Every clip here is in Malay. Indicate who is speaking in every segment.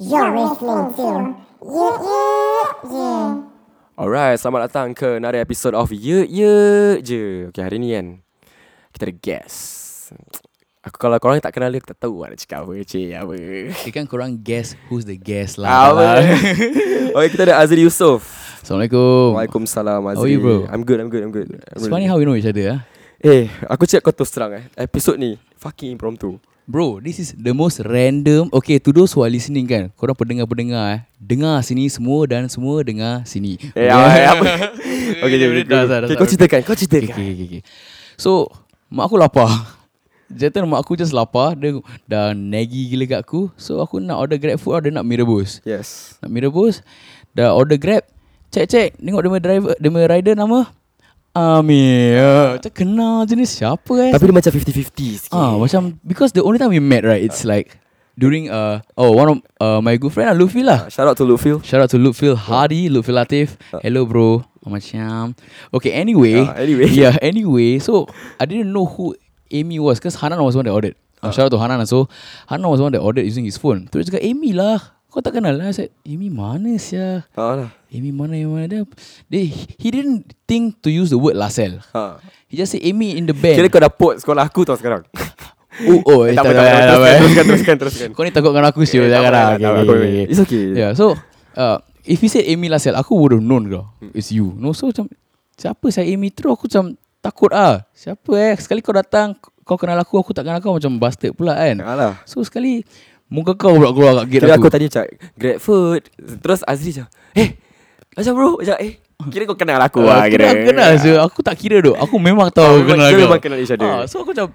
Speaker 1: You're listening to Yeah Yeah Yeah.
Speaker 2: Alright, selamat datang ke another episode of Ye Ye Je. Okay, hari ni kan kita ada guest. Aku kalau korang tak kenal dia, aku tak tahu nak cakap apa, cik, apa.
Speaker 3: Okay kan korang guess who's the guest lah.
Speaker 2: Apa? okay, kita ada Azri Yusof.
Speaker 3: Assalamualaikum.
Speaker 2: Waalaikumsalam Azri.
Speaker 3: Oh. How are you, bro?
Speaker 2: I'm good, I'm good, I'm good. I'm
Speaker 3: It's funny how we know each other. ah.
Speaker 2: Eh, aku cakap kau terus terang eh. Episod ni fucking impromptu.
Speaker 3: Bro, this is the most random. Okay, to those who are listening kan, korang pendengar-pendengar eh. Dengar sini semua dan semua dengar sini.
Speaker 2: Eh, apa? apa? okay, jom, jom, jom.
Speaker 3: Dah, dah, dah,
Speaker 2: Okay,
Speaker 3: dah.
Speaker 2: kau ceritakan, kau
Speaker 3: Okay,
Speaker 2: ceritakan.
Speaker 3: okay, okay, okay. So, mak aku lapar. Jatuh mak aku just lapar. Dia dah nagih gila kat aku. So, aku nak order grab food. ah, Dia nak mie rebus.
Speaker 2: Yes.
Speaker 3: Nak mie rebus. Dah order grab. Cek-cek. Tengok dia punya driver, dia punya rider nama. Amir. Macam kenal jenis siapa eh.
Speaker 2: Tapi dia macam 50-50 sikit.
Speaker 3: Ah, macam because the only time we met right, it's like during uh oh one of uh, my good friend lah Luffy lah.
Speaker 2: Shout out to Lufil.
Speaker 3: Shout out to Lutfil Hardy, Lutfil Latif. Hello bro. Macam Okay, anyway.
Speaker 2: Ah, anyway.
Speaker 3: Yeah, anyway. So I didn't know who Amy was because Hanan was the one that ordered.
Speaker 2: Ah.
Speaker 3: Uh, shout out to Hanan. So Hanan was the one that ordered using his phone. Terus dia cakap Amy lah. Kau tak kenal lah. I said, Amy mana siya?
Speaker 2: Ha lah.
Speaker 3: Amy mana yang mana dia? Dia he didn't think to use the word Lasel.
Speaker 2: Ha.
Speaker 3: He just said Amy in the band.
Speaker 2: Kira kau dah pot sekolah aku tau sekarang.
Speaker 3: Oh, oh, eh,
Speaker 2: tak apa,
Speaker 3: tak,
Speaker 2: tak apa,
Speaker 3: tak, tak,
Speaker 2: teruskan,
Speaker 3: tak,
Speaker 2: teruskan,
Speaker 3: tak.
Speaker 2: teruskan, teruskan.
Speaker 3: Kau ni takutkan aku siul
Speaker 2: Eh, tak
Speaker 3: jangan
Speaker 2: apa,
Speaker 3: lah.
Speaker 2: tak
Speaker 3: Okay,
Speaker 2: apa,
Speaker 3: okay,
Speaker 2: aku-
Speaker 3: okay.
Speaker 2: It's okay.
Speaker 3: Yeah, so uh, if he said Amy Lasel, aku would have known kau. It's you. No, so macam siapa saya Amy Terus aku macam takut ah. Siapa eh? Sekali kau datang, kau kenal aku, aku tak kenal kau macam bastard pula kan.
Speaker 2: Alah.
Speaker 3: So sekali muka kau pula keluar kat
Speaker 2: Ah.
Speaker 3: gate
Speaker 2: Kira lah. aku
Speaker 3: aku.
Speaker 2: tadi macam Grab food Terus Azri macam Eh Macam bro Macam eh Kira kau kenal aku lah
Speaker 3: Ah,
Speaker 2: Kira
Speaker 3: Aku kenal je. Aku tak kira dok. Aku memang tahu
Speaker 2: memang-
Speaker 3: kenal
Speaker 2: kita
Speaker 3: kau.
Speaker 2: memang kenal each other.
Speaker 3: Ah, so aku macam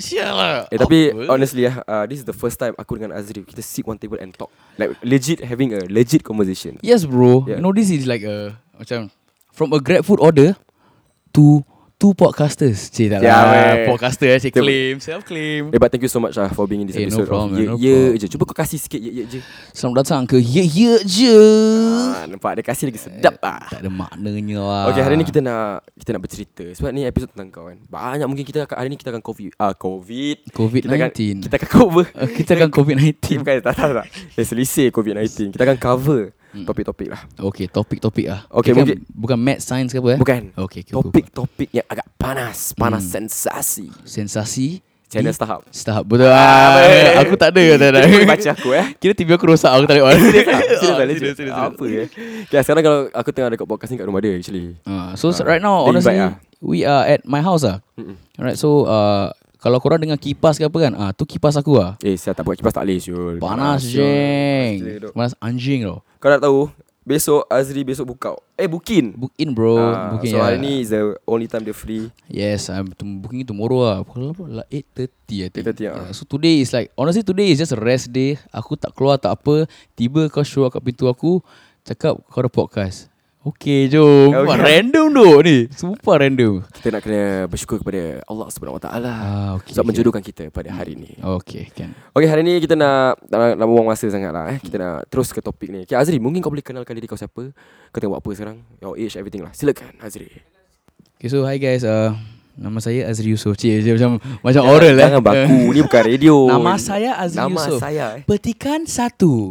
Speaker 3: Sial lah
Speaker 2: Eh tapi
Speaker 3: Awkward.
Speaker 2: honestly lah uh, This is the first time Aku dengan Azri Kita sit one table and talk Like legit having a legit conversation
Speaker 3: Yes bro
Speaker 2: Yeah.
Speaker 3: yeah. You know this is like a Macam From a grab food order To Two podcasters Cik tak
Speaker 2: Yeah, man.
Speaker 3: lah Podcaster eh Cik
Speaker 2: Betul.
Speaker 3: claim Self claim
Speaker 2: Eh but thank you so much lah For being in this
Speaker 3: Eh, no
Speaker 2: episode of
Speaker 3: problem,
Speaker 2: Ye-
Speaker 3: no
Speaker 2: Ye
Speaker 3: problem.
Speaker 2: je Cuba kau kasih sikit Ye Ye je
Speaker 3: Selamat datang ke Ye Ye Je
Speaker 2: ah, Nampak dia kasih lagi sedap lah
Speaker 3: Tak ada maknanya lah
Speaker 2: Okay hari ni kita nak Kita nak bercerita Sebab ni episode tentang kau kan Banyak mungkin kita akan, Hari ni kita akan COVID ah, COVID Kita akan,
Speaker 3: COVID-19
Speaker 2: kita akan cover
Speaker 3: Eh, Kita akan
Speaker 2: Kita
Speaker 3: COVID-19
Speaker 2: bukan tak tak tak Eh selisih COVID-19 Kita akan cover
Speaker 3: Hmm.
Speaker 2: Topik-topik lah
Speaker 3: Okay topik-topik lah
Speaker 2: Okay,
Speaker 3: Kita
Speaker 2: mungkin-
Speaker 3: Bukan mad science ke apa eh
Speaker 2: Bukan
Speaker 3: Okay cool, cool, cool.
Speaker 2: Topik-topik yang agak panas Panas hmm. sensasi
Speaker 3: Sensasi
Speaker 2: Channel
Speaker 3: di
Speaker 2: Starhub
Speaker 3: Starhub Betul ah,
Speaker 2: baik.
Speaker 3: Aku tak ada tak ada.
Speaker 2: Dia boleh baca aku eh
Speaker 3: Kira TV aku rosak Aku tak boleh on
Speaker 2: Serius tak? Serius tak?
Speaker 3: Ah,
Speaker 2: Legit?
Speaker 3: serius, serius, serius.
Speaker 2: Apa ya okay, Sekarang kalau aku tengah dekat podcast ni Kat rumah dia actually
Speaker 3: Uh, so
Speaker 2: Ah,
Speaker 3: uh, right now
Speaker 2: dia invite
Speaker 3: honestly
Speaker 2: ah.
Speaker 3: we are at my house ah.
Speaker 2: Mm-mm.
Speaker 3: Alright so uh, kalau korang dengar kipas ke apa kan ah tu kipas aku ah.
Speaker 2: Eh saya tak buat kipas tak boleh Syul
Speaker 3: Panas
Speaker 2: Syul.
Speaker 3: jeng.
Speaker 2: Gila, dok.
Speaker 3: Panas anjing tau.
Speaker 2: Kau dah tahu Besok Azri besok buka Eh bukin
Speaker 3: Book in bro.
Speaker 2: Ah,
Speaker 3: booking
Speaker 2: So
Speaker 3: ya.
Speaker 2: hari ni is the only time dia free
Speaker 3: Yes, I'm to- booking tomorrow ah. Pukul berapa? Lah 8.30 I think.
Speaker 2: 8:30, ah.
Speaker 3: So today is like honestly today is just a rest day. Aku tak keluar tak apa. Tiba kau show up kat pintu aku cakap kau ada podcast. Okay jom
Speaker 2: Okay.
Speaker 3: Wah, Random doh ni Super random
Speaker 2: Kita nak kena bersyukur kepada Allah SWT
Speaker 3: Ah, okay,
Speaker 2: Sebab
Speaker 3: okay.
Speaker 2: menjodohkan kita pada hari ni
Speaker 3: Okay kan
Speaker 2: Okay hari ni kita nak Tak nak, nak buang masa sangat lah eh. Kita nak terus ke topik ni okay, Azri mungkin kau boleh kenalkan diri kau siapa Kau tengah buat apa sekarang Your age everything lah Silakan Azri
Speaker 3: Okay so hi guys uh, Nama saya Azri Yusof Cik dia macam Macam oral eh
Speaker 2: Jangan baku Ni bukan radio
Speaker 3: Nama saya Azri
Speaker 2: Nama
Speaker 3: Yusof
Speaker 2: saya eh. Ya,
Speaker 3: Petikan satu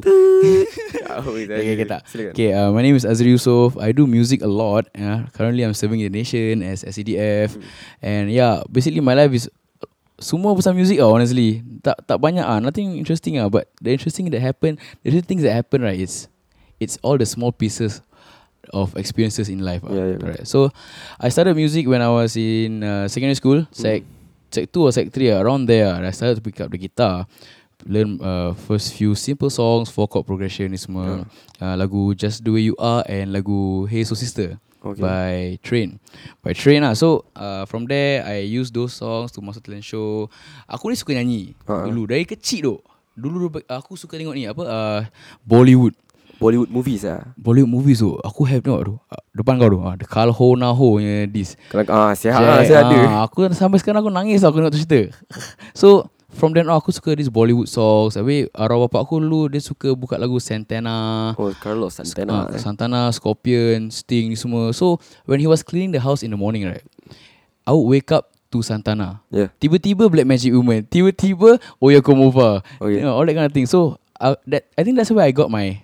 Speaker 3: Okay, okay, tak.
Speaker 2: Silakan
Speaker 3: okay uh, my name is Azri Yusof I do music a lot uh, Currently I'm serving the nation As SCDF
Speaker 2: Hmm.
Speaker 3: And yeah Basically my life is Semua pasal music lah honestly Tak tak banyak ah Nothing interesting ah But the interesting that happen The interesting things that happen right It's It's all the small pieces Of experiences in life ah.
Speaker 2: Yeah, yeah.
Speaker 3: Alright. So I started music when I was in uh, secondary school
Speaker 2: Hmm.
Speaker 3: Sec Sec 2 or Sec 3 ah, Around there ah. I started to pick up the guitar Learn uh, first few simple songs Four chord progression ni semua uh, lagu Just the Way You Are and lagu Hey So Sister
Speaker 2: Okay.
Speaker 3: by Train. By Train lah. So uh, from there I use those songs to masuk talent show. Aku ni suka nyanyi
Speaker 2: Ha, ha.
Speaker 3: uh-huh. dulu dari kecil tu. Dulu dulu aku suka tengok ni apa uh, Bollywood.
Speaker 2: Bollywood movies lah
Speaker 3: Bollywood movies tu Aku have tengok tu Ah, Depan kau tu ah, The Kal Ho Na Ho punya This
Speaker 2: Kalau ah, sihat lah Saya ada
Speaker 3: Ah, aku sampai sekarang aku nangis lah aku nak cerita. so from then on aku suka this Bollywood songs. Tapi arwah bapak aku dulu dia suka buka lagu Santana.
Speaker 2: Oh Carlos Santana
Speaker 3: ah,
Speaker 2: eh.
Speaker 3: Santana, Scorpion, Sting ni semua. So when he was cleaning the house in the morning right. I would wake up to Santana.
Speaker 2: Yeah
Speaker 3: Tiba-tiba Black Magic Woman Tiba-tiba Oya Komova
Speaker 2: Okay. ya.
Speaker 3: you know, All that kind of thing So uh, that I think that's where I got my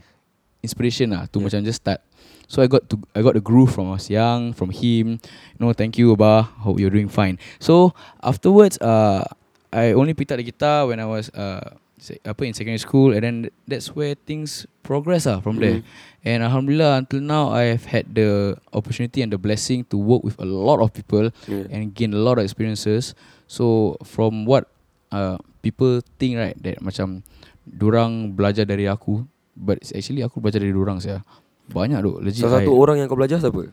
Speaker 3: inspiration lah
Speaker 2: Yeah.
Speaker 3: to macam just start. So I got to I got the groove from us young from him. No, thank you, Abah. Hope you're doing fine. So afterwards, uh, I only picked up the guitar when I was uh, se- apa in secondary school, and then that's where things progress ah from there. And alhamdulillah until now, I have had the opportunity and the blessing to work with a lot of people
Speaker 2: Yeah.
Speaker 3: and gain a lot of experiences. So from what uh, people think right that macam dorang belajar dari aku but it's actually aku belajar dari dorang saya. Banyak dok legit.
Speaker 2: Salah satu
Speaker 3: I-
Speaker 2: orang yang kau belajar siapa?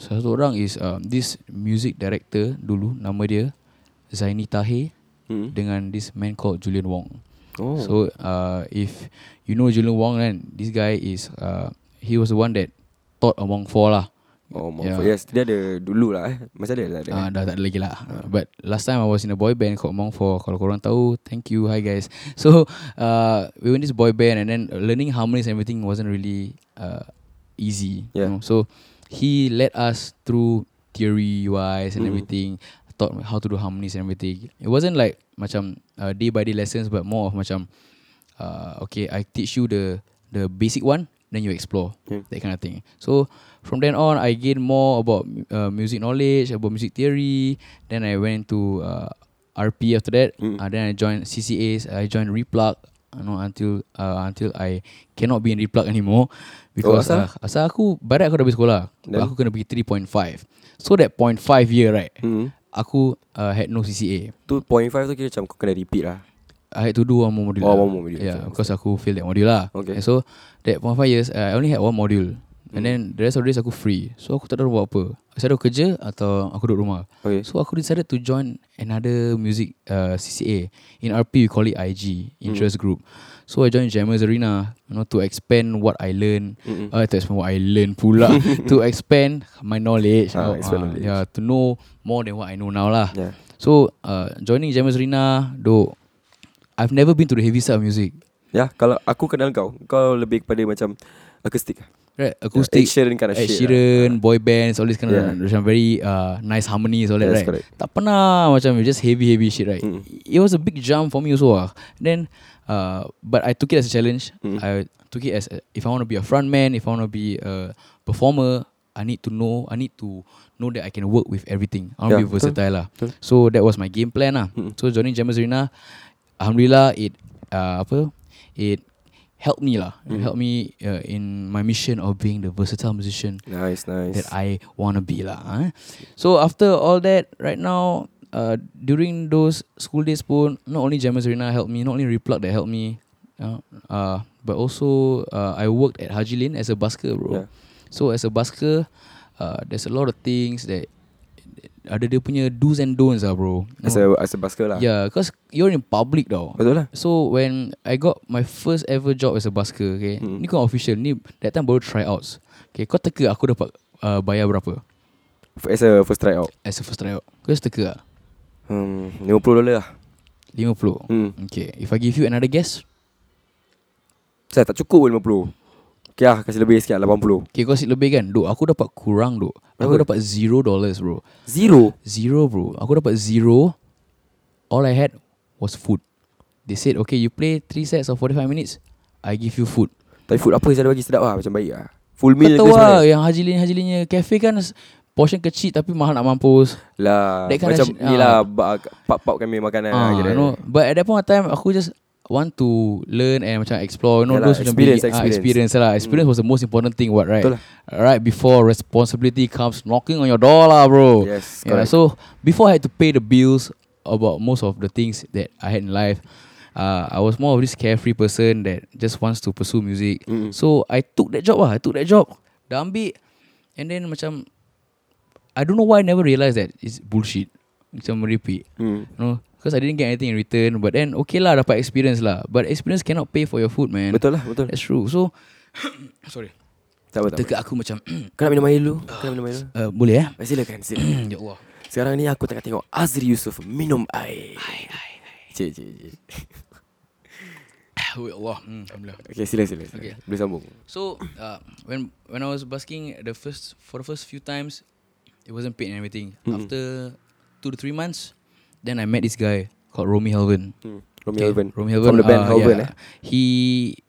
Speaker 3: salah satu orang is uh, this music director dulu nama dia Zaini Tahir
Speaker 2: Hmm.
Speaker 3: dengan this man called Julian Wong.
Speaker 2: Oh.
Speaker 3: So uh, if you know Julian Wong kan, this guy is uh, he was the one that taught among four lah.
Speaker 2: oh,
Speaker 3: yeah.
Speaker 2: yeah. yes, dia ada dulu lah eh. Masa dia dah ada.
Speaker 3: Ah, dah tak ada lagi lah. But last time I was in a boy band called Mong For. Kalau korang tahu, thank you. Hi guys. So, uh, we were in this boy band and then learning harmonies and everything wasn't really uh, easy.
Speaker 2: Yeah.
Speaker 3: You know? So, he led us through theory wise and
Speaker 2: Mm.
Speaker 3: everything. Taught me how to do harmonies and everything. It wasn't like macam uh, day by day lessons but more of macam uh, okay, I teach you the the basic one, then you explore
Speaker 2: Okay.
Speaker 3: that kind of thing. So from then on, I gained more about uh, music knowledge, about music theory. Then I went to uh, RP after that.
Speaker 2: Mm.
Speaker 3: Uh, then I joined CCAs. I joined Replug. You know until uh, until I cannot be in Replug anymore because
Speaker 2: asal?
Speaker 3: uh, asal aku barat aku dah habis sekolah.
Speaker 2: Then?
Speaker 3: Aku kena pergi 3.5. So that 0.5 year right,
Speaker 2: Hmm.
Speaker 3: aku uh, had no CCA.
Speaker 2: Tu point five tu kira macam kau kena repeat lah.
Speaker 3: I had to do one more module.
Speaker 2: Oh,
Speaker 3: lah.
Speaker 2: one more module.
Speaker 3: Yeah,
Speaker 2: Okay,
Speaker 3: because aku failed that module lah.
Speaker 2: Okay. Hmm.
Speaker 3: And so that point five years, uh, I only had one module. And then the rest of the days aku free. So aku tak tahu buat apa. Saya ada kerja atau aku duduk rumah.
Speaker 2: Okay.
Speaker 3: So aku decided to join another music uh, CCA. In RP we call it IG,
Speaker 2: Hmm.
Speaker 3: interest group. So I joined Jammers Arena, you know, to expand what I learn.
Speaker 2: Mm-mm.
Speaker 3: Uh, to expand what I learn pula. to expand my knowledge. you
Speaker 2: Ah,
Speaker 3: know,
Speaker 2: expand
Speaker 3: ah,
Speaker 2: knowledge.
Speaker 3: Yeah, to know more than what I know now lah.
Speaker 2: Yeah.
Speaker 3: So uh, joining Jammers Arena, though I've never been to the heavy side of music.
Speaker 2: Ya, kalau aku kenal kau, kau lebih kepada macam acoustic. lah.
Speaker 3: Right, acoustic,
Speaker 2: Ed Sheeran kind of
Speaker 3: Ed
Speaker 2: shit
Speaker 3: Sheeran, boy bands, all this kind
Speaker 2: Yeah.
Speaker 3: of macam very uh, nice harmonies, all that,
Speaker 2: Yes,
Speaker 3: right?
Speaker 2: correct.
Speaker 3: Tak pernah macam just heavy heavy shit, right?
Speaker 2: Mm.
Speaker 3: It was a big jump for me also. Ah. Then, uh, but I took it as a challenge.
Speaker 2: Mm.
Speaker 3: I took it as a, if I want to be a frontman, if I want to be a performer, I need to know, I need to know that I can work with everything. I
Speaker 2: Yeah,
Speaker 3: want to be
Speaker 2: betul.
Speaker 3: versatile lah.
Speaker 2: Betul.
Speaker 3: So that was my game plan lah.
Speaker 2: Mm.
Speaker 3: So joining Jammers Arena, alhamdulillah it uh, apa? It helped me lah. It
Speaker 2: Mm.
Speaker 3: helped me uh, in my mission of being the versatile musician
Speaker 2: Nice, nice.
Speaker 3: that I want to be lah. Eh. So after all that, right now, uh, during those school days pun, not only Jammers Arena helped me, not only Replug that helped me, uh, uh, but also uh, I worked at Haji Lane as a busker, bro.
Speaker 2: Yeah.
Speaker 3: So as a busker, uh, there's a lot of things that ada dia punya do's and don'ts lah, bro.
Speaker 2: As a, as a busker lah.
Speaker 3: yeah, because you're in public though.
Speaker 2: Betul lah.
Speaker 3: So when I got my first ever job as a busker, okay,
Speaker 2: Mm.
Speaker 3: ni kau official ni that time baru tryouts. Okay, kau teka aku dapat uh, bayar berapa
Speaker 2: As a first try out.
Speaker 3: as a first tryout? Kau just teka ah,
Speaker 2: Hmm, 50 dolar lah.
Speaker 3: 50.
Speaker 2: Hmm.
Speaker 3: Okay, if I give you another guess,
Speaker 2: Saya tak cukup pun 50. Okay lah, kasih lebih sikit lah, 80.
Speaker 3: okay kau asyik lebih kan? Duk, aku dapat kurang duk. Aku
Speaker 2: Berapa?
Speaker 3: dapat zero dollars bro.
Speaker 2: Zero.
Speaker 3: Zero bro. Aku dapat zero. All I had was food. They said, okay, you play three sets of 45 minutes. I give you food.
Speaker 2: Tapi food apa saya bagi sedap lah, macam baik lah. Full
Speaker 3: Kau
Speaker 2: meal
Speaker 3: tahu
Speaker 2: sebenarnya?
Speaker 3: lah yang Haji Lin Haji Linnya cafe kan s- portion kecil tapi mahal nak mampus.
Speaker 2: Lah
Speaker 3: That kind
Speaker 2: Macam
Speaker 3: of shit,
Speaker 2: ni
Speaker 3: ah.
Speaker 2: lah ba- Pap-pap kami makanan lah
Speaker 3: Ah,
Speaker 2: kira.
Speaker 3: you know, but at that point of time, aku just want to learn and macam explore. You know,
Speaker 2: Yalah,
Speaker 3: those macam
Speaker 2: experience,
Speaker 3: big- ah,
Speaker 2: experience.
Speaker 3: experience lah. Experience was the most important thing. What right?
Speaker 2: Betul lah.
Speaker 3: Right before responsibility comes knocking on your door lah, bro.
Speaker 2: Yes
Speaker 3: Yeah,
Speaker 2: correct.
Speaker 3: so before I had to pay the bills about most of the things that I had in life, uh, I was more of this carefree person that just wants to pursue music.
Speaker 2: Mm-mm.
Speaker 3: So I took that job lah. I took that job. Dah ambil. And then macam, I don't know why I never realised that it's bullshit. Macam merepek.
Speaker 2: hmm.
Speaker 3: You know, because I didn't get anything in return. But then okay lah, dapat experience lah. But experience cannot pay for your food, man.
Speaker 2: Betul lah betul
Speaker 3: That's true. So, sorry.
Speaker 2: Tak apa tak apa
Speaker 3: Teka aku macam,
Speaker 2: Kau nak minum air dulu Kau nak minum air dulu
Speaker 3: uh, boleh eh?
Speaker 2: Eh, Silakan silakan
Speaker 3: ya Allah.
Speaker 2: Sekarang ni aku tengah tengok Azri Yusof minum air Cik cik cik
Speaker 3: ya Allah. Hmm, Alhamdulillah.
Speaker 2: Okay sila sila, sila.
Speaker 3: Okay.
Speaker 2: Boleh sambung
Speaker 3: So uh, when when I was busking the first for the first few times, it wasn't paid and everything. After two to three months, then I met this guy called Romy Helvin.
Speaker 2: Hmm. Romy Helvin.
Speaker 3: Romy Helvin.
Speaker 2: From the band
Speaker 3: uh,
Speaker 2: Helvin
Speaker 3: yeah.
Speaker 2: eh.
Speaker 3: He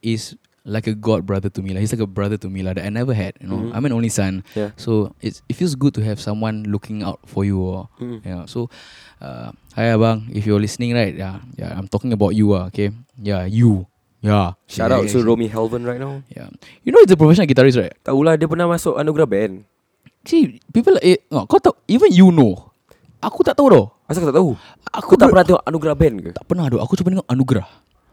Speaker 3: is like a god brother to me. Like he's like a brother to me like, that I never had. You know,
Speaker 2: Mhm.
Speaker 3: I'm an only son.
Speaker 2: Yeah.
Speaker 3: So it's, it feels good to have someone looking out for you. Or,
Speaker 2: Mm.
Speaker 3: yeah. So, uh, hi abang, if you're listening, right? Yeah, yeah. I'm talking about you. Uh, okay. Yeah, you. Yeah.
Speaker 2: Shout out
Speaker 3: yeah, yeah,
Speaker 2: to
Speaker 3: yeah.
Speaker 2: Romy Helvin right now.
Speaker 3: Yeah. You know, he's a professional guitarist, right?
Speaker 2: Tahulah dia pernah masuk anugerah band.
Speaker 3: See, people like, eh, no, kau tahu, even you know. Aku tak tahu tau.
Speaker 2: Asal kau tak tahu?
Speaker 3: Aku
Speaker 2: Kau tak pernah
Speaker 3: ber-
Speaker 2: tengok anugerah band ke?
Speaker 3: tak pernah tu. Aku cuma dengar Anugerah.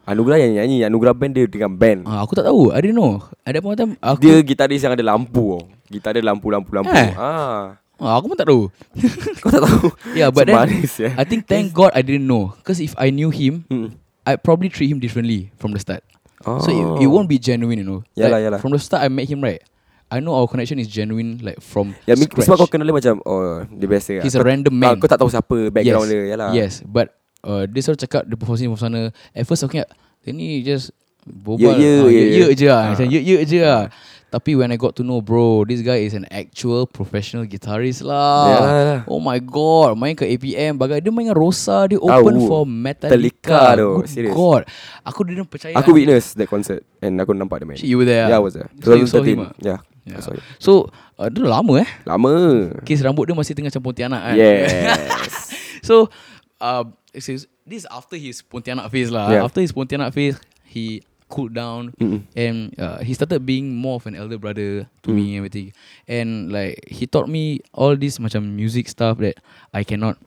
Speaker 2: Anugerah yang nyanyi, anugerah band dia dengan band.
Speaker 3: Ah, aku tak tahu. I didn't know. Ada point of time aku
Speaker 2: Dia gitaris yang ada lampu oh. Gitar dia lampu-lampu-lampu
Speaker 3: Eh.
Speaker 2: ah.
Speaker 3: ah, aku pun tak tahu.
Speaker 2: Kau tak tahu
Speaker 3: Yeah, Ya, but then
Speaker 2: Semanis, ya. yeah.
Speaker 3: I think thank God I didn't know because if I knew him,
Speaker 2: Hmm.
Speaker 3: I probably treat him differently from the start.
Speaker 2: oh.
Speaker 3: So it, it won't be genuine, you know.
Speaker 2: Yalah,
Speaker 3: like,
Speaker 2: yalah.
Speaker 3: From the start, I met him right. I know our connection is genuine, like from
Speaker 2: Ya, mi-
Speaker 3: scratch.
Speaker 2: sebab kau kenal dia macam Oh, dia biasa lah.
Speaker 3: He's a
Speaker 2: Kau-
Speaker 3: random
Speaker 2: ah,
Speaker 3: man.
Speaker 2: Kau tak tahu siapa Background
Speaker 3: yes.
Speaker 2: dia ya lah. Yalah
Speaker 3: Yes, but uh, dia selalu cakap dia performance from sana. At first aku ingat dia ni just
Speaker 2: Ye, ye,
Speaker 3: bobal Ah,
Speaker 2: ye,
Speaker 3: ye, ye
Speaker 2: ye.
Speaker 3: je lah. Macam ye ye je lah. Tapi when I got to know bro, this guy is an actual professional guitarist lah.
Speaker 2: Yalah, yalah.
Speaker 3: Oh my god, main ke APM bagai dia main dengan Rosa, dia open
Speaker 2: Tahu.
Speaker 3: for
Speaker 2: Metallica
Speaker 3: Metallica.
Speaker 2: tu,
Speaker 3: Good
Speaker 2: serious.
Speaker 3: god. Aku didn't percaya.
Speaker 2: Aku
Speaker 3: I-
Speaker 2: witness that concert And aku nampak dia main
Speaker 3: Shit, Eh, ah. you were there.
Speaker 2: Yeah, I was there
Speaker 3: So you saw him ah?
Speaker 2: 2013. Yeah, yeah.
Speaker 3: Yeah.
Speaker 2: I saw him.
Speaker 3: So, uh, dia dah lama eh.
Speaker 2: Lama
Speaker 3: Kes rambut dia masih tengah macam Pontianak kan.
Speaker 2: Yes
Speaker 3: So, uh, this is this is after his Pontianak phase lah.
Speaker 2: Yeah.
Speaker 3: After his Pontianak phase, he cooled down
Speaker 2: Mm-mm.
Speaker 3: and uh, he started being more of an elder brother to
Speaker 2: Mm.
Speaker 3: me and everything. And like he taught me all this macam music stuff that I cannot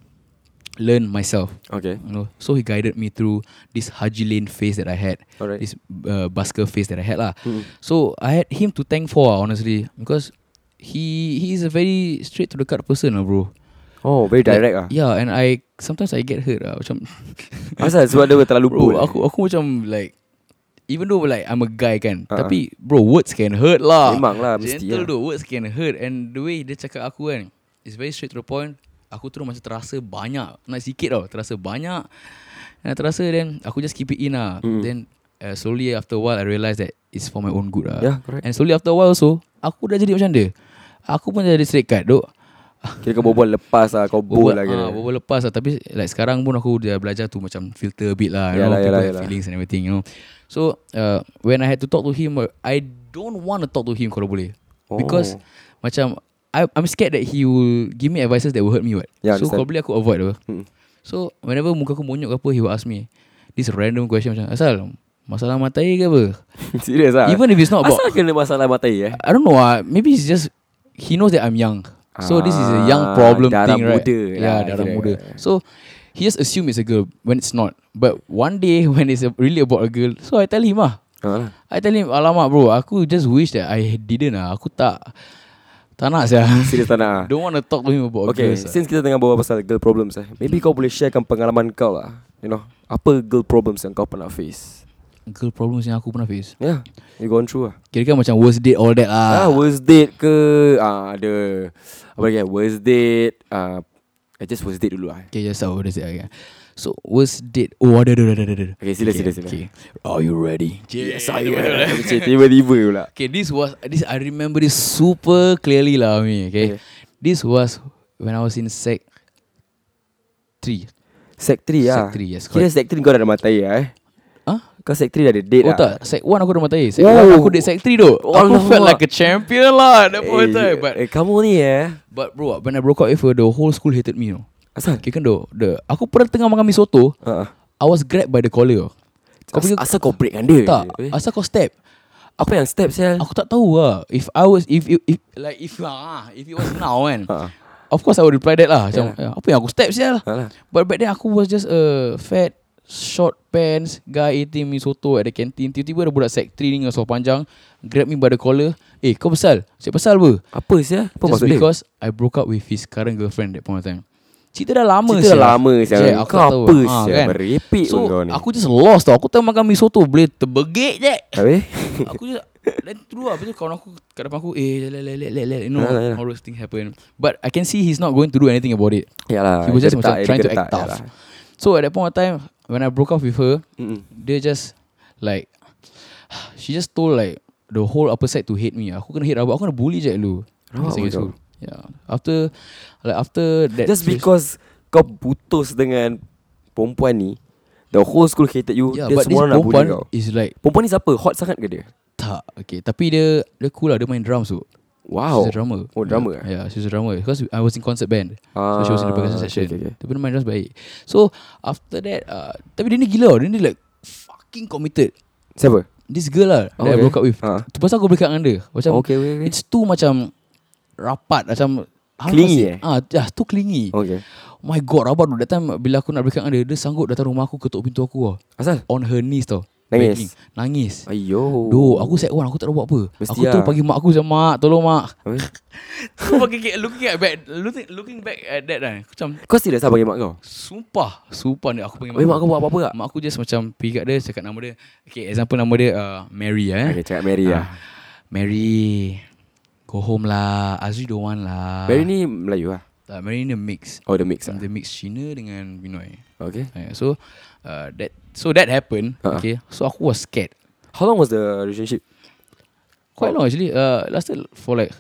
Speaker 3: learn myself.
Speaker 2: Okay
Speaker 3: You know, so he guided me through this Haji Lane phase that I had,
Speaker 2: Alright.
Speaker 3: this uh, Basker phase that I had lah.
Speaker 2: Mm.
Speaker 3: So I had him to thank for ah, honestly because he he is a very straight to the cut person lah, bro.
Speaker 2: Oh very direct ah
Speaker 3: Like, Yeah, and I sometimes I get hurt lah. Macam
Speaker 2: Asal sebab dia terlalu bold
Speaker 3: bro, aku aku macam like even though like I'm a guy kan,
Speaker 2: Ah, ah.
Speaker 3: uh-huh. tapi bro words can hurt lah.
Speaker 2: Memang lah, mesti lah.
Speaker 3: Gentle tu words can hurt and the way dia cakap aku kan is very straight to the point. Aku terus macam terasa banyak, nak sikit tau, terasa banyak. And I terasa then aku just keep it in lah.
Speaker 2: Mm.
Speaker 3: Mm. Then uh, slowly after a while I realise that it's for my own good lah.
Speaker 2: Yeah, correct.
Speaker 3: And slowly after a while also, aku dah jadi macam dia. Aku pun jadi straight cut, dok.
Speaker 2: Kira kau berbual lepas lah Kau bold
Speaker 3: Berbual,
Speaker 2: lah kira
Speaker 3: ah, berbual lepas lah Tapi like sekarang pun aku dah belajar tu Macam filter a bit lah You
Speaker 2: Yalah,
Speaker 3: know people
Speaker 2: yalah,
Speaker 3: have
Speaker 2: yalah.
Speaker 3: feelings and everything you know So uh, when I had to talk to him uh, I don't want to talk to him kalau boleh
Speaker 2: Oh.
Speaker 3: oh. Because macam I, I'm scared that he will give me advices that will hurt me what
Speaker 2: Yeah,
Speaker 3: So
Speaker 2: understand.
Speaker 3: kalau boleh aku avoid apa
Speaker 2: Mm.
Speaker 3: So whenever muka aku monyok ke apa He will ask me This random question macam Asal masalah matai ke apa
Speaker 2: Serius lah
Speaker 3: Even if it's not about
Speaker 2: Asal kena masalah matai eh
Speaker 3: I don't know ah. Maybe it's just he knows that I'm young. So this is a young
Speaker 2: Ah,
Speaker 3: problem
Speaker 2: darah
Speaker 3: thing, right?
Speaker 2: muda lah,
Speaker 3: yeah, darah
Speaker 2: kira.
Speaker 3: muda. So he just assume it's a girl when it's not. But one day when it's a- really about a girl, so I tell him ah,
Speaker 2: ah.
Speaker 3: I tell him, alamak bro, aku just wish that I didn't ah. Aku tak tak nak saya.
Speaker 2: Serius tak nak ah?
Speaker 3: Don't want to talk to him about
Speaker 2: Okay,
Speaker 3: girls. ah.
Speaker 2: since kita tengah bawa pasal girl problems eh, maybe kau boleh sharekan pengalaman kau lah. You know, apa girl problems yang kau pernah face?
Speaker 3: Girl problems yang aku pernah face.
Speaker 2: Yeah, you gone through lah.
Speaker 3: Kira-kira macam worst date all that
Speaker 2: Ah,
Speaker 3: ah.
Speaker 2: worst date ke? Ah, ada apa lagi? eh? Worst date. Ah, I just worst date dulu lah.
Speaker 3: Okay, just out. That's it. Okay. So worst date. Oh, ada, ada, ada, ada. ada.
Speaker 2: Okay, sila, sila, sila.
Speaker 3: Are you ready? Yes, I am.
Speaker 2: Macam tiba-tiba pula.
Speaker 3: Okay, this was this I remember this super clearly lah me. Okay?
Speaker 2: Okay.
Speaker 3: this was when I was in sec three.
Speaker 2: Sec 3 lah.
Speaker 3: Sec three, yes,
Speaker 2: Kira
Speaker 3: correct.
Speaker 2: sec 3 kau dah ada matai lah eh.
Speaker 3: Huh?
Speaker 2: Kau sec 3 dah ada date
Speaker 3: Oh
Speaker 2: lah.
Speaker 3: tak, sec one aku dah matai. Sec
Speaker 2: Oh.
Speaker 3: one aku date sec three tu. Aku
Speaker 2: Alamak.
Speaker 3: felt like a champion lah at that
Speaker 2: Eh,
Speaker 3: point of time. But
Speaker 2: eh, kamu ni eh.
Speaker 3: but bro, when I broke up with her, the whole school hated me. You know.
Speaker 2: Asal?
Speaker 3: Okay, kan the, the aku pernah tengah makan mi soto,
Speaker 2: Ah, ah.
Speaker 3: I was grabbed by the collar. tau. Kau
Speaker 2: As-
Speaker 3: fikir
Speaker 2: asal kau break dengan dia?
Speaker 3: tak?
Speaker 2: Eh,
Speaker 3: Asal kau step?
Speaker 2: Apa yang step sel?
Speaker 3: Aku tak tahu lah If I was If if, if like if ah, If it was now kan
Speaker 2: Ha.
Speaker 3: Of course I would reply that lah Macam yeah. Apa yang aku step sial
Speaker 2: Alah.
Speaker 3: But back then aku was just a Fat Short pants Guy eating mi soto At the canteen Tiba-tiba ada budak sec 3 ni Dengan seluar panjang Grab me by the collar Eh kau besar Siapa pasal apa
Speaker 2: Apa sel? Apa
Speaker 3: Just
Speaker 2: maksud dia?
Speaker 3: because I broke up with his current girlfriend At that point of time Cerita dah lama
Speaker 2: Cerita
Speaker 3: sial.
Speaker 2: dah lama sial.
Speaker 3: Sial, aku
Speaker 2: Kau
Speaker 3: tak tahu.
Speaker 2: apa
Speaker 3: Ah,
Speaker 2: sial? Merepek
Speaker 3: So
Speaker 2: pun kau ni.
Speaker 3: aku just lost tau Aku tengah makan mi soto Boleh terbegek je
Speaker 2: Habis?
Speaker 3: aku je Then dulu lah Lepas tu kawan aku Kat depan aku Eh let let let let, let. You know
Speaker 2: Yalah, yalah.
Speaker 3: All those things happen But I can see He's not going to do anything about it
Speaker 2: Yalah.
Speaker 3: He was just
Speaker 2: Ah, dia tak-
Speaker 3: macam Trying
Speaker 2: dia
Speaker 3: to act
Speaker 2: tak,
Speaker 3: tough
Speaker 2: yalah.
Speaker 3: So at that point of time When I broke off with her
Speaker 2: Mm-mm.
Speaker 3: Dia just Like She just told like The whole upper side to hate me Aku kena hate rabak Aku kena bully je lu
Speaker 2: Rabak
Speaker 3: Secondary
Speaker 2: betul.
Speaker 3: school. Yeah After Like after that
Speaker 2: Just
Speaker 3: phase-
Speaker 2: because kau putus dengan perempuan ni The whole school hated you
Speaker 3: Yeah,
Speaker 2: Then
Speaker 3: ya, but this
Speaker 2: semua orang nak bully
Speaker 3: perempuan
Speaker 2: kau
Speaker 3: is like
Speaker 2: Perempuan ni siapa? Hot sangat ke dia?
Speaker 3: tak. Okay, tapi dia dia cool lah. Dia main drums tu.
Speaker 2: Wow
Speaker 3: She's a drummer.
Speaker 2: Oh, drummer
Speaker 3: Yeah, yeah she's a drummer. Because I was in concert band. So she was in the percussion
Speaker 2: Ah, okay,
Speaker 3: session.
Speaker 2: okay, okay.
Speaker 3: Tapi dia main drums baik. So after that, uh, tapi dia ni gila. tau. Dia ni like fucking committed.
Speaker 2: Siapa?
Speaker 3: This girl lah that I
Speaker 2: Okay.
Speaker 3: broke up with.
Speaker 2: Ah.
Speaker 3: Tu pasal aku break up dengan dia. Macam
Speaker 2: okay, okay, okay.
Speaker 3: it's too macam rapat macam how
Speaker 2: Clingy
Speaker 3: to say-
Speaker 2: eh?
Speaker 3: Ah, yeah, too clingy.
Speaker 2: Okay.
Speaker 3: My god, rabak tu. That time bila aku nak break up dengan dia, dia sanggup datang rumah aku ketuk pintu aku tau.
Speaker 2: Asal?
Speaker 3: On her knees tau. Begging.
Speaker 2: Nangis.
Speaker 3: Nangis.
Speaker 2: Ayo.
Speaker 3: Duh, aku set one, aku tak tahu buat apa.
Speaker 2: Mesti
Speaker 3: aku terus
Speaker 2: lah.
Speaker 3: pagi mak aku macam mak, tolong mak.
Speaker 2: Habis?
Speaker 3: Aku pakai looking at back, looking, looking back at that kan. Aku macam
Speaker 2: Kau serius lah bagi mak kau?
Speaker 3: Sumpah Sumpah ni aku panggil
Speaker 2: Habis mak kau buat apa-apa tak?
Speaker 3: Mak aku just macam Pergi kat dia Cakap nama dia Okay example nama dia uh, Mary eh
Speaker 2: Okay, cakap Mary lah.
Speaker 3: Ah, Mary Go home lah Azri don't want lah
Speaker 2: Mary ni Melayu lah.
Speaker 3: uh, Mary ni a mix
Speaker 2: Oh, the mix lah.
Speaker 3: Dia mix Cina dengan Pinoy
Speaker 2: Okay.
Speaker 3: yeah, So uh, that So that happened
Speaker 2: Ah.
Speaker 3: Okay So aku was scared
Speaker 2: How long was the relationship?
Speaker 3: Quite long actually uh, Lasted for like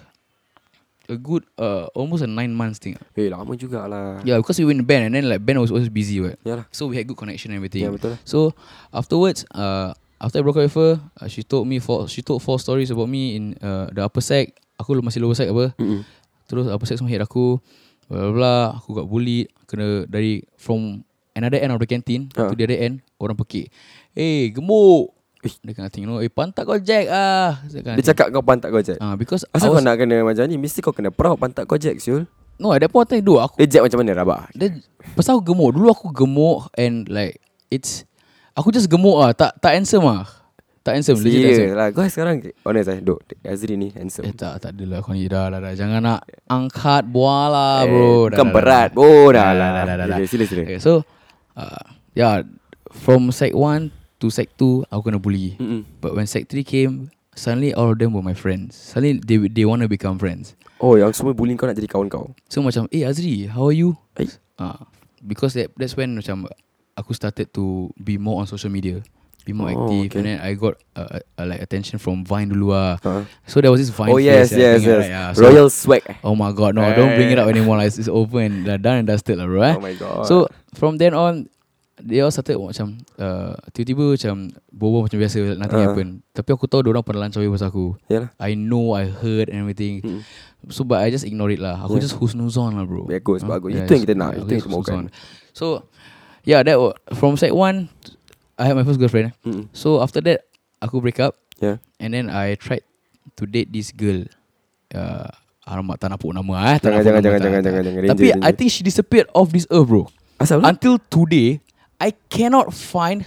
Speaker 3: A good uh, Almost a nine months thing
Speaker 2: Eh, lama jugalah.
Speaker 3: Yeah because we were in a band And then like band was always busy right
Speaker 2: Yalah.
Speaker 3: So we had good connection and everything.
Speaker 2: Ya, betul lah.
Speaker 3: So afterwards, uh, after I broke up with her, uh, she told me four, she told four stories about me in uh, the upper sec. Aku masih lower sec apa.
Speaker 2: Mm-mm.
Speaker 3: Terus upper sec semua hate aku. Blah blah blah. Aku got bullied. Kena dari from another end of the canteen
Speaker 2: Ha.
Speaker 3: uh. to the other end orang pekik. Eh gemuk. Dia kena think, no, eh pantat kau jack ah.
Speaker 2: Dia cakap kau pantat kau jack.
Speaker 3: Ah, because I
Speaker 2: Asal kau
Speaker 3: was,
Speaker 2: nak kena macam ni Mesti kau kena proud Pantat kau jack siul
Speaker 3: no, at that point of time, dude, aku
Speaker 2: Dia jack macam mana Rabah
Speaker 3: Dia Pasal aku gemuk Dulu aku gemuk And like It's Aku just gemuk ah, Tak tak handsome ah, Tak handsome Legit tak
Speaker 2: Serius
Speaker 3: handsome
Speaker 2: lah Kau sekarang Honest lah Dok Azri ni handsome
Speaker 3: Eh tak tak adalah kau ni dah, dah, dah Jangan nak angkat buah lah bro
Speaker 2: Eh, Bukan
Speaker 3: dah, dah, dah,
Speaker 2: berat
Speaker 3: dah.
Speaker 2: Oh dah
Speaker 3: Dah,
Speaker 2: lah
Speaker 3: dah, dah, dah, dah.
Speaker 2: Sila sila
Speaker 3: Okay, So uh, Yeah From sec 1 to sec 2 Aku kena bully
Speaker 2: Mm-mm.
Speaker 3: But when sec 3 came Suddenly all of them were my friends Suddenly they they want to become friends
Speaker 2: Oh yang semua bullying kau Nak jadi kawan kau
Speaker 3: So macam Eh Azri how are you
Speaker 2: Eh.
Speaker 3: Ah, because that that's when macam aku started to be more on social media, be more
Speaker 2: Oh,
Speaker 3: active,
Speaker 2: okay.
Speaker 3: and then I got uh, uh, like attention from Vine dulu ah.
Speaker 2: Ha?
Speaker 3: So there was this Vine.
Speaker 2: Oh yes
Speaker 3: phase, I
Speaker 2: yes
Speaker 3: think,
Speaker 2: yes
Speaker 3: right? Yeah, so-
Speaker 2: Royal swag
Speaker 3: Oh my god, no, don't bring it up anymore. Like, it's over and dah done and dusted lah, bro. Eh?
Speaker 2: Oh my god
Speaker 3: So from then on They all started macam uh, Tiba-tiba macam Bobo macam biasa Nothing
Speaker 2: Ah.
Speaker 3: happen Tapi aku tahu Diorang pernah lancawi pasal aku
Speaker 2: Yalah
Speaker 3: I know I heard and everything
Speaker 2: Mm.
Speaker 3: So but I just ignore it lah Aku
Speaker 2: Yeah.
Speaker 3: just husnuzon lah bro
Speaker 2: Bagus, bagus. Itu yang
Speaker 3: just-
Speaker 2: kita nak,
Speaker 3: aku
Speaker 2: itu yang kan.
Speaker 3: just
Speaker 2: kita mahukan.
Speaker 3: husnuzon. So Yeah that was From sec 1 I had my first girlfriend
Speaker 2: Mm-mm.
Speaker 3: So after that Aku break up
Speaker 2: Yeah
Speaker 3: And then I tried To date this girl uh, Alamak tak nak put nama eh.
Speaker 2: Jangan,
Speaker 3: tak nak put
Speaker 2: jangan,
Speaker 3: nama,
Speaker 2: jangan,
Speaker 3: tak-
Speaker 2: jangan,
Speaker 3: tak-
Speaker 2: jangan, jangan.
Speaker 3: Tapi
Speaker 2: Ranger,
Speaker 3: I
Speaker 2: ranger.
Speaker 3: think she disappeared Off this earth bro
Speaker 2: Asal pula?
Speaker 3: Until today I cannot find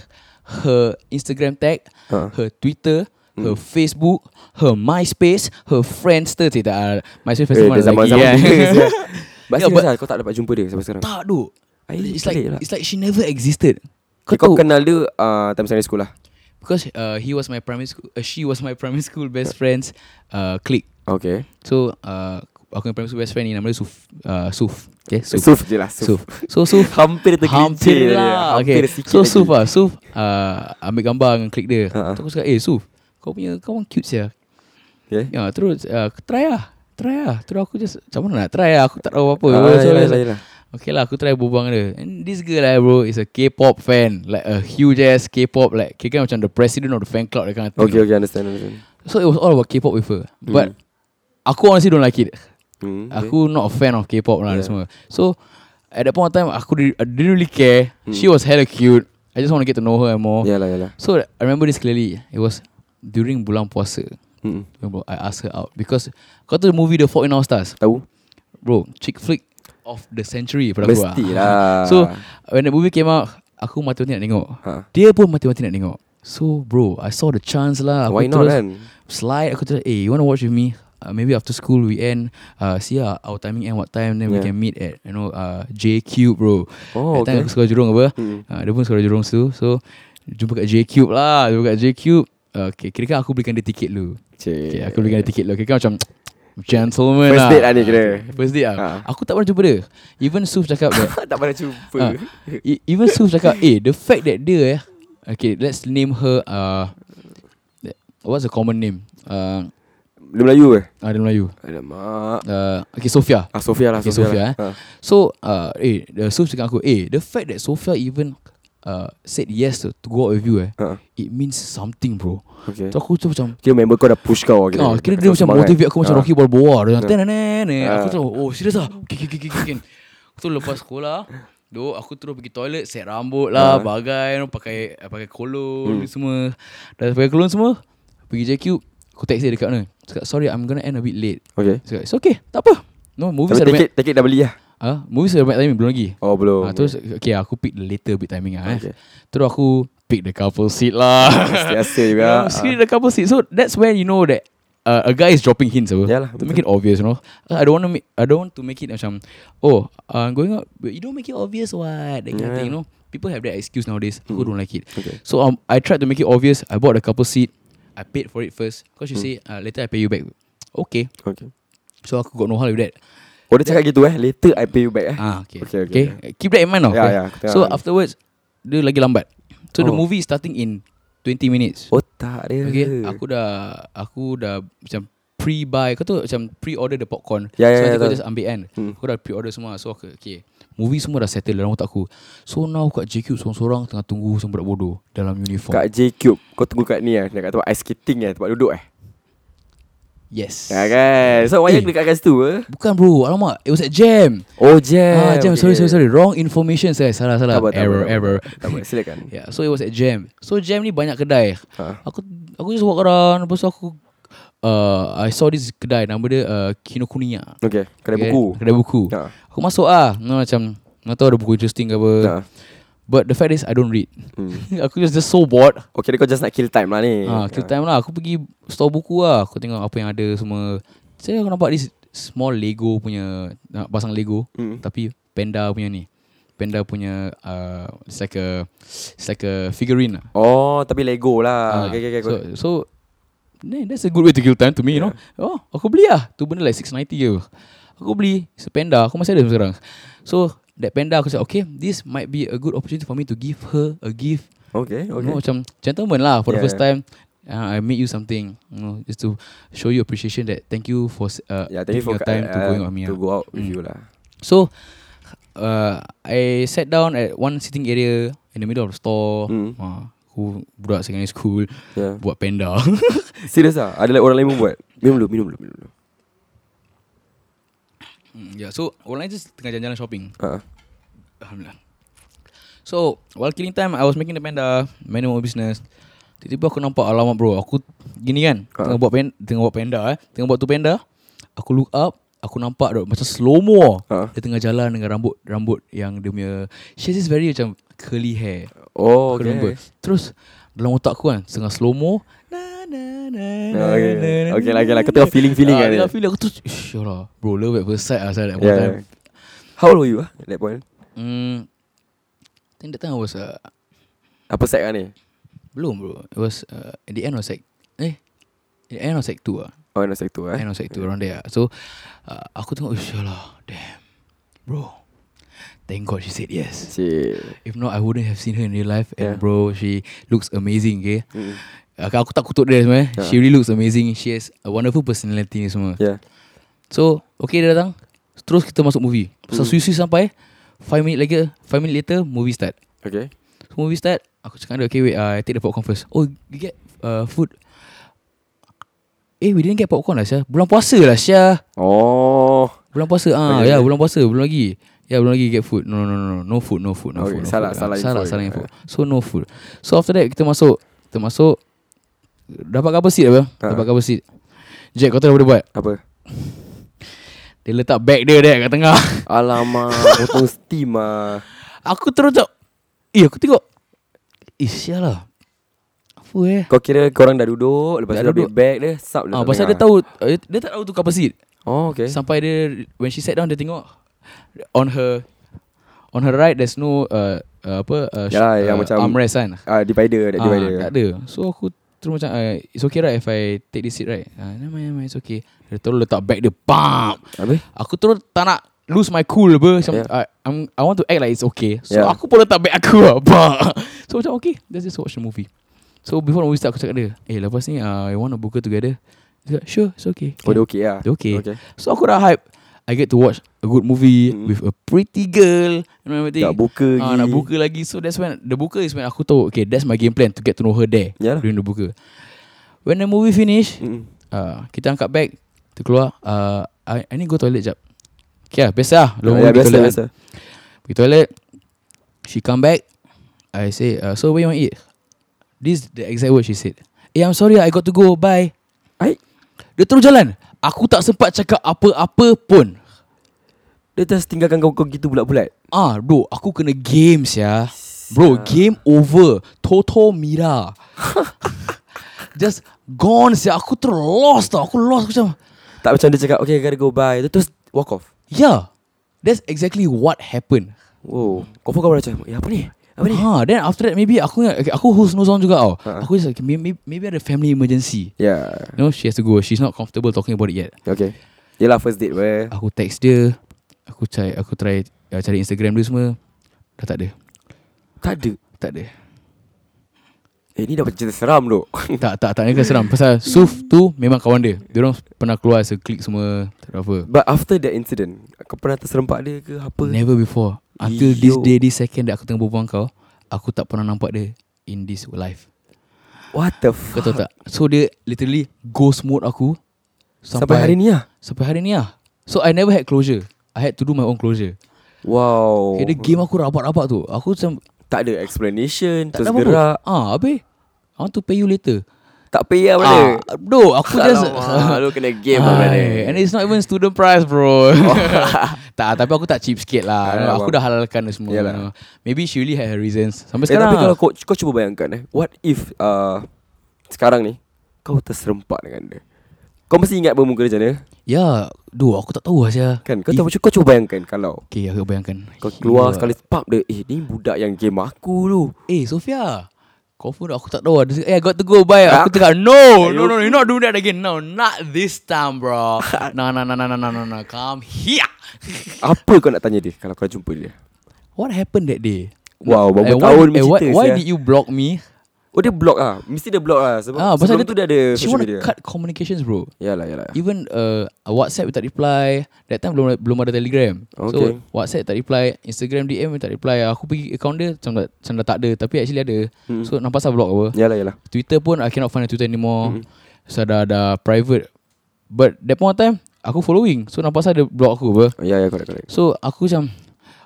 Speaker 3: Her Instagram tag
Speaker 2: Ha.
Speaker 3: her Twitter, her
Speaker 2: Hmm.
Speaker 3: Facebook, her MySpace, her Friendster tidak ah, MySpace
Speaker 2: Eh, dia
Speaker 3: Facebook mana lagi
Speaker 2: zaman-zaman
Speaker 3: yeah.
Speaker 2: kita But serious
Speaker 3: Yeah, but-
Speaker 2: lah Kau tak dapat jumpa dia Sampai sekarang
Speaker 3: tak duk.
Speaker 2: Ay,
Speaker 3: It's like
Speaker 2: pelik lah. Eh,
Speaker 3: it's like she never existed. Kau
Speaker 2: Kau
Speaker 3: tahu
Speaker 2: kenal dia ah, Time secondary school lah
Speaker 3: because uh, he was my primary school uh, she was my primary school best friends uh, clique.
Speaker 2: Okay
Speaker 3: So uh, aku yang primary school best friend ni nama dia Suf. Uh, Suf. Okay, Suf.
Speaker 2: Suf je lah Suf
Speaker 3: Suf. So Suf
Speaker 2: Hampir tergelincir dia.
Speaker 3: Hampir lah
Speaker 2: Hampir
Speaker 3: okay.
Speaker 2: sikit
Speaker 3: So
Speaker 2: lagi.
Speaker 3: Suf lah Suf uh, Ambil gambar dengan klik dia
Speaker 2: Ha, ha.
Speaker 3: uh-huh. Terus aku cakap Eh Suf Kau punya kawan cute siya
Speaker 2: Yeah.
Speaker 3: Ya terus uh, Try lah Try lah Terus aku just Macam mana nak try lah Aku tak tahu apa-apa
Speaker 2: Ah,
Speaker 3: so,
Speaker 2: yelah,
Speaker 3: just-
Speaker 2: yelah.
Speaker 3: Okay lah aku try berbual dengan dia And this girl lah bro Is a K-pop fan Like a huge ass K-pop Like kira kan macam the president of the fan club That kind of thing
Speaker 2: Okay okay understand understand
Speaker 3: So it was all about K-pop with her But Aku honestly don't like it
Speaker 2: Hmm, okay.
Speaker 3: Aku not a fan of K-pop lah
Speaker 2: Yeah.
Speaker 3: yeah. semua. So at that point of time aku di- I didn't really care.
Speaker 2: Hmm.
Speaker 3: She was hella cute. I just want to get to know her more.
Speaker 2: Yalah yalah
Speaker 3: So I remember this clearly. It was during bulan puasa.
Speaker 2: Mm-mm.
Speaker 3: Remember, I asked her out because kau tahu movie The Fault in Our Stars,
Speaker 2: Tahu
Speaker 3: bro, chick flick of the century pada aku. ah.
Speaker 2: Mesti lah
Speaker 3: So when the movie came out, aku mati-mati nak tengok.
Speaker 2: Ha.
Speaker 3: Dia pun mati-mati nak tengok. So bro, I saw the chance lah. Aku
Speaker 2: Why not
Speaker 3: terus-
Speaker 2: kan
Speaker 3: slide aku tell hey you want to watch with me uh, maybe after school we end uh, see uh, our timing end what time then yeah. we
Speaker 2: Yeah.
Speaker 3: can meet at you know uh, J Cube bro
Speaker 2: Oh,
Speaker 3: that time
Speaker 2: okay.
Speaker 3: aku sekolah Jurong apa
Speaker 2: Mm.
Speaker 3: uh, dia pun sekolah Jurong tu so jumpa kat J Cube lah jumpa kat J Cube uh, okay kira aku belikan dia tiket dulu
Speaker 2: Cik
Speaker 3: okay aku belikan dia tiket dulu kira macam gentleman
Speaker 2: First
Speaker 3: lah
Speaker 2: date lah ni kira
Speaker 3: first date lah
Speaker 2: Ha.
Speaker 3: aku tak pernah jumpa dia even Suf cakap that
Speaker 2: Tak pernah jumpa
Speaker 3: Ah, e- even Suf cakap Eh the fact that dia eh Okay let's name her uh, What's the common name uh,
Speaker 2: Dia Melayu ke
Speaker 3: Ada Melayu
Speaker 2: Alamak
Speaker 3: uh, Okay Sofia
Speaker 2: Ah Sofia lah
Speaker 3: Okay, Sofia, eh.
Speaker 2: lah. Ha.
Speaker 3: So uh, eh, the Suf cakap aku Eh the fact that Sofia even uh, said yes to, to go out with you eh,
Speaker 2: Ha.
Speaker 3: it means something bro.
Speaker 2: Okay.
Speaker 3: So aku tu macam
Speaker 2: Kira member kau dah push kau
Speaker 3: Okay. Ah, kira dia macam motivate aku macam Rocky Balboa dia macam tenen
Speaker 2: eh? Ah.
Speaker 3: aku tu oh serius ah okay, okay, okay, okay, okay. aku tu lepas sekolah Duk aku terus pergi toilet set rambut
Speaker 2: Ah.
Speaker 3: lah bagai no, pakai eh, pakai
Speaker 2: Hmm.
Speaker 3: kolon ni semua dah pakai kolon semua pergi JQ aku text dia dekat mana cakap sorry I'm gonna end a bit late
Speaker 2: Okay
Speaker 3: cakap it's okay tak apa no movies
Speaker 2: Tapi
Speaker 3: ada
Speaker 2: tiket, tiket dah beli lah
Speaker 3: ah movies ada banyak timing belum lagi
Speaker 2: Oh belum
Speaker 3: Ah, terus okay aku pick the later bit timing ah.
Speaker 2: Okay.
Speaker 3: Okay. Terus aku pick the couple seat lah.
Speaker 2: Biasa juga. Ah.
Speaker 3: Yeah, see the couple seat. So that's when you know that uh, a guy is dropping hints apa.
Speaker 2: Yalah,
Speaker 3: to make it obvious, you know. Uh, I don't want to make I don't want to make it macam oh, uh, going out but you don't make it obvious what. That kind of
Speaker 2: Yeah.
Speaker 3: thing, you know. People have that excuse nowadays. Who don't like it.
Speaker 2: Okay.
Speaker 3: So um I tried to make it obvious. I bought the couple seat. I paid for it first. Cause you say uh, later I pay you back. Okay.
Speaker 2: Okay
Speaker 3: So aku got no hal with that.
Speaker 2: Oh dia cakap gitu eh Later I pay you back eh
Speaker 3: Ah, okay.
Speaker 2: Okay,
Speaker 3: Okay,
Speaker 2: okay,
Speaker 3: okay. Keep that in mind tau.
Speaker 2: Ya,
Speaker 3: okay.
Speaker 2: ya, aku tengah
Speaker 3: so
Speaker 2: lagi.
Speaker 3: afterwards dia lagi lambat. So the
Speaker 2: Oh.
Speaker 3: movie is starting in 20 minutes.
Speaker 2: Otak dia
Speaker 3: Okay, aku dah aku dah macam pre-buy. Kau tu macam pre-order the popcorn.
Speaker 2: Ya, ya,
Speaker 3: so
Speaker 2: ya,
Speaker 3: nanti kau
Speaker 2: tahu.
Speaker 3: just ambil kan.
Speaker 2: Hmm.
Speaker 3: Aku dah pre-order semua. So aku okay. Movie semua dah settle dalam otak aku. So now kat JQ seorang-seorang tengah tunggu Sang budak bodoh dalam uniform.
Speaker 2: Kat J Cube Kau tunggu kat ni eh Dekat tempat ice skating eh Tempat duduk eh
Speaker 3: Yes.
Speaker 2: Ya kan So why
Speaker 3: Eh.
Speaker 2: eh. dekat kat situ eh
Speaker 3: Bukan bro. Alamak, it was at jam.
Speaker 2: Oh jam
Speaker 3: ah, jam. Sorry, sorry, sorry. Wrong information saya. Salah, salah. error, error.
Speaker 2: Tak apa silakan
Speaker 3: Yeah, so it was at Jam. So Jam ni banyak kedai.
Speaker 2: Ha.
Speaker 3: Aku aku just walk around lepas tu aku uh, I saw this kedai nama dia uh, Kinokuniya.
Speaker 2: Okay Kedai buku
Speaker 3: Kedai buku.
Speaker 2: Ha.
Speaker 3: Aku masuk ah, no, macam nak tahu ada buku interesting ke apa.
Speaker 2: Nah.
Speaker 3: But the fact is I don't read.
Speaker 2: Ah, Hmm.
Speaker 3: aku just just so bored.
Speaker 2: Okay kau just nak kill time lah ni
Speaker 3: Ah, kill time lah. Aku pergi store buku lah. Aku tengok apa yang ada semua. Saya aku nampak this small Lego punya nak pasang Lego
Speaker 2: Hmm.
Speaker 3: tapi panda punya ni. Panda punya uh, it's like a it's like a figurine lah.
Speaker 2: Oh tapi Lego lah
Speaker 3: Ah,
Speaker 2: Okay okay okay
Speaker 3: so, so nah, that's a good way to kill time to me, you know. Oh, aku beli lah. Tu benda like 690 je. Aku beli It's a panda. Aku masih ada sekarang. So, that panda aku cakap, okay, this might be a good opportunity for me to give her a gift.
Speaker 2: Okay
Speaker 3: You
Speaker 2: okay
Speaker 3: know, macam gentleman lah for the
Speaker 2: Yeah,
Speaker 3: first time. Uh, I made you something, you know, just to show you appreciation that thank you for s- uh,
Speaker 2: Yeah, thank you
Speaker 3: taking
Speaker 2: for
Speaker 3: your time to
Speaker 2: uh,
Speaker 3: going on me.
Speaker 2: To
Speaker 3: ah.
Speaker 2: go out with you lah
Speaker 3: So, uh, I sat down at one sitting area in the middle of the store.
Speaker 2: Mm.
Speaker 3: Uh, who budak secondary school
Speaker 2: Yeah.
Speaker 3: buat panda.
Speaker 2: Serius lah Ada like orang lain pun buat Minum dulu Minum dulu, minum dulu.
Speaker 3: Mm, yeah, so orang lain just tengah jalan-jalan shopping.
Speaker 2: Ha.
Speaker 3: Alhamdulillah. So, while killing time, I was making the panda, manage my business. Tiba-tiba aku nampak alamat bro, aku gini kan,
Speaker 2: Ah.
Speaker 3: tengah buat panda, tengah buat panda eh, tengah buat tu panda. Aku look up, aku nampak dok macam slow mo.
Speaker 2: Ah.
Speaker 3: Dia tengah jalan dengan rambut rambut yang dia punya she has this very macam curly hair.
Speaker 2: Oh
Speaker 3: Aku remember.
Speaker 2: okay
Speaker 3: Terus dalam otak aku kan Tengah slow mo na, na, na, na,
Speaker 2: Okay.
Speaker 3: na, na,
Speaker 2: Okay lah, okay lah. Kau
Speaker 3: na,
Speaker 2: tengah feeling-feeling
Speaker 3: Ah,
Speaker 2: kan
Speaker 3: Tengah
Speaker 2: dia?
Speaker 3: feeling Aku terus Ish lah Bro love at first sight lah Saya that one time
Speaker 2: Yeah. How old were you ah at that point?
Speaker 3: hmm, I think that time I was uh,
Speaker 2: Apa sec ah ni?
Speaker 3: Belum bro It was uh, At the end of sec Eh At the end of sec 2 lah
Speaker 2: Oh anak sec tu eh.
Speaker 3: End of sec 2 around there lah So uh, Aku tengok Ish lah Damn Bro Thank God she said yes
Speaker 2: Cik.
Speaker 3: If not I wouldn't have seen her in real life
Speaker 2: Yeah.
Speaker 3: And bro She looks amazing okay
Speaker 2: Mm.
Speaker 3: Aku, aku tak kutuk dia sebenarnya
Speaker 2: Ha.
Speaker 3: She really looks amazing She has a wonderful personality ni semua
Speaker 2: Yeah.
Speaker 3: So Okay dia datang Terus kita masuk movie Pasal
Speaker 2: Hmm.
Speaker 3: susu sampai 5 minit lagi 5 minit later Movie start
Speaker 2: Okay.
Speaker 3: so, Movie start Aku cakap dengan dia Okay wait uh, I take the popcorn first Oh you get uh, food Eh we didn't get popcorn lah Syah Bulan puasa lah Syah
Speaker 2: Oh.
Speaker 3: Bulan puasa ah
Speaker 2: Okay.
Speaker 3: ya bulan puasa belum lagi. Ya belum lagi get food. No no no no no food no food no
Speaker 2: Okay,
Speaker 3: food. No
Speaker 2: salah-
Speaker 3: food.
Speaker 2: salah
Speaker 3: Ah, salah
Speaker 2: info.
Speaker 3: salah info. So no food. So after that kita masuk kita masuk dapat cover seat apa?
Speaker 2: Ha.
Speaker 3: Dapat cover seat. Jack kau tahu apa dia buat?
Speaker 2: Apa?
Speaker 3: Dia letak bag dia dek kat tengah.
Speaker 2: Alamak, potong steam ah.
Speaker 3: aku terus tak. Eh aku tengok. Eh sialah. Apa eh?
Speaker 2: Kau kira korang dah duduk, lepas
Speaker 3: Dah
Speaker 2: tu dah ambil
Speaker 3: duduk.
Speaker 2: bag dia, lah sub
Speaker 3: Ah pasal dia tahu eh, dia tak tahu tu cover seat.
Speaker 2: Oh, okay.
Speaker 3: Sampai dia when she sat down dia tengok on her on her right there's no uh, uh, apa uh, sh-
Speaker 2: Yalah, Ya, yang
Speaker 3: uh,
Speaker 2: macam
Speaker 3: armrest kan.
Speaker 2: Ah, divider, that
Speaker 3: Ah,
Speaker 2: divider.
Speaker 3: tak ada. So aku terus macam uh, it's okay right if I take this seat right. Ah, never mind, never mind, it's okay. Dia terus letak bag dia. Bam.
Speaker 2: Habis?
Speaker 3: Aku terus tak nak lose my cool apa macam
Speaker 2: Yeah.
Speaker 3: yeah. I, I want to act like it's okay. So
Speaker 2: Yeah.
Speaker 3: yeah. aku pun letak bag aku lah. Bam. So macam okay, let's just watch the movie. So before the movie start aku cakap dia, "Eh, lepas ni uh, I want to book together." Dia cakap, "Sure, it's okay."
Speaker 2: Oh, dia okay lah.
Speaker 3: Dia okay.
Speaker 2: Okay.
Speaker 3: So aku dah hype I get to watch a good movie mm. with a pretty girl and everything.
Speaker 2: Nak buka
Speaker 3: Ah,
Speaker 2: lagi.
Speaker 3: nak buka lagi. So that's when the buka is when aku tahu okay that's my game plan to get to know her there
Speaker 2: Yalah.
Speaker 3: during the buka. When the movie finish,
Speaker 2: Mm.
Speaker 3: uh, kita angkat bag, kita keluar. Uh, I, I need go toilet jap. Okay lah, biasa lah. Long
Speaker 2: Ya,
Speaker 3: pergi
Speaker 2: biasa,
Speaker 3: toilet kan.
Speaker 2: biasa.
Speaker 3: Pergi toilet She come back I say uh, So where you want eat This is the exact word she said Eh I'm sorry I got to go Bye
Speaker 2: Ai?
Speaker 3: Dia terus jalan Aku tak sempat cakap apa-apa pun
Speaker 2: Dia just tinggalkan kau kau gitu bulat-bulat.
Speaker 3: Ah bro Aku kena games ya Bro game over Toto Mira Just gone sia Aku terus lost tau Aku lost aku macam
Speaker 2: Tak macam dia cakap, okay, I gotta go bye. Dia terus walk off.
Speaker 3: Yeah "Ya, That's exactly what happened
Speaker 2: Wow. Kau pun kau macam, eh, apa ni? Apa ni?
Speaker 3: Ha, then after that maybe aku ingat okay, aku who's no sound juga tau.
Speaker 2: Ha.
Speaker 3: Aku just like, maybe, maybe ada family emergency.
Speaker 2: Yeah.
Speaker 3: You know, she has to go. She's not comfortable talking about it yet.
Speaker 2: Ya. Okay. Yelah first date weh.
Speaker 3: Aku text dia. Aku cari aku try uh, cari Instagram dia semua. Dah tak ada.
Speaker 2: Tak ada.
Speaker 3: Tak ada.
Speaker 2: Eh, ni dah macam cerita seram tu.
Speaker 3: tak tak tak ni kan seram pasal Suf tu memang kawan dia. Dia orang pernah keluar seklik semua tak ada apa.
Speaker 2: But after that incident, kau pernah terserempak dia ke apa?
Speaker 3: Never before. Until this
Speaker 2: Yo.
Speaker 3: day this second that aku tengah berbual dengan kau, aku tak pernah nampak dia in this life.
Speaker 2: What the fuck?
Speaker 3: Kau tahu tak? So dia literally ghost mode aku
Speaker 2: Sampai, hari ni lah.
Speaker 3: Sampai hari ni lah So I never had closure I had to do my own closure oh.
Speaker 2: Wow.
Speaker 3: Okay, dia game aku rapat-rapat tu Aku macam
Speaker 2: Tak ada explanation,
Speaker 3: Tak
Speaker 2: tak terus
Speaker 3: tahu apa
Speaker 2: gerak.
Speaker 3: Ah, Habis I want to pay you later
Speaker 2: Tak payah mana.
Speaker 3: ah, Bro Aku just
Speaker 2: Alamak, lu kena game Oh. lah mana.
Speaker 3: Ay, And it's not even student price bro Tak tapi aku tak cheap sikit lah
Speaker 2: Alah,
Speaker 3: Aku
Speaker 2: bang.
Speaker 3: dah halalkan dia semua
Speaker 2: Yalah.
Speaker 3: you know. Maybe she really had her reasons Sampai
Speaker 2: Eh,
Speaker 3: sekarang ah.
Speaker 2: tapi kalau kau, kau cuba bayangkan eh, what if uh, sekarang ni kau terserempak dengan dia. Kau mesti ingat bermuka dia macam mana
Speaker 3: Ya Duh aku tak tahu lah Syah
Speaker 2: kan? Kau tahu kau cuba bayangkan kalau
Speaker 3: Okay aku bayangkan
Speaker 2: kau keluar
Speaker 3: Gila.
Speaker 2: sekali pub dia, eh ni budak yang game aku tu.
Speaker 3: Eh Sofia Kau pun aku tak tahu ada Eh I got to go bye Aku
Speaker 2: Ah.
Speaker 3: cakap no No no no You're not doing that again No not this time bro No no no no no no no, no. Come here
Speaker 2: Apa kau nak tanya dia kalau kau jumpa dia?
Speaker 3: What happened that day
Speaker 2: Wow,
Speaker 3: Eh,
Speaker 2: berapa
Speaker 3: why,
Speaker 2: tahun
Speaker 3: eh,
Speaker 2: punya
Speaker 3: why,
Speaker 2: cerita
Speaker 3: why
Speaker 2: sia.
Speaker 3: did you block me
Speaker 2: Oh dia block ah. Mesti dia block ah sebab
Speaker 3: Ah,
Speaker 2: sebelum
Speaker 3: pasal
Speaker 2: tu dia ada
Speaker 3: She
Speaker 2: social
Speaker 3: want
Speaker 2: media.
Speaker 3: to cut communications bro
Speaker 2: Yalah yalah.
Speaker 3: Even uh, WhatsApp tak reply That time belum belum ada Telegram So
Speaker 2: Okay.
Speaker 3: WhatsApp tak reply Instagram DM tak reply Aku pergi account dia Macam tak, macam dah tak ada Tapi actually ada
Speaker 2: Hmm.
Speaker 3: So nampak saya block apa
Speaker 2: Yalah yalah.
Speaker 3: Twitter pun I cannot find a Twitter
Speaker 2: Hmm.
Speaker 3: anymore. Mm-hmm. So dah dah private. But that point of time aku following. So nampak saya dia block aku apa.
Speaker 2: Oh, Ya ya correct correct.
Speaker 3: So aku macam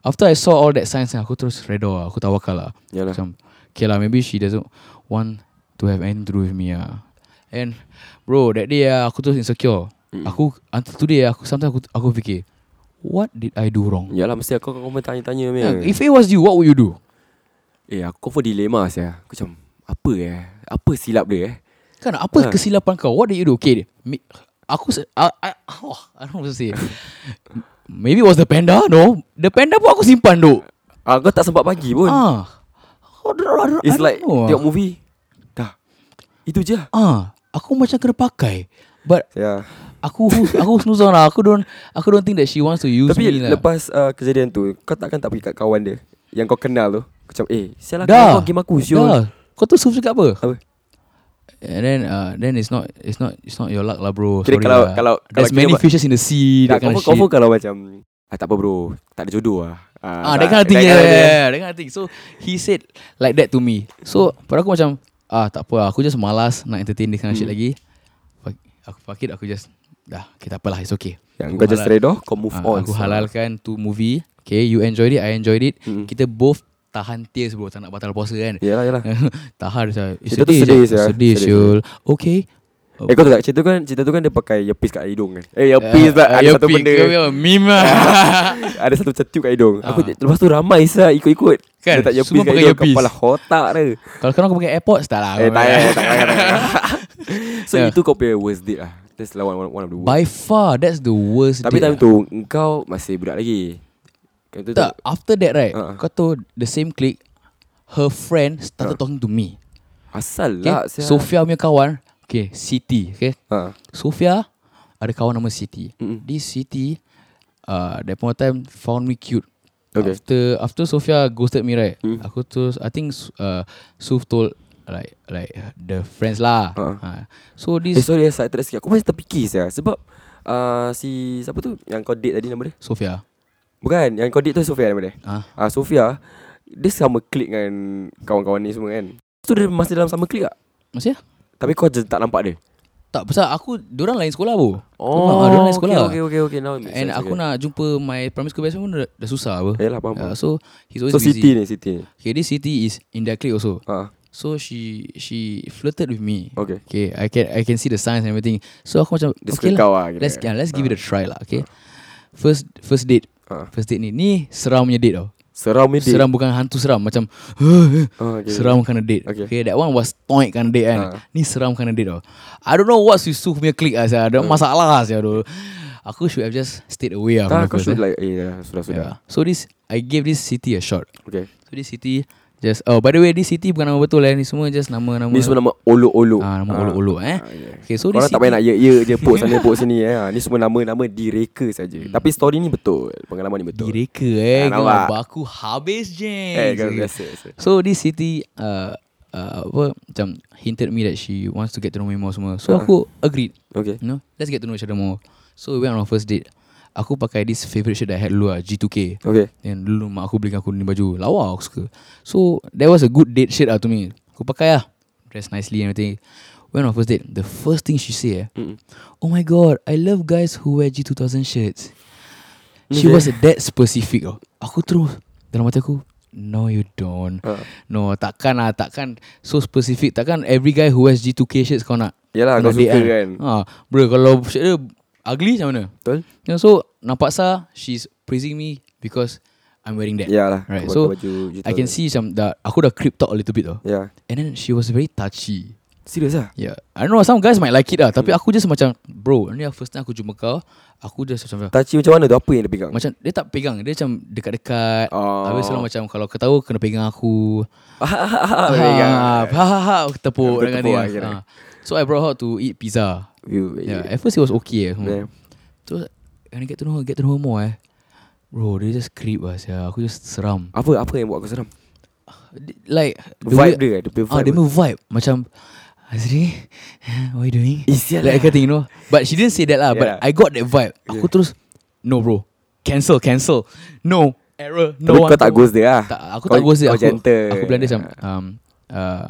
Speaker 3: after I saw all that signs aku terus reda lah. Aku tawakal lah.
Speaker 2: Yalah.
Speaker 3: Macam okay lah maybe she doesn't want to have anything to do with me lah. And bro that day lah, aku terus insecure. Mm. Aku until today lah, aku sometimes aku aku fikir what did I do wrong?
Speaker 2: Yalah mesti aku kau main tanya-tanya meh.
Speaker 3: Yeah. Ah, If it was you what would you do?
Speaker 2: Eh aku pun dilema sia. Aku macam apa eh? Apa silap dia eh?
Speaker 3: Kan apa
Speaker 2: Ha.
Speaker 3: kesilapan kau? What did you do? Okay, mi- aku se- I, I, oh, I don't know what to say. Maybe it was the panda? No. The panda pun aku simpan duk.
Speaker 2: Ah kau tak sempat pagi pun.
Speaker 3: Ah. Oh, I don't- I don't- I
Speaker 2: It's
Speaker 3: don't
Speaker 2: like
Speaker 3: know.
Speaker 2: tengok movie. Dah. Itu je. lah.
Speaker 3: Ah, aku macam kena pakai. But
Speaker 2: Ya.
Speaker 3: aku aku snooze on lah. Aku don't aku don't think that she wants to use
Speaker 2: Tapi
Speaker 3: me lah.
Speaker 2: lepas uh, kejadian tu kau takkan tak pergi kat kawan dia yang kau kenal tu. Kau Macam eh, sialah
Speaker 3: dah.
Speaker 2: kau game aku siul.
Speaker 3: Dah. Kau tu suf cakap apa?
Speaker 2: Apa?
Speaker 3: And then uh, then it's not it's not it's not your luck lah
Speaker 2: Kira
Speaker 3: bro. Sorry
Speaker 2: kalau-
Speaker 3: lah.
Speaker 2: kalau- kalau
Speaker 3: there's
Speaker 2: kira
Speaker 3: many
Speaker 2: buat-
Speaker 3: fishes in the sea.
Speaker 2: Dah
Speaker 3: That kind
Speaker 2: kau
Speaker 3: of
Speaker 2: kau
Speaker 3: shit.
Speaker 2: pun kalau macam ah, tak apa bro, tak ada jodoh ah.
Speaker 3: Ah, that kind of thing. Yeah, yeah, yeah, that kind of thing. So he said like that to me. So pada aku macam ah tak apa, lah, aku just malas nak entertain this kind of shit
Speaker 2: Hmm.
Speaker 3: lagi. Fuck, aku fuck it, aku just dah, okay, tak apalah, it's okay.
Speaker 2: Yang
Speaker 3: Aku
Speaker 2: kau just
Speaker 3: halal-
Speaker 2: redoh, kau move
Speaker 3: ah,
Speaker 2: on.
Speaker 3: Aku halalkan tu movie. Okay, you enjoyed it, I enjoyed it.
Speaker 2: Mm.
Speaker 3: Kita both tahan tears bro, tak nak batal puasa kan.
Speaker 2: Yalah yalah.
Speaker 3: tahan saya. It's
Speaker 2: Cerita tu
Speaker 3: sedih,
Speaker 2: sedih,
Speaker 3: je.
Speaker 2: sia.
Speaker 3: Sedih,
Speaker 2: Sedih,
Speaker 3: Syul. Okay.
Speaker 2: Eh kau tahu tak cerita tu kan cerita tu kan dia pakai earpiece kat hidung kan. Eh
Speaker 3: Uh,
Speaker 2: earpiece lah ada satu benda.
Speaker 3: Meme lah.
Speaker 2: Ada satu macam tube kat hidung. Aku lepas tu ramai sah ikut-ikut.
Speaker 3: Ah. Kan?
Speaker 2: Dia tak earpiece
Speaker 3: Semua
Speaker 2: kat
Speaker 3: pakai
Speaker 2: hidung
Speaker 3: earpiece.
Speaker 2: kepala otak dia.
Speaker 3: Kalau sekarang aku pakai AirPods tak lah.
Speaker 2: Eh tak payah, tak payah, tak payah. Ya. So
Speaker 3: Yeah.
Speaker 2: itu kau punya worst date lah. That's like one, one, one of the worst.
Speaker 3: By far That's the worst
Speaker 2: Tapi
Speaker 3: date
Speaker 2: time
Speaker 3: lah.
Speaker 2: tu kau masih budak lagi. Time tu
Speaker 3: Tak After that right
Speaker 2: Ha.
Speaker 3: uh-huh. Kau tahu The same clique Her friend Started talking to me
Speaker 2: Asal
Speaker 3: Okay
Speaker 2: Uh-huh. lah sia.
Speaker 3: Sofia punya kawan Okay Siti Okay
Speaker 2: Ha.
Speaker 3: Sofia Ada kawan nama Siti
Speaker 2: Mm-mm.
Speaker 3: This Siti uh, That point of time Found me cute
Speaker 2: Okay.
Speaker 3: After After Sofia ghosted me right
Speaker 2: Mm.
Speaker 3: Aku tu I think uh, Suf told Like Like The friends lah
Speaker 2: Ha.
Speaker 3: uh-huh. So
Speaker 2: Eh
Speaker 3: this
Speaker 2: sorry saya terus sikit Aku masih terfikir saya Sebab uh, Si Siapa tu Yang kau date tadi nama dia
Speaker 3: Sofia.
Speaker 2: Bukan Yang kau date tu Sofia nama dia
Speaker 3: Ah.
Speaker 2: Ah, Sofia Dia sama klik dengan Kawan-kawan ni semua kan Tu dia masih dalam sama klik tak
Speaker 3: Masih? lah?
Speaker 2: Tapi kau je tak nampak dia
Speaker 3: Tak pasal aku Diorang lain sekolah bu Ah, diorang lain sekolah
Speaker 2: Oh, Okay okay okay, okay. Now it makes
Speaker 3: And
Speaker 2: sense,
Speaker 3: aku
Speaker 2: okay.
Speaker 3: nak jumpa My primary school best friend pun Dah, dah susah apa
Speaker 2: Yalah faham
Speaker 3: uh,
Speaker 2: uh,
Speaker 3: So He's always
Speaker 2: So
Speaker 3: busy
Speaker 2: city ni City ni
Speaker 3: Okay this city is In their clique also
Speaker 2: uh,
Speaker 3: So she She flirted with me
Speaker 2: Okay
Speaker 3: Okay I can I can see the signs and everything So aku macam
Speaker 2: Dia suka
Speaker 3: Okay lah
Speaker 2: kau lah kira.
Speaker 3: Let's yeah, let's give it a try lah
Speaker 2: Uh.
Speaker 3: Okay First first date
Speaker 2: Ah.
Speaker 3: First date ni Ni seram punya date tau
Speaker 2: Seram ni dia
Speaker 3: Seram bukan hantu seram Macam
Speaker 2: oh, okay.
Speaker 3: Seram kind of date
Speaker 2: Okay.
Speaker 3: okay. okay that one was toy kind of date
Speaker 2: Ah.
Speaker 3: kan Ni seram kind of date tau I don't know what's Yusuf punya click lah sia.
Speaker 2: Hmm.
Speaker 3: Ada masalah lah sia dulu Aku should have just stayed away
Speaker 2: Tak
Speaker 3: lah from the
Speaker 2: kau
Speaker 3: first
Speaker 2: should
Speaker 3: date.
Speaker 2: like Eh dah, sudah sudah
Speaker 3: yeah. So this I gave this city a shot
Speaker 2: Okay
Speaker 3: So this city Just Oh by the way This city bukan nama betul eh Ni semua just nama-nama
Speaker 2: Ni semua nama Olo-Olo
Speaker 3: ah, Nama olok-olok eh Okay so
Speaker 2: Korang
Speaker 3: this
Speaker 2: tak
Speaker 3: city
Speaker 2: payah nak ye-ye je Pok sana pok sini eh. Ni semua nama-nama direka saja. Tapi story ni betul Pengalaman ni betul
Speaker 3: Hmm. Direka eh
Speaker 2: Ah, nampak.
Speaker 3: Kalau aku habis je
Speaker 2: Eh kau biasa biasa.
Speaker 3: So this city uh, uh, apa macam hinted me that she wants to get to know me more semua. So aku agreed.
Speaker 2: Ah. Okay
Speaker 3: You know, let's get to know each other more. So we went on our first date. Aku pakai this favorite shirt that I had dulu lah, G2K.
Speaker 2: Okay
Speaker 3: Yang dulu mak aku belikan aku ni baju. Lawa aku suka. So that was a good date shirt lah to me. Aku pakai lah. Dress nicely and everything. Went on our first date. The first thing she say eh,
Speaker 2: Mm.
Speaker 3: Oh my god, I love guys who wear G2000 shirts. She
Speaker 2: Okay.
Speaker 3: was that specific oh. Aku terus dalam hati aku, no you don't.
Speaker 2: Ah.
Speaker 3: No, takkan lah, takkan so specific. Takkan every guy who wears G2K shirts kau nak.
Speaker 2: Yalah, kau
Speaker 3: nak date
Speaker 2: suka kan.
Speaker 3: Ha, bro, kalau shirt dia ugly macam mana?
Speaker 2: Betul
Speaker 3: Yeah, so nampak sah she's praising me because I'm wearing that.
Speaker 2: Ya lah
Speaker 3: Right.
Speaker 2: kau
Speaker 3: So
Speaker 2: pakai baju gitu
Speaker 3: I can
Speaker 2: lah.
Speaker 3: see macam dah aku dah creep out a little bit tau.
Speaker 2: Ya
Speaker 3: And then she was very touchy.
Speaker 2: Serius lah
Speaker 3: Yeah. I don't know some guys might like it lah tapi
Speaker 2: Hmm.
Speaker 3: aku just macam bro, ni yang first time aku jumpa kau, aku just macam
Speaker 2: Tachi macam mana tu Apa yang dia pegang
Speaker 3: macam dia tak pegang, dia macam dekat-dekat.
Speaker 2: Oh.
Speaker 3: Habis selalu macam kalau kau tahu kena pegang aku.
Speaker 2: Ah, pegang.
Speaker 3: Ah, ha ha ha aku tepuk
Speaker 2: Aku
Speaker 3: dengan
Speaker 2: tepuk
Speaker 3: dia.
Speaker 2: akhirnya.
Speaker 3: Ha. So I brought her to eat pizza.
Speaker 2: You-
Speaker 3: Yeah, at first it was okay eh.
Speaker 2: Yeah.
Speaker 3: semua. So when I get to know her, get to know her more eh. Bro, dia just creep lah sia. Aku just seram.
Speaker 2: Apa apa yang buat kau seram
Speaker 3: Di- Like the
Speaker 2: Vibe
Speaker 3: way,
Speaker 2: dia Dia punya
Speaker 3: Ah, dia
Speaker 2: vibe
Speaker 3: punya vibe macam Azri, what you doing?
Speaker 2: Eh, sial
Speaker 3: like
Speaker 2: lah.
Speaker 3: that thing, you know. But she didn't say that lah.
Speaker 2: Yeah.
Speaker 3: But I got that vibe. Aku terus, no bro, cancel, cancel, no error, no.
Speaker 2: Tapi
Speaker 3: one
Speaker 2: kau tak
Speaker 3: to-"
Speaker 2: ghost dia lah
Speaker 3: Tak,
Speaker 2: Kau-
Speaker 3: aku tak ghost dia.
Speaker 2: kau
Speaker 3: Aku,
Speaker 2: gentle.
Speaker 3: aku bilang dia macam, um, uh,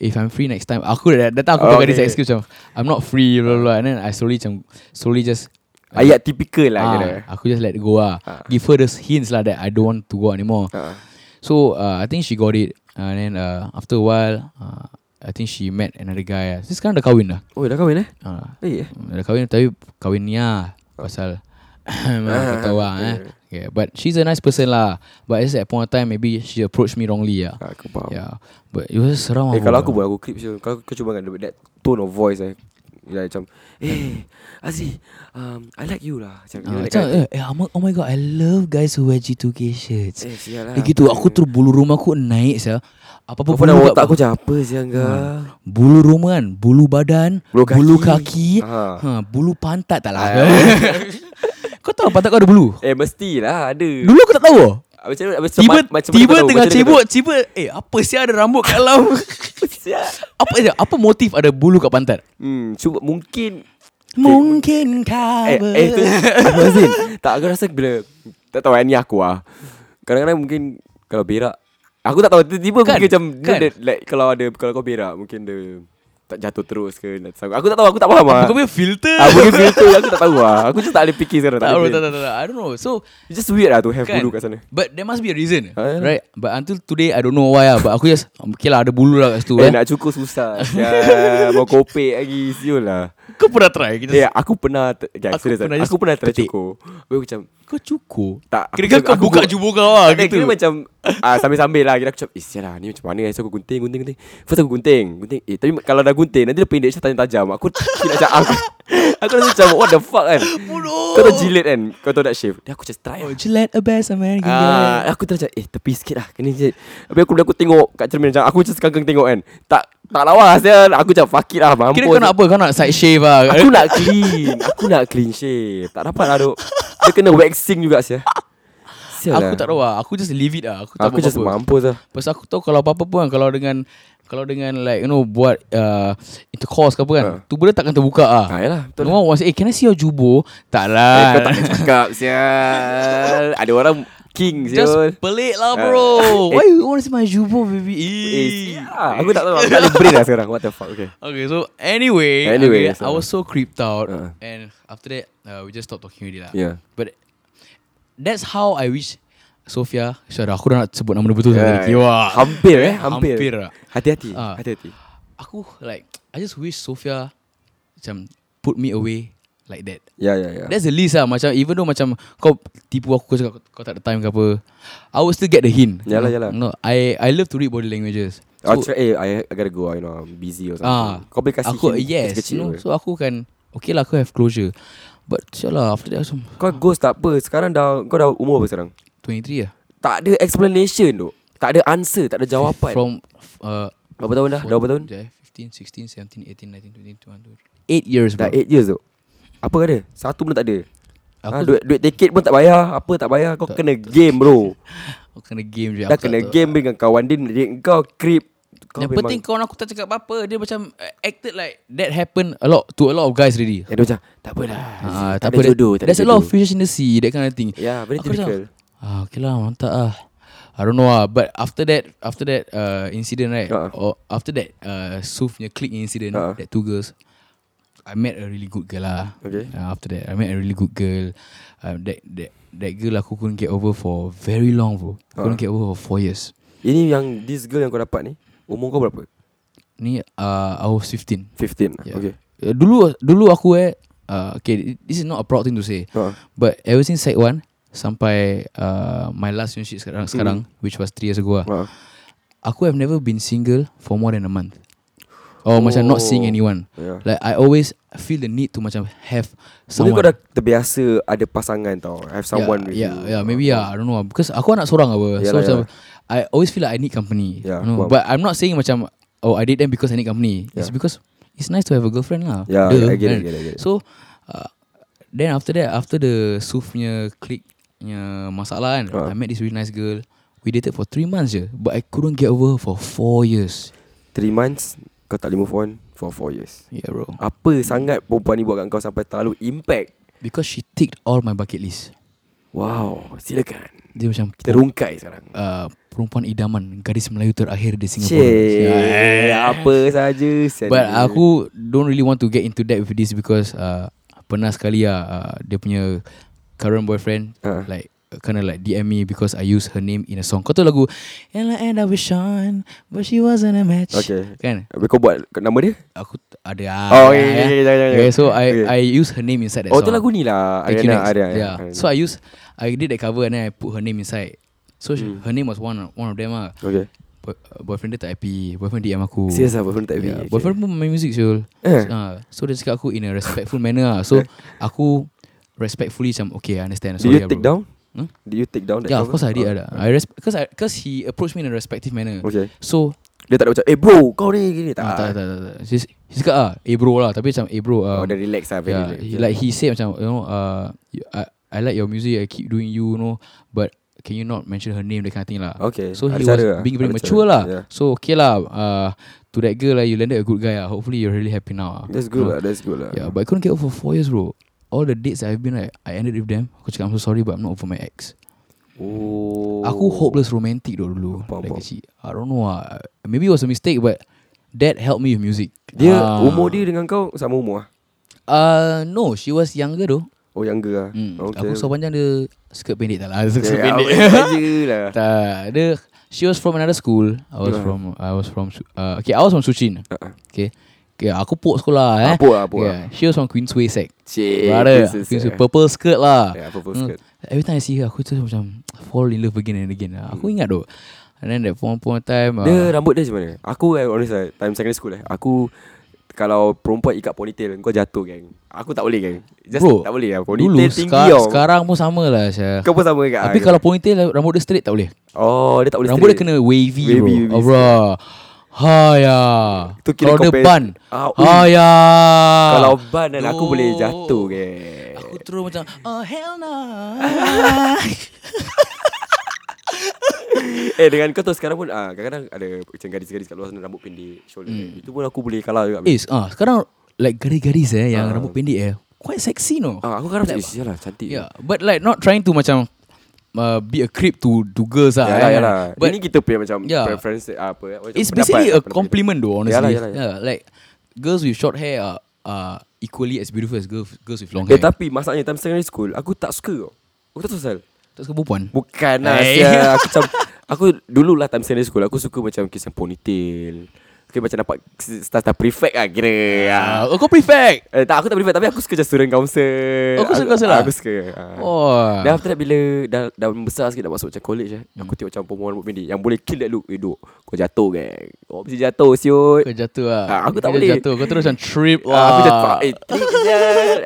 Speaker 3: if I'm free next time, aku dah datang aku
Speaker 2: Oh,
Speaker 3: pakai
Speaker 2: okay.
Speaker 3: this excuse macam, I'm not free, blah, blah, blah. And then I slowly macam, slowly just
Speaker 2: Ayat typical lah kira
Speaker 3: Ah, aku just let it go ah.
Speaker 2: Ah.
Speaker 3: Give her those hints lah that I don't want to go out anymore.
Speaker 2: Ah.
Speaker 3: So uh, I think she got it. And then uh, after a while, uh, I think she met another guy. ah. So sekarang dah kahwin dah.
Speaker 2: Oh dah kahwin eh
Speaker 3: Uh,
Speaker 2: Eh
Speaker 3: dah kahwin tapi kahwin ni lah. Pasal tak
Speaker 2: Ah,
Speaker 3: tahu lah eh. Okay, but she's a nice person lah. But at that point of time, maybe she approached me wrongly lah.
Speaker 2: Aku faham
Speaker 3: Yeah, but it was seram
Speaker 2: Ah. Eh
Speaker 3: lah,
Speaker 2: kalau aku
Speaker 3: bro.
Speaker 2: buat aku creep sure. Kalau kau cuba kan dia- that tone of voice eh. Like, macam eh Azri um, I like you lah. Macam
Speaker 3: Ah, macam, eh, eh, I'm- oh my god, I love guys who wear G2K shirts.
Speaker 2: eh sial lah.
Speaker 3: Dia gitu aku terus bulu rumah aku naik saya.
Speaker 2: Kau
Speaker 3: Apa-apa
Speaker 2: pun dalam
Speaker 3: bulu
Speaker 2: otak
Speaker 3: kat,
Speaker 2: aku macam apa siang kau.
Speaker 3: Hmm. bulu rumah kan, bulu badan,
Speaker 2: Bulu
Speaker 3: bulu
Speaker 2: kaki. Ha.
Speaker 3: kaki, bulu, kaki, ha. Ha, bulu pantat tak lah. kau tahu pantat kau ada bulu?
Speaker 2: Eh mestilah ada.
Speaker 3: Dulu aku tak tahu. tau.
Speaker 2: Ah, Macam mana macam
Speaker 3: Tiba
Speaker 2: mana- macam mana
Speaker 3: tiba
Speaker 2: kau tahu?
Speaker 3: tengah
Speaker 2: Macam mana kau
Speaker 3: cebok, tiba eh apa sih ada rambut kat dalam?
Speaker 2: tahu? Sial.
Speaker 3: apa dia? Apa motif ada bulu kat pantat?
Speaker 2: Hmm cuba mungkin
Speaker 3: Mungkin kau
Speaker 2: eh eh tu Aku Azrin. Tak aku rasa bila tak tahu eh, ni aku ah. Kadang-kadang mungkin kalau berak Aku tak tahu tiba-tiba kan,
Speaker 3: Kan,
Speaker 2: mungkin macam kan.
Speaker 3: kan.
Speaker 2: Dia, like, kalau ada kalau kau berak mungkin dia tak jatuh terus ke nak sanggup. Aku tak tahu aku tak faham ah.
Speaker 3: Kau punya filter.
Speaker 2: Ah, mungkin filter aku tak tahu lah. Aku just tak boleh fikir sekarang.
Speaker 3: tak,
Speaker 2: Tak,
Speaker 3: bro,
Speaker 2: boleh
Speaker 3: tak,
Speaker 2: fikir.
Speaker 3: tak, tak, tak. I don't know. So,
Speaker 2: It's just weird lah to have
Speaker 3: Kan?
Speaker 2: bulu kat sana.
Speaker 3: But there must be a reason
Speaker 2: Ah, ya.
Speaker 3: Right But until today I don't know why lah But aku just Okay lah ada bulu lah kat situ
Speaker 2: Eh,
Speaker 3: eh.
Speaker 2: nak cukur susah. ya, mau kopek lagi. Siul lah.
Speaker 3: Kau pernah try kita
Speaker 2: Eh, aku pernah... Ter- okay, aku,
Speaker 3: Aku
Speaker 2: serius,
Speaker 3: pernah
Speaker 2: aku
Speaker 3: just
Speaker 2: pernah try
Speaker 3: petik.
Speaker 2: cukur. Aku macam...
Speaker 3: Kau cukup
Speaker 2: Tak. aku
Speaker 3: Kira
Speaker 2: macam-
Speaker 3: kau
Speaker 2: aku
Speaker 3: buka
Speaker 2: buat-
Speaker 3: jubur kau lah
Speaker 2: Tak, Kira
Speaker 3: gitu
Speaker 2: macam ah, Sambil-sambil lah Kira aku macam Eh sial lah Ni macam mana eh? So aku gunting Gunting gunting First aku gunting Gunting Eh tapi kalau dah gunting Nanti dia pendek Macam tajam-tajam Aku kira macam Aku, aku rasa macam What the fuck kan
Speaker 3: Bodoh.
Speaker 2: Kau tahu jilid kan Kau tahu tak shave Dia aku just try lah
Speaker 3: Oh, Gillette a best American
Speaker 2: Ah, aku terus macam Eh tepi sikit lah Kena je Tapi aku aku tengok Kat cermin macam Aku just kagak tengok kan Tak tak lawas dia Aku macam fuck it lah Mampus
Speaker 3: Kira kau nak apa Kau nak side shave lah
Speaker 2: Aku nak clean Aku nak clean shave Tak dapat lah duk Dia kena waxing juga sia Sial
Speaker 3: Aku tak tahu lah Aku just leave it lah Aku tak
Speaker 2: Aku
Speaker 3: buat
Speaker 2: just
Speaker 3: apa-apa
Speaker 2: mampus lah
Speaker 3: Pasal aku tahu kalau apa-apa pun Kalau dengan Kalau dengan like you know buat uh, intercourse ke apa kan, tu benda takkan terbuka ah.
Speaker 2: Ha, yalah, betul.
Speaker 3: Betul. No one wants, eh can I see your jubur? Tak
Speaker 2: Eh,
Speaker 3: lah.
Speaker 2: kau tak boleh cakap sial. Ada orang king
Speaker 3: Just
Speaker 2: sial.
Speaker 3: pelik lah bro.
Speaker 2: Eh.
Speaker 3: Why you want to see my jubur baby?
Speaker 2: Eh,
Speaker 3: Eh.
Speaker 2: sial. Aku tak tahu. Aku tak boleh brain lah sekarang. What the fuck? Okay.
Speaker 3: Okay, so anyway,
Speaker 2: Anyway,
Speaker 3: okay,
Speaker 2: so-
Speaker 3: I was so creeped out,
Speaker 2: Uh-uh.
Speaker 3: and after that, uh, we just stopped talking already lah.
Speaker 2: Yeah.
Speaker 3: But that's how I wish Sofia. Syarah, aku dah nak sebut nama dia betul
Speaker 2: Yeah.
Speaker 3: yeah, tadi. Wah,
Speaker 2: Hampir eh, hampir.
Speaker 3: Ah. Hampir lah.
Speaker 2: Hati-hati.
Speaker 3: Ah.
Speaker 2: Hati-hati.
Speaker 3: Aku like, I just wish Sofia, macam put me away like that.
Speaker 2: Ya, ya, ya.
Speaker 3: That's the least lah Macam even though macam Kau tipu aku Kau cakap kau- kau tak ada time ke apa I will still get the hint
Speaker 2: Yalah, yalah.
Speaker 3: no, I I love to read body languages ah,
Speaker 2: I'll try, eh, I, I gotta go, you know, I'm busy or something. Kau boleh kasih
Speaker 3: aku,
Speaker 2: hint
Speaker 3: Yes
Speaker 2: kecil-kecil
Speaker 3: you know,
Speaker 2: ke?
Speaker 3: So aku kan Okay lah aku have closure But sure lah After that macam
Speaker 2: Kau ghost tak apa Sekarang dah Kau dah umur apa sekarang
Speaker 3: 23 lah
Speaker 2: Tak ada explanation tu Tak ada answer Tak ada jawapan
Speaker 3: From uh,
Speaker 2: Berapa tahun dah? Dah berapa tahun?
Speaker 3: 15, 16, 17, 18, 19, 20, 21, 8 years
Speaker 2: Dah
Speaker 3: bro
Speaker 2: 8 years tu Apa ada? Satu pun tak ada
Speaker 3: Aku
Speaker 2: ha, duit, duit tiket pun tak bayar Apa tak bayar Kau kena game bro
Speaker 3: Aku kena game je
Speaker 2: Dah
Speaker 3: aku tak
Speaker 2: kena
Speaker 3: tahu.
Speaker 2: game dengan kawan Dia dengan kau creep kau
Speaker 3: Yang penting kawan aku tak cakap apa-apa Dia macam uh, acted like That happened a lot To a lot of guys already
Speaker 2: Ya dia macam Tak apalah
Speaker 3: Ah,
Speaker 2: Tak
Speaker 3: tak
Speaker 2: ada
Speaker 3: apa,
Speaker 2: jodoh tak ada
Speaker 3: There's a lot of
Speaker 2: jodoh.
Speaker 3: fishes in the sea That kind of thing
Speaker 2: Yeah, very
Speaker 3: Aku macam,
Speaker 2: typical.
Speaker 3: ah, Okay lah mantap lah I don't know lah But after that After that uh, incident right
Speaker 2: Ah.
Speaker 3: or After that uh, Suf punya click incident
Speaker 2: Ah.
Speaker 3: That two girls I met a really good girl lah
Speaker 2: Okay.
Speaker 3: uh, After that I met a really good girl uh, That that that girl aku couldn't get over for Very long bro
Speaker 2: Uh-huh.
Speaker 3: Couldn't get over for 4 years
Speaker 2: Ini yang This girl yang kau dapat ni Umur kau berapa?
Speaker 3: Ni uh, I was 15
Speaker 2: 15 yeah.
Speaker 3: Yeah.
Speaker 2: Okay
Speaker 3: Uh, dulu dulu aku eh uh, okay this is not a proud thing to say
Speaker 2: Ha.
Speaker 3: but ever since side one sampai uh, my last relationship sekarang
Speaker 2: Mm-hmm.
Speaker 3: sekarang which was 3 years ago lah,
Speaker 2: Ha.
Speaker 3: aku have never been single for more than a month or macam not seeing
Speaker 2: Oh.
Speaker 3: anyone
Speaker 2: Yeah.
Speaker 3: like I always feel the need to macam have
Speaker 2: Mungkin
Speaker 3: someone
Speaker 2: kau dah terbiasa Ada pasangan tau Have someone
Speaker 3: yeah,
Speaker 2: with
Speaker 3: yeah,
Speaker 2: you
Speaker 3: yeah, maybe yeah, I don't know. ah. Because aku anak seorang apa.
Speaker 2: Yeah
Speaker 3: so
Speaker 2: lah,
Speaker 3: macam
Speaker 2: yeah.
Speaker 3: I always feel like I need company.
Speaker 2: Yeah,
Speaker 3: you know.
Speaker 2: faham.
Speaker 3: But I'm not saying macam oh I did them because I need company. It's
Speaker 2: Yeah.
Speaker 3: because it's nice to have a girlfriend lah.
Speaker 2: Yeah,
Speaker 3: Duh,
Speaker 2: I get it,
Speaker 3: kan?
Speaker 2: I get it, I get it.
Speaker 3: So uh, then after that after the Suf punya click punya masalah kan,
Speaker 2: Ah.
Speaker 3: I met this really nice girl. We dated for 3 months je But I couldn't get over her for 4 years
Speaker 2: 3 months Kau tak boleh move on For 4 years
Speaker 3: Yeah bro
Speaker 2: Apa sangat perempuan ni buat kat kau Sampai terlalu impact
Speaker 3: Because she ticked all my bucket list
Speaker 2: Wow Silakan
Speaker 3: Dia macam
Speaker 2: Kita rungkai sekarang
Speaker 3: uh, Perempuan idaman Gadis Melayu terakhir di Singapura
Speaker 2: Cik Apa saja sial
Speaker 3: But
Speaker 2: ni.
Speaker 3: aku don't really want to get into that with this because uh, pernah sekali lah uh, dia punya current boyfriend
Speaker 2: Ah.
Speaker 3: uh. like kind of like DM me because I use her name in a song. Kau tahu lagu And I end up with Sean but she wasn't a match.
Speaker 2: Okay.
Speaker 3: Kan?
Speaker 2: Habis kau buat nama dia
Speaker 3: Aku t- ada ah.
Speaker 2: Oh, okay,
Speaker 3: ya, ya.
Speaker 2: okay, okay, okay.
Speaker 3: okay, so I
Speaker 2: Okay.
Speaker 3: I use her name inside that
Speaker 2: Oh
Speaker 3: song.
Speaker 2: tu lagu ni lah
Speaker 3: Thank
Speaker 2: Ariana
Speaker 3: you next.
Speaker 2: Ariana
Speaker 3: yeah.
Speaker 2: Ariana.
Speaker 3: So I use I did that cover and then I put her name inside. So she,
Speaker 2: Hmm.
Speaker 3: her name was one one of them ah.
Speaker 2: Okay
Speaker 3: Boy, boyfriend dia tak happy. Boyfriend DM aku.
Speaker 2: Serius lah boyfriend tak yeah,
Speaker 3: Yeah, Boyfriend pun main music Syul
Speaker 2: Eh.
Speaker 3: uh, So dia cakap aku In a respectful manner lah So aku Respectfully macam Okay I understand
Speaker 2: Did you
Speaker 3: Sorry ah,
Speaker 2: take
Speaker 3: bro.
Speaker 2: down?
Speaker 3: Hmm?
Speaker 2: Did you take down that
Speaker 3: Yeah of
Speaker 2: cover?
Speaker 3: course I did
Speaker 2: Ah.
Speaker 3: ada. I res- cause, I, cause he approached me In a respective manner
Speaker 2: Okay
Speaker 3: So
Speaker 2: Dia tak ada macam Eh bro kau ni gini Oh, Tak, eh.
Speaker 3: ah, tak, tak, tak, tak. She, she cakap ah, Eh bro lah Tapi macam Eh bro
Speaker 2: Oh
Speaker 3: um,
Speaker 2: dia relax lah very
Speaker 3: yeah,
Speaker 2: relax.
Speaker 3: he, Like he said macam You know uh, you- I, I like your music I keep doing you you know But Can you not mention her name That kind of thing lah
Speaker 2: Okay
Speaker 3: So
Speaker 2: Oh,
Speaker 3: he
Speaker 2: Ada
Speaker 3: was
Speaker 2: cara lah.
Speaker 3: being very
Speaker 2: Ada cara.
Speaker 3: mature lah
Speaker 2: Yeah.
Speaker 3: So okay lah uh, To that girl lah You landed a good guy lah Hopefully you're really happy now lah.
Speaker 2: That's
Speaker 3: You
Speaker 2: good
Speaker 3: know?
Speaker 2: lah That's good lah
Speaker 3: Yeah, but I couldn't get over for four years, bro. All the dates I've been like, I ended with them. Aku cakap, I'm so sorry, but I'm not over my ex.
Speaker 2: Oh.
Speaker 3: Oh. Aku hopeless romantic though dulu.
Speaker 2: Faham, faham.
Speaker 3: Like kecil. I don't know ah. Maybe it was a mistake, but that helped me with music.
Speaker 2: Dia uh.
Speaker 3: Ah.
Speaker 2: umur dia dengan kau sama umur ah.
Speaker 3: Uh, no, she was younger though.
Speaker 2: Oh younger ah.
Speaker 3: Hmm. Okay. Aku so panjang dia skirt pendek tak lah. Skirt
Speaker 2: yeah,
Speaker 3: pendek.
Speaker 2: pendek lah.
Speaker 3: tak, dia she was from another school. I
Speaker 2: Yeah.
Speaker 3: was from I was from Su- uh, okay, I was from Suchin.
Speaker 2: Uh-uh.
Speaker 3: Okay. Okay, aku pok sekolah eh.
Speaker 2: Apa lah, apa lah.
Speaker 3: yeah, she was from Queensway Sec.
Speaker 2: Cik.
Speaker 3: Brother,
Speaker 2: this is,
Speaker 3: Queensway
Speaker 2: eh.
Speaker 3: purple skirt lah.
Speaker 2: Yeah, purple
Speaker 3: Hmm.
Speaker 2: skirt.
Speaker 3: Every time I see her Aku tu macam Fall in love again and again lah. Aku ingat tu And then that one point of time
Speaker 2: Hmm.
Speaker 3: uh,
Speaker 2: Dia rambut dia macam mana? Aku eh, honest lah, time secondary school eh. Aku kalau perempuan ikat ponytail kau jatuh geng. Aku tak boleh geng. Just
Speaker 3: Bro,
Speaker 2: tak boleh lah.
Speaker 3: Dulu
Speaker 2: Ponytail tinggi
Speaker 3: seka-
Speaker 2: tau.
Speaker 3: Sekarang pun sama lah Syah
Speaker 2: Kau pun sama kan?
Speaker 3: Tapi kalau ponytail Rambut dia straight tak boleh
Speaker 2: Oh, dia tak boleh.
Speaker 3: Rambut dia
Speaker 2: straight.
Speaker 3: kena wavy,
Speaker 2: Wavy,
Speaker 3: bro
Speaker 2: wavy
Speaker 3: Oh bro Ha ya
Speaker 2: Tu kira
Speaker 3: Kalau dia
Speaker 2: compare-
Speaker 3: bun
Speaker 2: Ah, ui.
Speaker 3: Ha ya
Speaker 2: Kalau ban kan aku boleh jatuh geng.
Speaker 3: Aku terus macam Oh hell no
Speaker 2: Eh dengan kau tu sekarang pun ah, Kadang-kadang ada Macam gadis-gadis kat luar sana Rambut pendek Shoulder mm. Itu pun aku boleh kalah juga
Speaker 3: Hmm. Eh, ah, sekarang like garis-garis eh yang rambut pendek eh. Quite sexy no.
Speaker 2: ah, Aku kadang macam Eh lah cantik
Speaker 3: Yeah, but like not trying to macam uh, be a creep to to girls lah.
Speaker 2: Yalah,
Speaker 3: eh.
Speaker 2: yalah.
Speaker 3: But
Speaker 2: Ini kita punya macam
Speaker 3: Yeah.
Speaker 2: preference ah, apa macam
Speaker 3: it's
Speaker 2: pendapat,
Speaker 3: basically a
Speaker 2: pendapat kita.
Speaker 3: compliment though honestly.
Speaker 2: Yalah, yalah, yalah.
Speaker 3: Yeah, like girls with short hair are, are equally as beautiful as girls girls with long
Speaker 2: Eh
Speaker 3: hair.
Speaker 2: tapi masalahnya time secondary school aku tak suka tau. Aku tak tahu pasal.
Speaker 3: tak suka perempuan.
Speaker 2: Bukan lah
Speaker 3: Eh.
Speaker 2: sia. Aku macam Aku dulu lah time secondary school Aku suka macam kisah ponytail Okay macam dapat Start-start prefect lah kira
Speaker 3: Ah, oh, kau prefect.
Speaker 2: Eh, tak, aku tak prefect Tapi aku suka macam student council
Speaker 3: Oh, kau suka counsel lah?
Speaker 2: Aku suka ah.
Speaker 3: Oh.
Speaker 2: Dan after that bila dah, dah besar sikit Dah masuk macam college eh hmm. Aku tengok macam perempuan rambut pendek Yang boleh kill that look Eh duk Kau jatuh kan Kau mesti jatuh siut
Speaker 3: Kau jatuh lah.
Speaker 2: Ah, aku tak
Speaker 3: Kau
Speaker 2: boleh.
Speaker 3: Jatuh. Kau terus macam trip
Speaker 2: ah, Aku jatuh
Speaker 3: lah.
Speaker 2: Eh klik je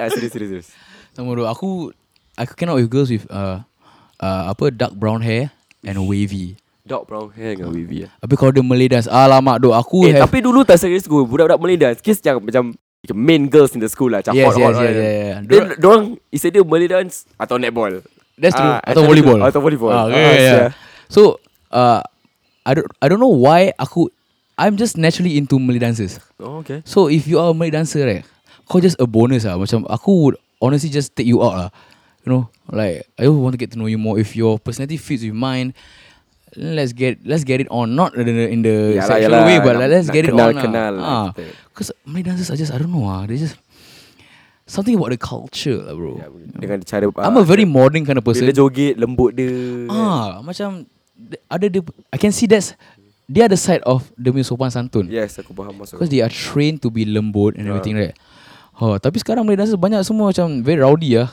Speaker 2: ah, Serius serius serius
Speaker 3: Sama dulu. Aku aku cannot with girls with uh, uh, apa dark brown hair and wavy.
Speaker 2: Dark brown hair dengan wavy eh
Speaker 3: Tapi kalau dia Malay dance, alamak dok aku
Speaker 2: Eh
Speaker 3: have
Speaker 2: tapi dulu tak serius school Budak-budak Malay dance Kes yang macam Main girls in the school lah Macam hot
Speaker 3: Yes, yes,
Speaker 2: hot
Speaker 3: yes, yeah, yeah.
Speaker 2: Then dorang Isa dia Malay dance Atau netball
Speaker 3: That's true.
Speaker 2: Ah,
Speaker 3: atau
Speaker 2: macam
Speaker 3: volleyball.
Speaker 2: tu. Atau volleyball
Speaker 3: Ah, okay,
Speaker 2: Ah,
Speaker 3: yeah, yeah.
Speaker 2: sia.
Speaker 3: So, uh, I don't I don't know why aku I'm just naturally into Malay dances.
Speaker 2: Oh okay
Speaker 3: So if you are a Malay dancer right, kau just a bonus ah. Macam aku would honestly just take you out lah. You know, like I want to get to know you more. If your personality fits with mine, let's get let's get it on. Not in the, in the
Speaker 2: Yalah,
Speaker 3: sexual
Speaker 2: yalah.
Speaker 3: way, but
Speaker 2: Nak-
Speaker 3: like, let's
Speaker 2: nak
Speaker 3: get it
Speaker 2: kenal-
Speaker 3: on.
Speaker 2: kenal lah
Speaker 3: lah.
Speaker 2: kita.
Speaker 3: Because Malay dancers are just I don't know ah. They just something about the culture lah, bro.
Speaker 2: Dengan cara ah,
Speaker 3: I'm a very modern kind of person.
Speaker 2: Ya, Bila joget Lembut dia
Speaker 3: Ah, macam th- ada dia I can see that's the other side of the punya sopan santun. Yeah.
Speaker 2: Yes aku faham masuk
Speaker 3: Because they are trained to be lembut
Speaker 2: Ah.
Speaker 3: and everything right. Ha, tapi sekarang Malay dancer banyak semua macam very rowdy ah.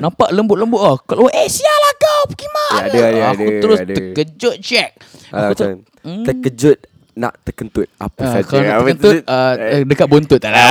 Speaker 3: Nampak lembut-lembut ah. Kalau eh sialah kau pergi mana?
Speaker 2: Ya, ada, ada,
Speaker 3: aku
Speaker 2: ada,
Speaker 3: terus
Speaker 2: ada.
Speaker 3: terkejut check.
Speaker 2: Ah,
Speaker 3: Aku macam
Speaker 2: macam Terkejut Nak terkentut Apa
Speaker 3: Ah,
Speaker 2: saja
Speaker 3: kalau nak
Speaker 2: Apa
Speaker 3: terkentut
Speaker 2: saja.
Speaker 3: ah, eh, dekat buntut tak lah.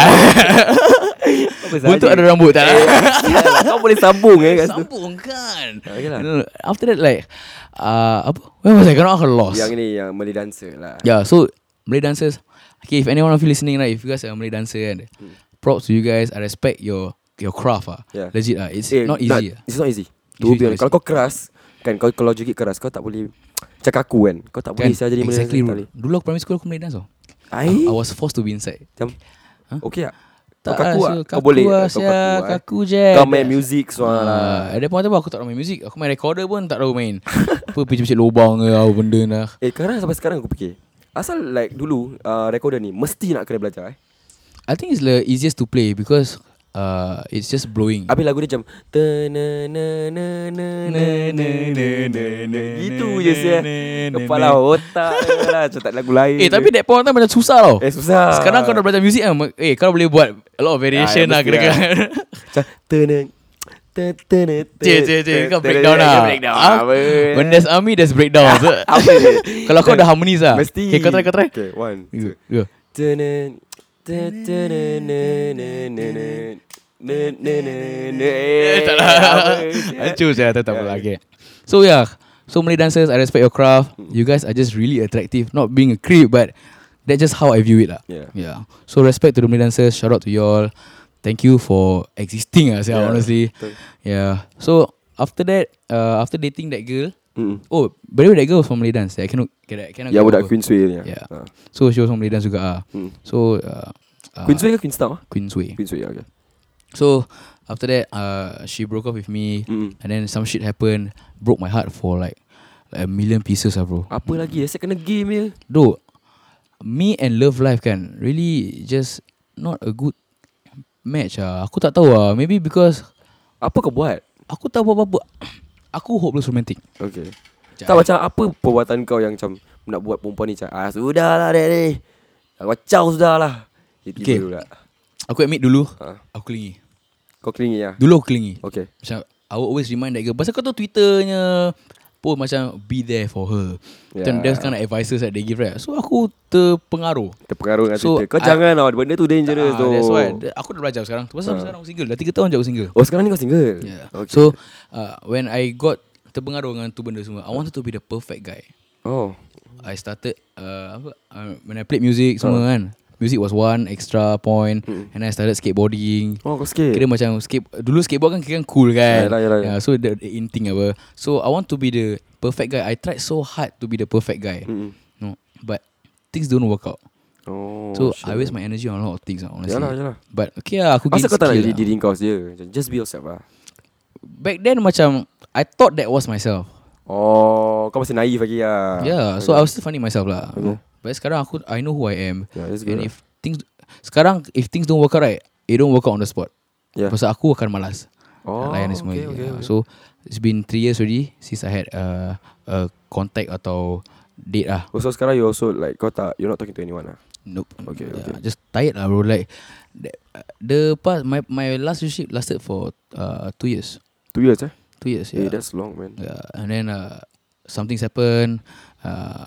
Speaker 2: Apa saja.
Speaker 3: buntut ada rambut tak lah.
Speaker 2: Sialah, Kau boleh sambung eh kat situ
Speaker 3: Sambung kan.
Speaker 2: Ah, yelah.
Speaker 3: You know, After that like uh, apa? Where was I? Kena aku lost.
Speaker 2: Yang ni Yang Malay dancer lah
Speaker 3: Yeah, Ya, so Malay dancers. Okay, if anyone of you listening, right, if you guys are Malay dancer, and
Speaker 2: Hmm.
Speaker 3: props to you guys. I respect your your craft, ah.
Speaker 2: Yeah.
Speaker 3: Legit, ah. It's
Speaker 2: Eh,
Speaker 3: not easy. ah.
Speaker 2: It's not easy.
Speaker 3: It's
Speaker 2: To be
Speaker 3: really
Speaker 2: honest, kalau kau keras, kan kau kalau joget keras kau tak boleh macam kaku kan. Kau tak boleh
Speaker 3: Kan?
Speaker 2: saja jadi Malay
Speaker 3: exactly.
Speaker 2: dance
Speaker 3: bro. Dulu aku primary school aku Malay dance, oh.
Speaker 2: Ai.
Speaker 3: I was forced to be inside.
Speaker 2: Macam okey tak? Kau
Speaker 3: Tak
Speaker 2: kaku
Speaker 3: lah,
Speaker 2: ah.
Speaker 3: so
Speaker 2: Kau
Speaker 3: kaku
Speaker 2: boleh.
Speaker 3: ah,
Speaker 2: Kau
Speaker 3: sia,
Speaker 2: kaku. ah.
Speaker 3: kaku je.
Speaker 2: Kau main music suara lah.
Speaker 3: Ah, ada point tu aku tak tahu main muzik. Aku main recorder pun tak tahu main. Apa picit-picit lubang ke apa benda lah.
Speaker 2: Eh, sekarang sampai sekarang aku fikir. Asal like dulu uh, recorder ni mesti nak kena belajar eh.
Speaker 3: I think it's the easiest to play because uh, it's just blowing.
Speaker 2: Habis lagu dia macam te na na na na na na na na na. Gitu je sia. Kepala otak lah macam tak ada lagu lain.
Speaker 3: Eh tapi that point of time macam susah tau
Speaker 2: Eh, susah.
Speaker 3: Sekarang kau dah belajar music kan ma- Eh kau boleh buat A lot of variation
Speaker 2: Ah,
Speaker 3: lah
Speaker 2: ya,
Speaker 3: kira
Speaker 2: mesti
Speaker 3: kan
Speaker 2: Macam teneng te te ne te
Speaker 3: Cik cik cik Kau
Speaker 2: te-
Speaker 3: breakdown
Speaker 2: te-
Speaker 3: lah
Speaker 2: kau breakdown
Speaker 3: Ah,
Speaker 2: apa
Speaker 3: When there's army There's breakdown so,
Speaker 2: apa ni?
Speaker 3: Kalau kau dah harmonies lah
Speaker 2: mesti
Speaker 3: Okay kau try kau try Ya.
Speaker 2: okay one two.
Speaker 3: Go, go.
Speaker 2: teneng te te ne ne ne ne ne ne ne ne ne
Speaker 3: Eh,
Speaker 2: Ya,
Speaker 3: tak lah Hancur saya Tak tak apa lah okay. So yeah So Malay dancers I respect your craft You guys are just really attractive Not being a creep But That's just how I view it lah
Speaker 2: Yeah.
Speaker 3: yeah. So respect to the Malay dancers Shout out to y'all Thank you for existing lah yeah.
Speaker 2: Yeah,
Speaker 3: honestly
Speaker 2: betul.
Speaker 3: Yeah So after that uh, After dating that girl
Speaker 2: Mm-mm.
Speaker 3: Oh by the way that girl was from Malay dance I cannot, cannot, cannot
Speaker 2: Ya
Speaker 3: get
Speaker 2: budak
Speaker 3: over.
Speaker 2: Queensway ni
Speaker 3: Yeah.
Speaker 2: Ah.
Speaker 3: So she was from Malay dance juga ah.
Speaker 2: Mm.
Speaker 3: So uh, uh,
Speaker 2: Queensway ke Queenstown ah?
Speaker 3: Queensway
Speaker 2: Queensway okay
Speaker 3: So after that, uh, she broke up with me,
Speaker 2: Mm-mm.
Speaker 3: and then some shit happened, broke my heart for like, like a million pieces, ah, bro.
Speaker 2: apa lagi eh? Saya kena game je
Speaker 3: Though, me and love life kan really just not a good match ah. Aku tak tahu ah. Maybe because
Speaker 2: Apa kau buat?
Speaker 3: aku tak buat apa-apa. aku hopeless romantic.
Speaker 2: Okay
Speaker 3: Macam
Speaker 2: Tak
Speaker 3: I-
Speaker 2: macam apa perbuatan kau yang macam nak buat perempuan ni macam ah sudahlah dek ni. Aku kacau sudahlah. Dia tiba
Speaker 3: Okay.
Speaker 2: dulu lah.
Speaker 3: Aku admit dulu,
Speaker 2: Ha.
Speaker 3: aku kelingi.
Speaker 2: Kau kelingi lah.
Speaker 3: Dulu aku kelingi.
Speaker 2: Okay.
Speaker 3: Macam I will always remind that girl Pasal kau tahu Twitternya Pun macam Be there for her yeah. Macam
Speaker 2: Yeah.
Speaker 3: there's kind of advices That they give right So aku terpengaruh
Speaker 2: Terpengaruh dengan
Speaker 3: So,
Speaker 2: so, Twitter. Kau
Speaker 3: I-
Speaker 2: jangan tau. Benda tu dangerous
Speaker 3: Ah,
Speaker 2: tu.
Speaker 3: That's why Th- Aku dah belajar sekarang Pasal
Speaker 2: Ah.
Speaker 3: sekarang aku single Dah 3 tahun je aku single
Speaker 2: Oh sekarang ni kau single?
Speaker 3: yeah.
Speaker 2: Okay.
Speaker 3: Ya. So uh, When I got Terpengaruh dengan tu benda semua I wanted to be the perfect guy
Speaker 2: oh. Oh.
Speaker 3: I started uh, apa, uh, When I played music Semua kan music was one extra point
Speaker 2: Hmm.
Speaker 3: mm. and I started skateboarding.
Speaker 2: Oh kau sikit
Speaker 3: Kira macam skate Dulu skateboard kan kira kan cool kan
Speaker 2: Yalah, yalah, yalah.
Speaker 3: Yeah, So the, the in thing apa So I want to be the perfect guy I tried so hard to be the perfect guy
Speaker 2: Mm-mm.
Speaker 3: No But Things don't work out
Speaker 2: Oh
Speaker 3: So
Speaker 2: shit.
Speaker 3: I waste my energy on a lot of things lah, honestly
Speaker 2: Yalah yalah
Speaker 3: But okay lah aku
Speaker 2: Masa
Speaker 3: gain
Speaker 2: kau tak nak
Speaker 3: skill
Speaker 2: jadi
Speaker 3: lah.
Speaker 2: diri kau je Macam, Just be yourself lah
Speaker 3: Back then macam I thought that was myself
Speaker 2: Oh Kau masih naif lagi lah
Speaker 3: Yeah So I was still finding myself lah
Speaker 2: Okay.
Speaker 3: But sekarang aku I know who I am
Speaker 2: Yeah, that's good
Speaker 3: And
Speaker 2: lah.
Speaker 3: if things Sekarang if things don't work out right It don't work out on the spot
Speaker 2: Yeah.
Speaker 3: Pasal aku akan malas
Speaker 2: Oh,
Speaker 3: layan dan semua.
Speaker 2: okay,
Speaker 3: ni.
Speaker 2: okay,
Speaker 3: Ah,
Speaker 2: okay.
Speaker 3: So it's been three years already since I had uh, a contact atau date lah.
Speaker 2: Oh, so sekarang you also like Kau tak You're not talking to anyone lah
Speaker 3: Nope.
Speaker 2: Okay,
Speaker 3: Yeah,
Speaker 2: okay.
Speaker 3: Just tired lah bro. Like the, the past my my last relationship lasted for uh, two years.
Speaker 2: Two years eh
Speaker 3: Two years.
Speaker 2: yeah. Eh
Speaker 3: Yeah.
Speaker 2: that's long man
Speaker 3: yeah. And then uh, something's happened. Uh,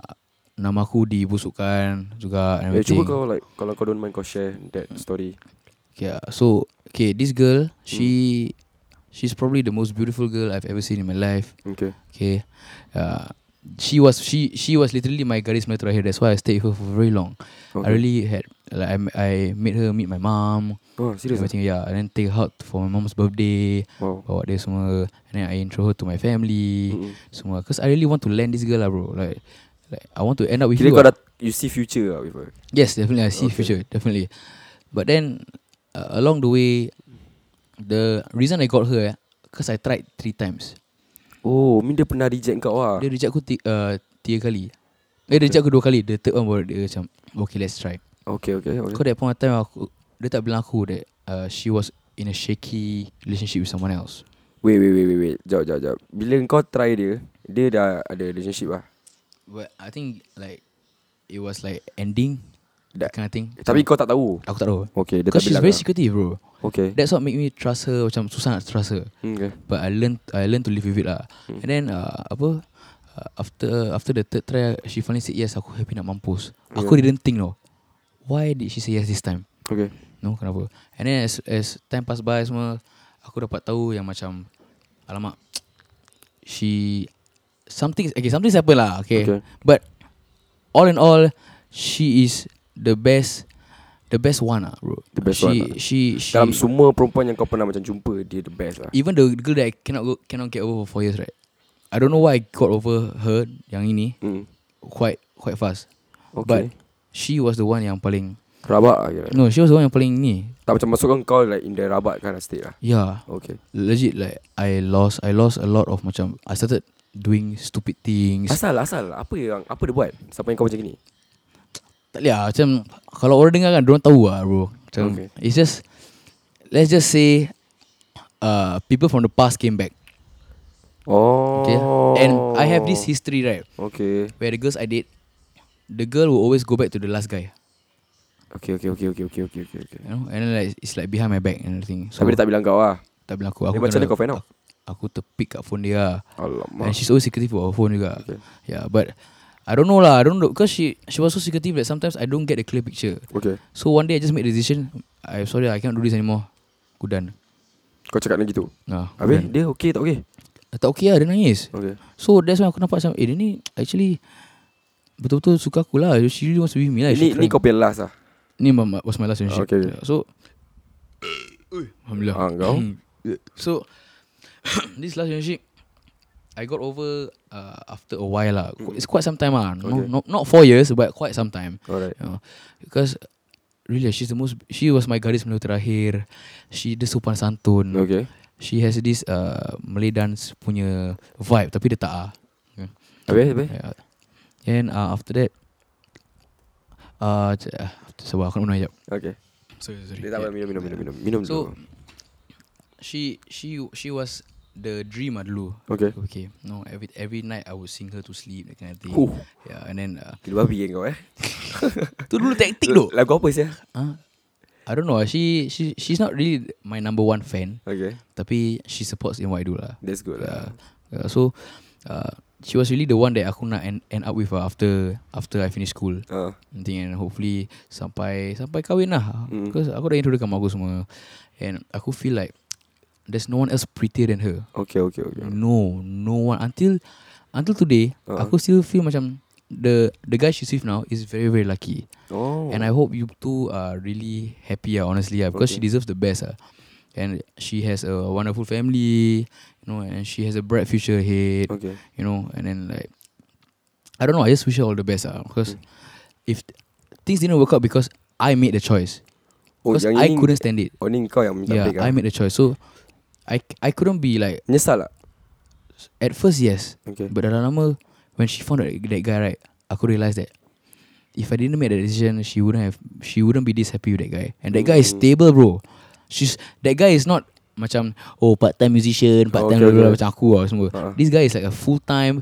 Speaker 3: nama aku dibusukkan juga. and
Speaker 2: Eh, cuba
Speaker 3: everything.
Speaker 2: kau like Kalau kau don't mind kau share That story
Speaker 3: Yeah. So okay, this girl
Speaker 2: Hmm.
Speaker 3: she she's probably the most beautiful girl I've ever seen in my life.
Speaker 2: Okay
Speaker 3: Okay. Uh, she was she she was literally my garis melata terakhir. That's why I stayed with her for very long.
Speaker 2: Okay.
Speaker 3: I really had like I, m- I made her meet my mom.
Speaker 2: Oh serious ah?
Speaker 3: Everything yeah, and then take her out for my mom's birthday.
Speaker 2: Wow
Speaker 3: Bawa dia semua, and then I intro her to my family.
Speaker 2: Mm-mm.
Speaker 3: Semua, cause I really want to land this girl lah, bro. Like, like I want to end up with
Speaker 2: Kira
Speaker 3: you.
Speaker 2: kau
Speaker 3: ah.
Speaker 2: dah You see future lah with her
Speaker 3: Yes, definitely. I see
Speaker 2: Okay.
Speaker 3: future, definitely. But then, uh, along the way, the reason I got her, eh, cause I tried three times.
Speaker 2: Oh Min dia pernah reject kau lah
Speaker 3: Dia reject aku ti, uh, tiga kali Eh dia reject aku dua kali The third one baru dia macam Okay let's try
Speaker 2: Okay okay, okay.
Speaker 3: Kau that point of time aku Dia tak bilang aku that uh, She was in a shaky relationship with someone else
Speaker 2: Wait wait wait wait wait Jap jap jap Bila kau try dia Dia dah ada relationship lah
Speaker 3: But I think like It was like ending
Speaker 2: That-
Speaker 3: That kind of thing
Speaker 2: Tapi kau tak tahu
Speaker 3: Aku tak tahu
Speaker 2: Okay dia tak
Speaker 3: Because she's
Speaker 2: bilang
Speaker 3: very
Speaker 2: lah.
Speaker 3: secretive bro
Speaker 2: Okay
Speaker 3: That's what make me trust her Macam susah nak trust her
Speaker 2: Hmm, Okay
Speaker 3: But I learn I learn to live with it lah
Speaker 2: Hmm.
Speaker 3: And then uh, Apa uh, After After the third try She finally said yes Aku happy nak mampus Aku didn't think no Why did she say yes this time
Speaker 2: Okay
Speaker 3: No kenapa And then as, as time pass by semua Aku dapat tahu yang macam Alamak She Something Okay something happened lah okay.
Speaker 2: Okay.
Speaker 3: okay But All in all She is The best The best one lah bro
Speaker 2: The best
Speaker 3: she,
Speaker 2: one lah.
Speaker 3: She, she
Speaker 2: Dalam semua perempuan yang kau pernah macam jumpa Dia the best lah
Speaker 3: Even the girl that I cannot go, cannot get over for 4 years right I don't know why I got over her Yang ini
Speaker 2: hmm.
Speaker 3: Quite Quite fast
Speaker 2: Okay
Speaker 3: But She was the one yang paling
Speaker 2: Rabak lah kira
Speaker 3: No she was the one yang paling ni Ya.
Speaker 2: Tak macam masukkan kau like in the rabat kind of state lah
Speaker 3: Yeah
Speaker 2: Okay
Speaker 3: legit like I lost I lost a lot of macam I started doing stupid things.
Speaker 2: Asal asal Apa yang Apa dia buat Sampai yang kau macam gini
Speaker 3: tak boleh lah macam kalau orang dengar kan dia tahu lah bro. Macam
Speaker 2: Okay.
Speaker 3: okay. it's just let's just say uh people from the past came back.
Speaker 2: Oh
Speaker 3: Okay. And I have this history right
Speaker 2: Okay
Speaker 3: where the girls I date the girl will always go back to the last guy.
Speaker 2: Okay okay okay okay okay okay, okay, okay.
Speaker 3: You know? And then like it's like behind my back and everything. So
Speaker 2: Tapi dia tak bilang kau lah
Speaker 3: tak bilang aku.
Speaker 2: Dia
Speaker 3: aku
Speaker 2: macam mana
Speaker 3: kena-
Speaker 2: kau find out
Speaker 3: Aku terpick kat phone dia lah.
Speaker 2: Alamak
Speaker 3: And she's always secretive about her phone juga.
Speaker 2: Okay.
Speaker 3: Okay. Yeah, but I don't know lah. I don't know because she she was so secretive that sometimes I don't get a clear picture.
Speaker 2: Okay
Speaker 3: So one day I just made a decision. I sorry I cannot do this anymore. Aku done.
Speaker 2: Kau cakap dengan gitu
Speaker 3: Nah,
Speaker 2: Habis Oh. dia okay tak okay
Speaker 3: dah tak okay lah dia nangis.
Speaker 2: Okay
Speaker 3: So that's when aku nampak macam eh dia ni actually betul-betul suka aku lah. She really wants to be with me lah. She
Speaker 2: Ini ni
Speaker 3: trying-
Speaker 2: kau punya last lah
Speaker 3: ni my, my- was my last relationship.
Speaker 2: Okay.
Speaker 3: Yeah, So Ui, Alhamdulillah.
Speaker 2: Ah, kau.
Speaker 3: so this last relationship I got over uh, after a while lah. It's quite some time lah. No,
Speaker 2: Okay.
Speaker 3: no, not four years but quite some time.
Speaker 2: Alright
Speaker 3: You know, because really she's the most she was my garis melata terakhir. She the sopan santun.
Speaker 2: Okay
Speaker 3: She has this uh, Malay dance punya vibe tapi dia tak ah. Okay.
Speaker 2: Habis habis
Speaker 3: Yeah. And uh, after that uh, c- uh, Sabar aku nak minum sekejap
Speaker 2: Okay
Speaker 3: Sorry sorry
Speaker 2: Dia tak apa minum minum minum minum Minum
Speaker 3: So
Speaker 2: dulu
Speaker 3: She she she was the dream lah dulu
Speaker 2: Okay
Speaker 3: Okay No every every night I would sing her to sleep That kind of thing
Speaker 2: Huh.
Speaker 3: Yeah and then uh,
Speaker 2: Gila babi kan kau eh
Speaker 3: Tu dulu taktik tu
Speaker 2: Lagu apa sih
Speaker 3: huh? I don't know She she she's not really my number one fan
Speaker 2: Okay
Speaker 3: Tapi she supports in what I do lah
Speaker 2: That's good lah
Speaker 3: uh, So uh, She was really the one that aku nak end, end up with uh, after after I finish school.
Speaker 2: uh,
Speaker 3: Nanti and hopefully sampai sampai kahwin lah.
Speaker 2: Mm.
Speaker 3: Mm. Because aku dah intro dekat mak aku semua. And aku feel like there's no one else prettier than her.
Speaker 2: Okay okay okay
Speaker 3: No, no one until until today
Speaker 2: Uh-uh.
Speaker 3: uh-huh. aku still feel macam the the guy she's with now is very very lucky.
Speaker 2: Oh.
Speaker 3: And I hope you two are really happy, ah, honestly, ah, because she deserves the best. ah. And she has a wonderful family, you know, and she has a bright future ahead,
Speaker 2: Okay.
Speaker 3: you know, and then like, I don't know, I just wish her all the best, ah,
Speaker 2: Mm.
Speaker 3: because if things didn't work out because I made the choice,
Speaker 2: Oh,
Speaker 3: because
Speaker 2: yang
Speaker 3: I
Speaker 2: ini
Speaker 3: couldn't stand it.
Speaker 2: Oh, ni kau yang minta
Speaker 3: Yeah,
Speaker 2: break ah.
Speaker 3: I made the choice. So, I I couldn't be like
Speaker 2: Menyesal tak?
Speaker 3: at first yes,
Speaker 2: Okay.
Speaker 3: but dalam lama when she found that, that guy right, aku realise that if I didn't make that decision, she wouldn't have she wouldn't be this happy with that guy. And that guy is
Speaker 2: Mm.
Speaker 3: stable, bro. She's that guy is not macam oh part time musician, part time
Speaker 2: Okay,
Speaker 3: blah, blah, blah,
Speaker 2: okay.
Speaker 3: macam aku lah semua.
Speaker 2: Ha.
Speaker 3: This guy is like a full time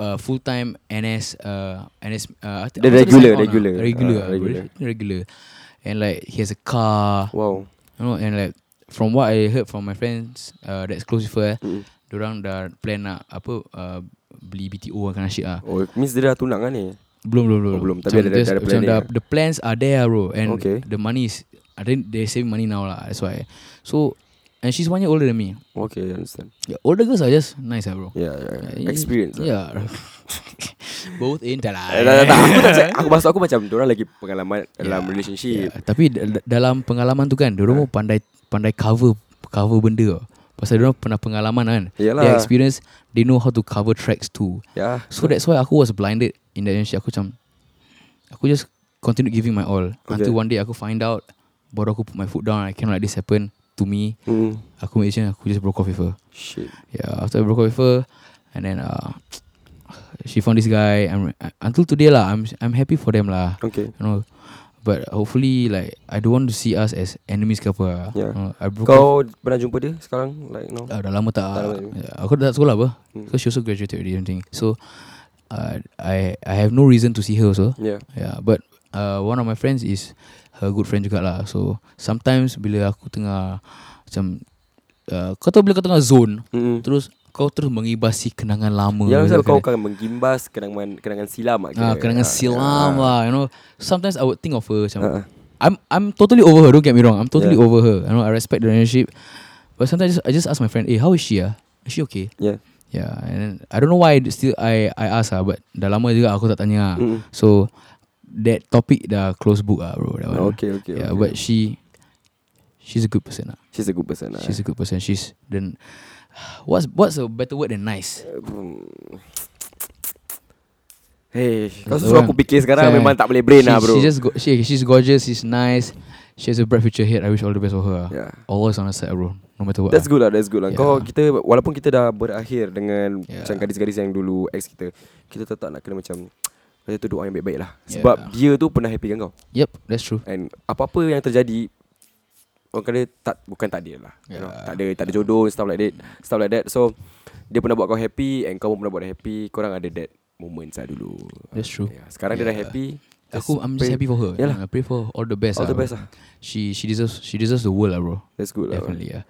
Speaker 3: uh, full time NS uh, NS uh, I think-
Speaker 2: The
Speaker 3: I think
Speaker 2: regular,
Speaker 3: sign on lah.
Speaker 2: regular.
Speaker 3: regular
Speaker 2: Ah,
Speaker 3: ah, bro.
Speaker 2: regular.
Speaker 3: regular and like he has a car
Speaker 2: Wow.
Speaker 3: you know and like from what I heard from my friends uh, that's close with her
Speaker 2: Mm.
Speaker 3: Diorang dah plan nak apa uh, beli BTO and kind of shit ah.
Speaker 2: Oh, means dia dah tunang kan ni?
Speaker 3: Belum belum belum.
Speaker 2: Oh, belum. Tapi
Speaker 3: Macam
Speaker 2: ada- ada-
Speaker 3: just-
Speaker 2: ada
Speaker 3: macam
Speaker 2: plan
Speaker 3: dah-
Speaker 2: dia.
Speaker 3: The plans are there bro and
Speaker 2: Okay.
Speaker 3: the money is I think they save money now lah. That's why. So and she's one year older than me.
Speaker 2: Okay, I understand.
Speaker 3: Yeah, older girls are just nice ah bro.
Speaker 2: Yeah, yeah, yeah.
Speaker 3: Yeah,
Speaker 2: Experience lah.
Speaker 3: Yeah. Both in dah lah.
Speaker 2: Eh, tak, tak, tak. Aku, tak cakap- aku maksud aku macam Diorang lagi pengalaman Dalam
Speaker 3: Yeah,
Speaker 2: relationship
Speaker 3: Ya, tapi da- da- dalam pengalaman tu kan, diorang pun pandai pandai cover cover benda. tau. Pasal diorang pernah pengalaman kan.
Speaker 2: Yalah.
Speaker 3: They experience, they know how to cover tracks too.
Speaker 2: Yeah,
Speaker 3: So that's why aku was blinded in that relationship. Aku macam, aku just continue giving my all. Okay. Until one day aku find out, baru aku put my foot down. I cannot let this happen to me.
Speaker 2: Hmm.
Speaker 3: Aku make sure aku just broke off with her.
Speaker 2: Shit
Speaker 3: Yeah, after I broke off with her, and then uh, she found this guy. I'm uh, until today lah. I'm I'm happy for them lah.
Speaker 2: Okay
Speaker 3: You know, but hopefully like I don't want to see us as enemies ke apa. lah.
Speaker 2: Yeah.
Speaker 3: You know, I broke off.
Speaker 2: Kau pernah jumpa dia sekarang? Like no?
Speaker 3: Uh, dah lama tak,
Speaker 2: Tak lama.
Speaker 3: yeah, Aku dah sekolah apa
Speaker 2: Hmm.
Speaker 3: Because she also graduated already and everything. So uh, I I have no reason to see her also
Speaker 2: Yeah
Speaker 3: Yeah, but uh, one of my friends is her good friend juga lah. So sometimes bila aku tengah macam uh, kau tahu bila kau tengah zone,
Speaker 2: Mm-mm.
Speaker 3: terus kau terus mengibasi kenangan lama. kan?
Speaker 2: Yang sebab
Speaker 3: Kena-
Speaker 2: Hmm. Ya, kau akan menggimbas kenangan kenangan silam ah.
Speaker 3: Hmm, Ah, kenangan silam lah, you know. Sometimes I would think of her macam
Speaker 2: Ah.
Speaker 3: I'm I'm totally over her. Don't get me wrong. I'm totally
Speaker 2: Yeah.
Speaker 3: over her. You know, I respect the relationship. But sometimes I just, I just ask my friend, "Hey, how is she? Ah, is she okay?"
Speaker 2: Yeah.
Speaker 3: Yeah, and then, I don't know why I still I I ask ah, but dah lama juga aku tak tanya. ah.
Speaker 2: Mm.
Speaker 3: So that topic dah close book ah, bro. That one.
Speaker 2: Okay, okay.
Speaker 3: Yeah,
Speaker 2: okay.
Speaker 3: but she she's a good person ah.
Speaker 2: she's a good person lah.
Speaker 3: She's a good person. She's then what's what's a better word than nice?
Speaker 2: Hey, kau
Speaker 3: That's
Speaker 2: suruh
Speaker 3: the
Speaker 2: aku
Speaker 3: one.
Speaker 2: fikir sekarang
Speaker 3: Saya-
Speaker 2: memang tak boleh brain
Speaker 3: she,
Speaker 2: lah bro.
Speaker 3: She just go, she she's gorgeous. She's nice. She has a bright future ahead. I wish all the best for her. ah.
Speaker 2: yeah.
Speaker 3: Always on her side, bro. No matter what.
Speaker 2: That's good lah, that's good lah.
Speaker 3: Yeah.
Speaker 2: Kau kita walaupun kita dah berakhir dengan
Speaker 3: Yeah.
Speaker 2: macam gadis-gadis yang dulu ex kita, kita tetap nak kena macam kita tu doa yang baik-baik lah.
Speaker 3: Yeah.
Speaker 2: Sebab dia tu pernah happy dengan kau.
Speaker 3: Yep, ah. that's true.
Speaker 2: And apa-apa yang terjadi Orang kata tak Bukan tak dia lah yeah. you know,
Speaker 3: Yeah.
Speaker 2: Tak ada tak ada jodoh Stuff like that Stuff like that So Dia pernah buat kau happy And kau pun pernah buat dia happy Korang ada that Moments lah dulu
Speaker 3: That's true.
Speaker 2: yeah. Sekarang yeah. dia dah happy
Speaker 3: Aku I'm just
Speaker 2: pray.
Speaker 3: happy for her.
Speaker 2: Yalah.
Speaker 3: I pray for all the best.
Speaker 2: All
Speaker 3: ah,
Speaker 2: the
Speaker 3: bro.
Speaker 2: best lah.
Speaker 3: She she deserves she deserves the world lah, bro.
Speaker 2: That's good lah
Speaker 3: Definitely yeah.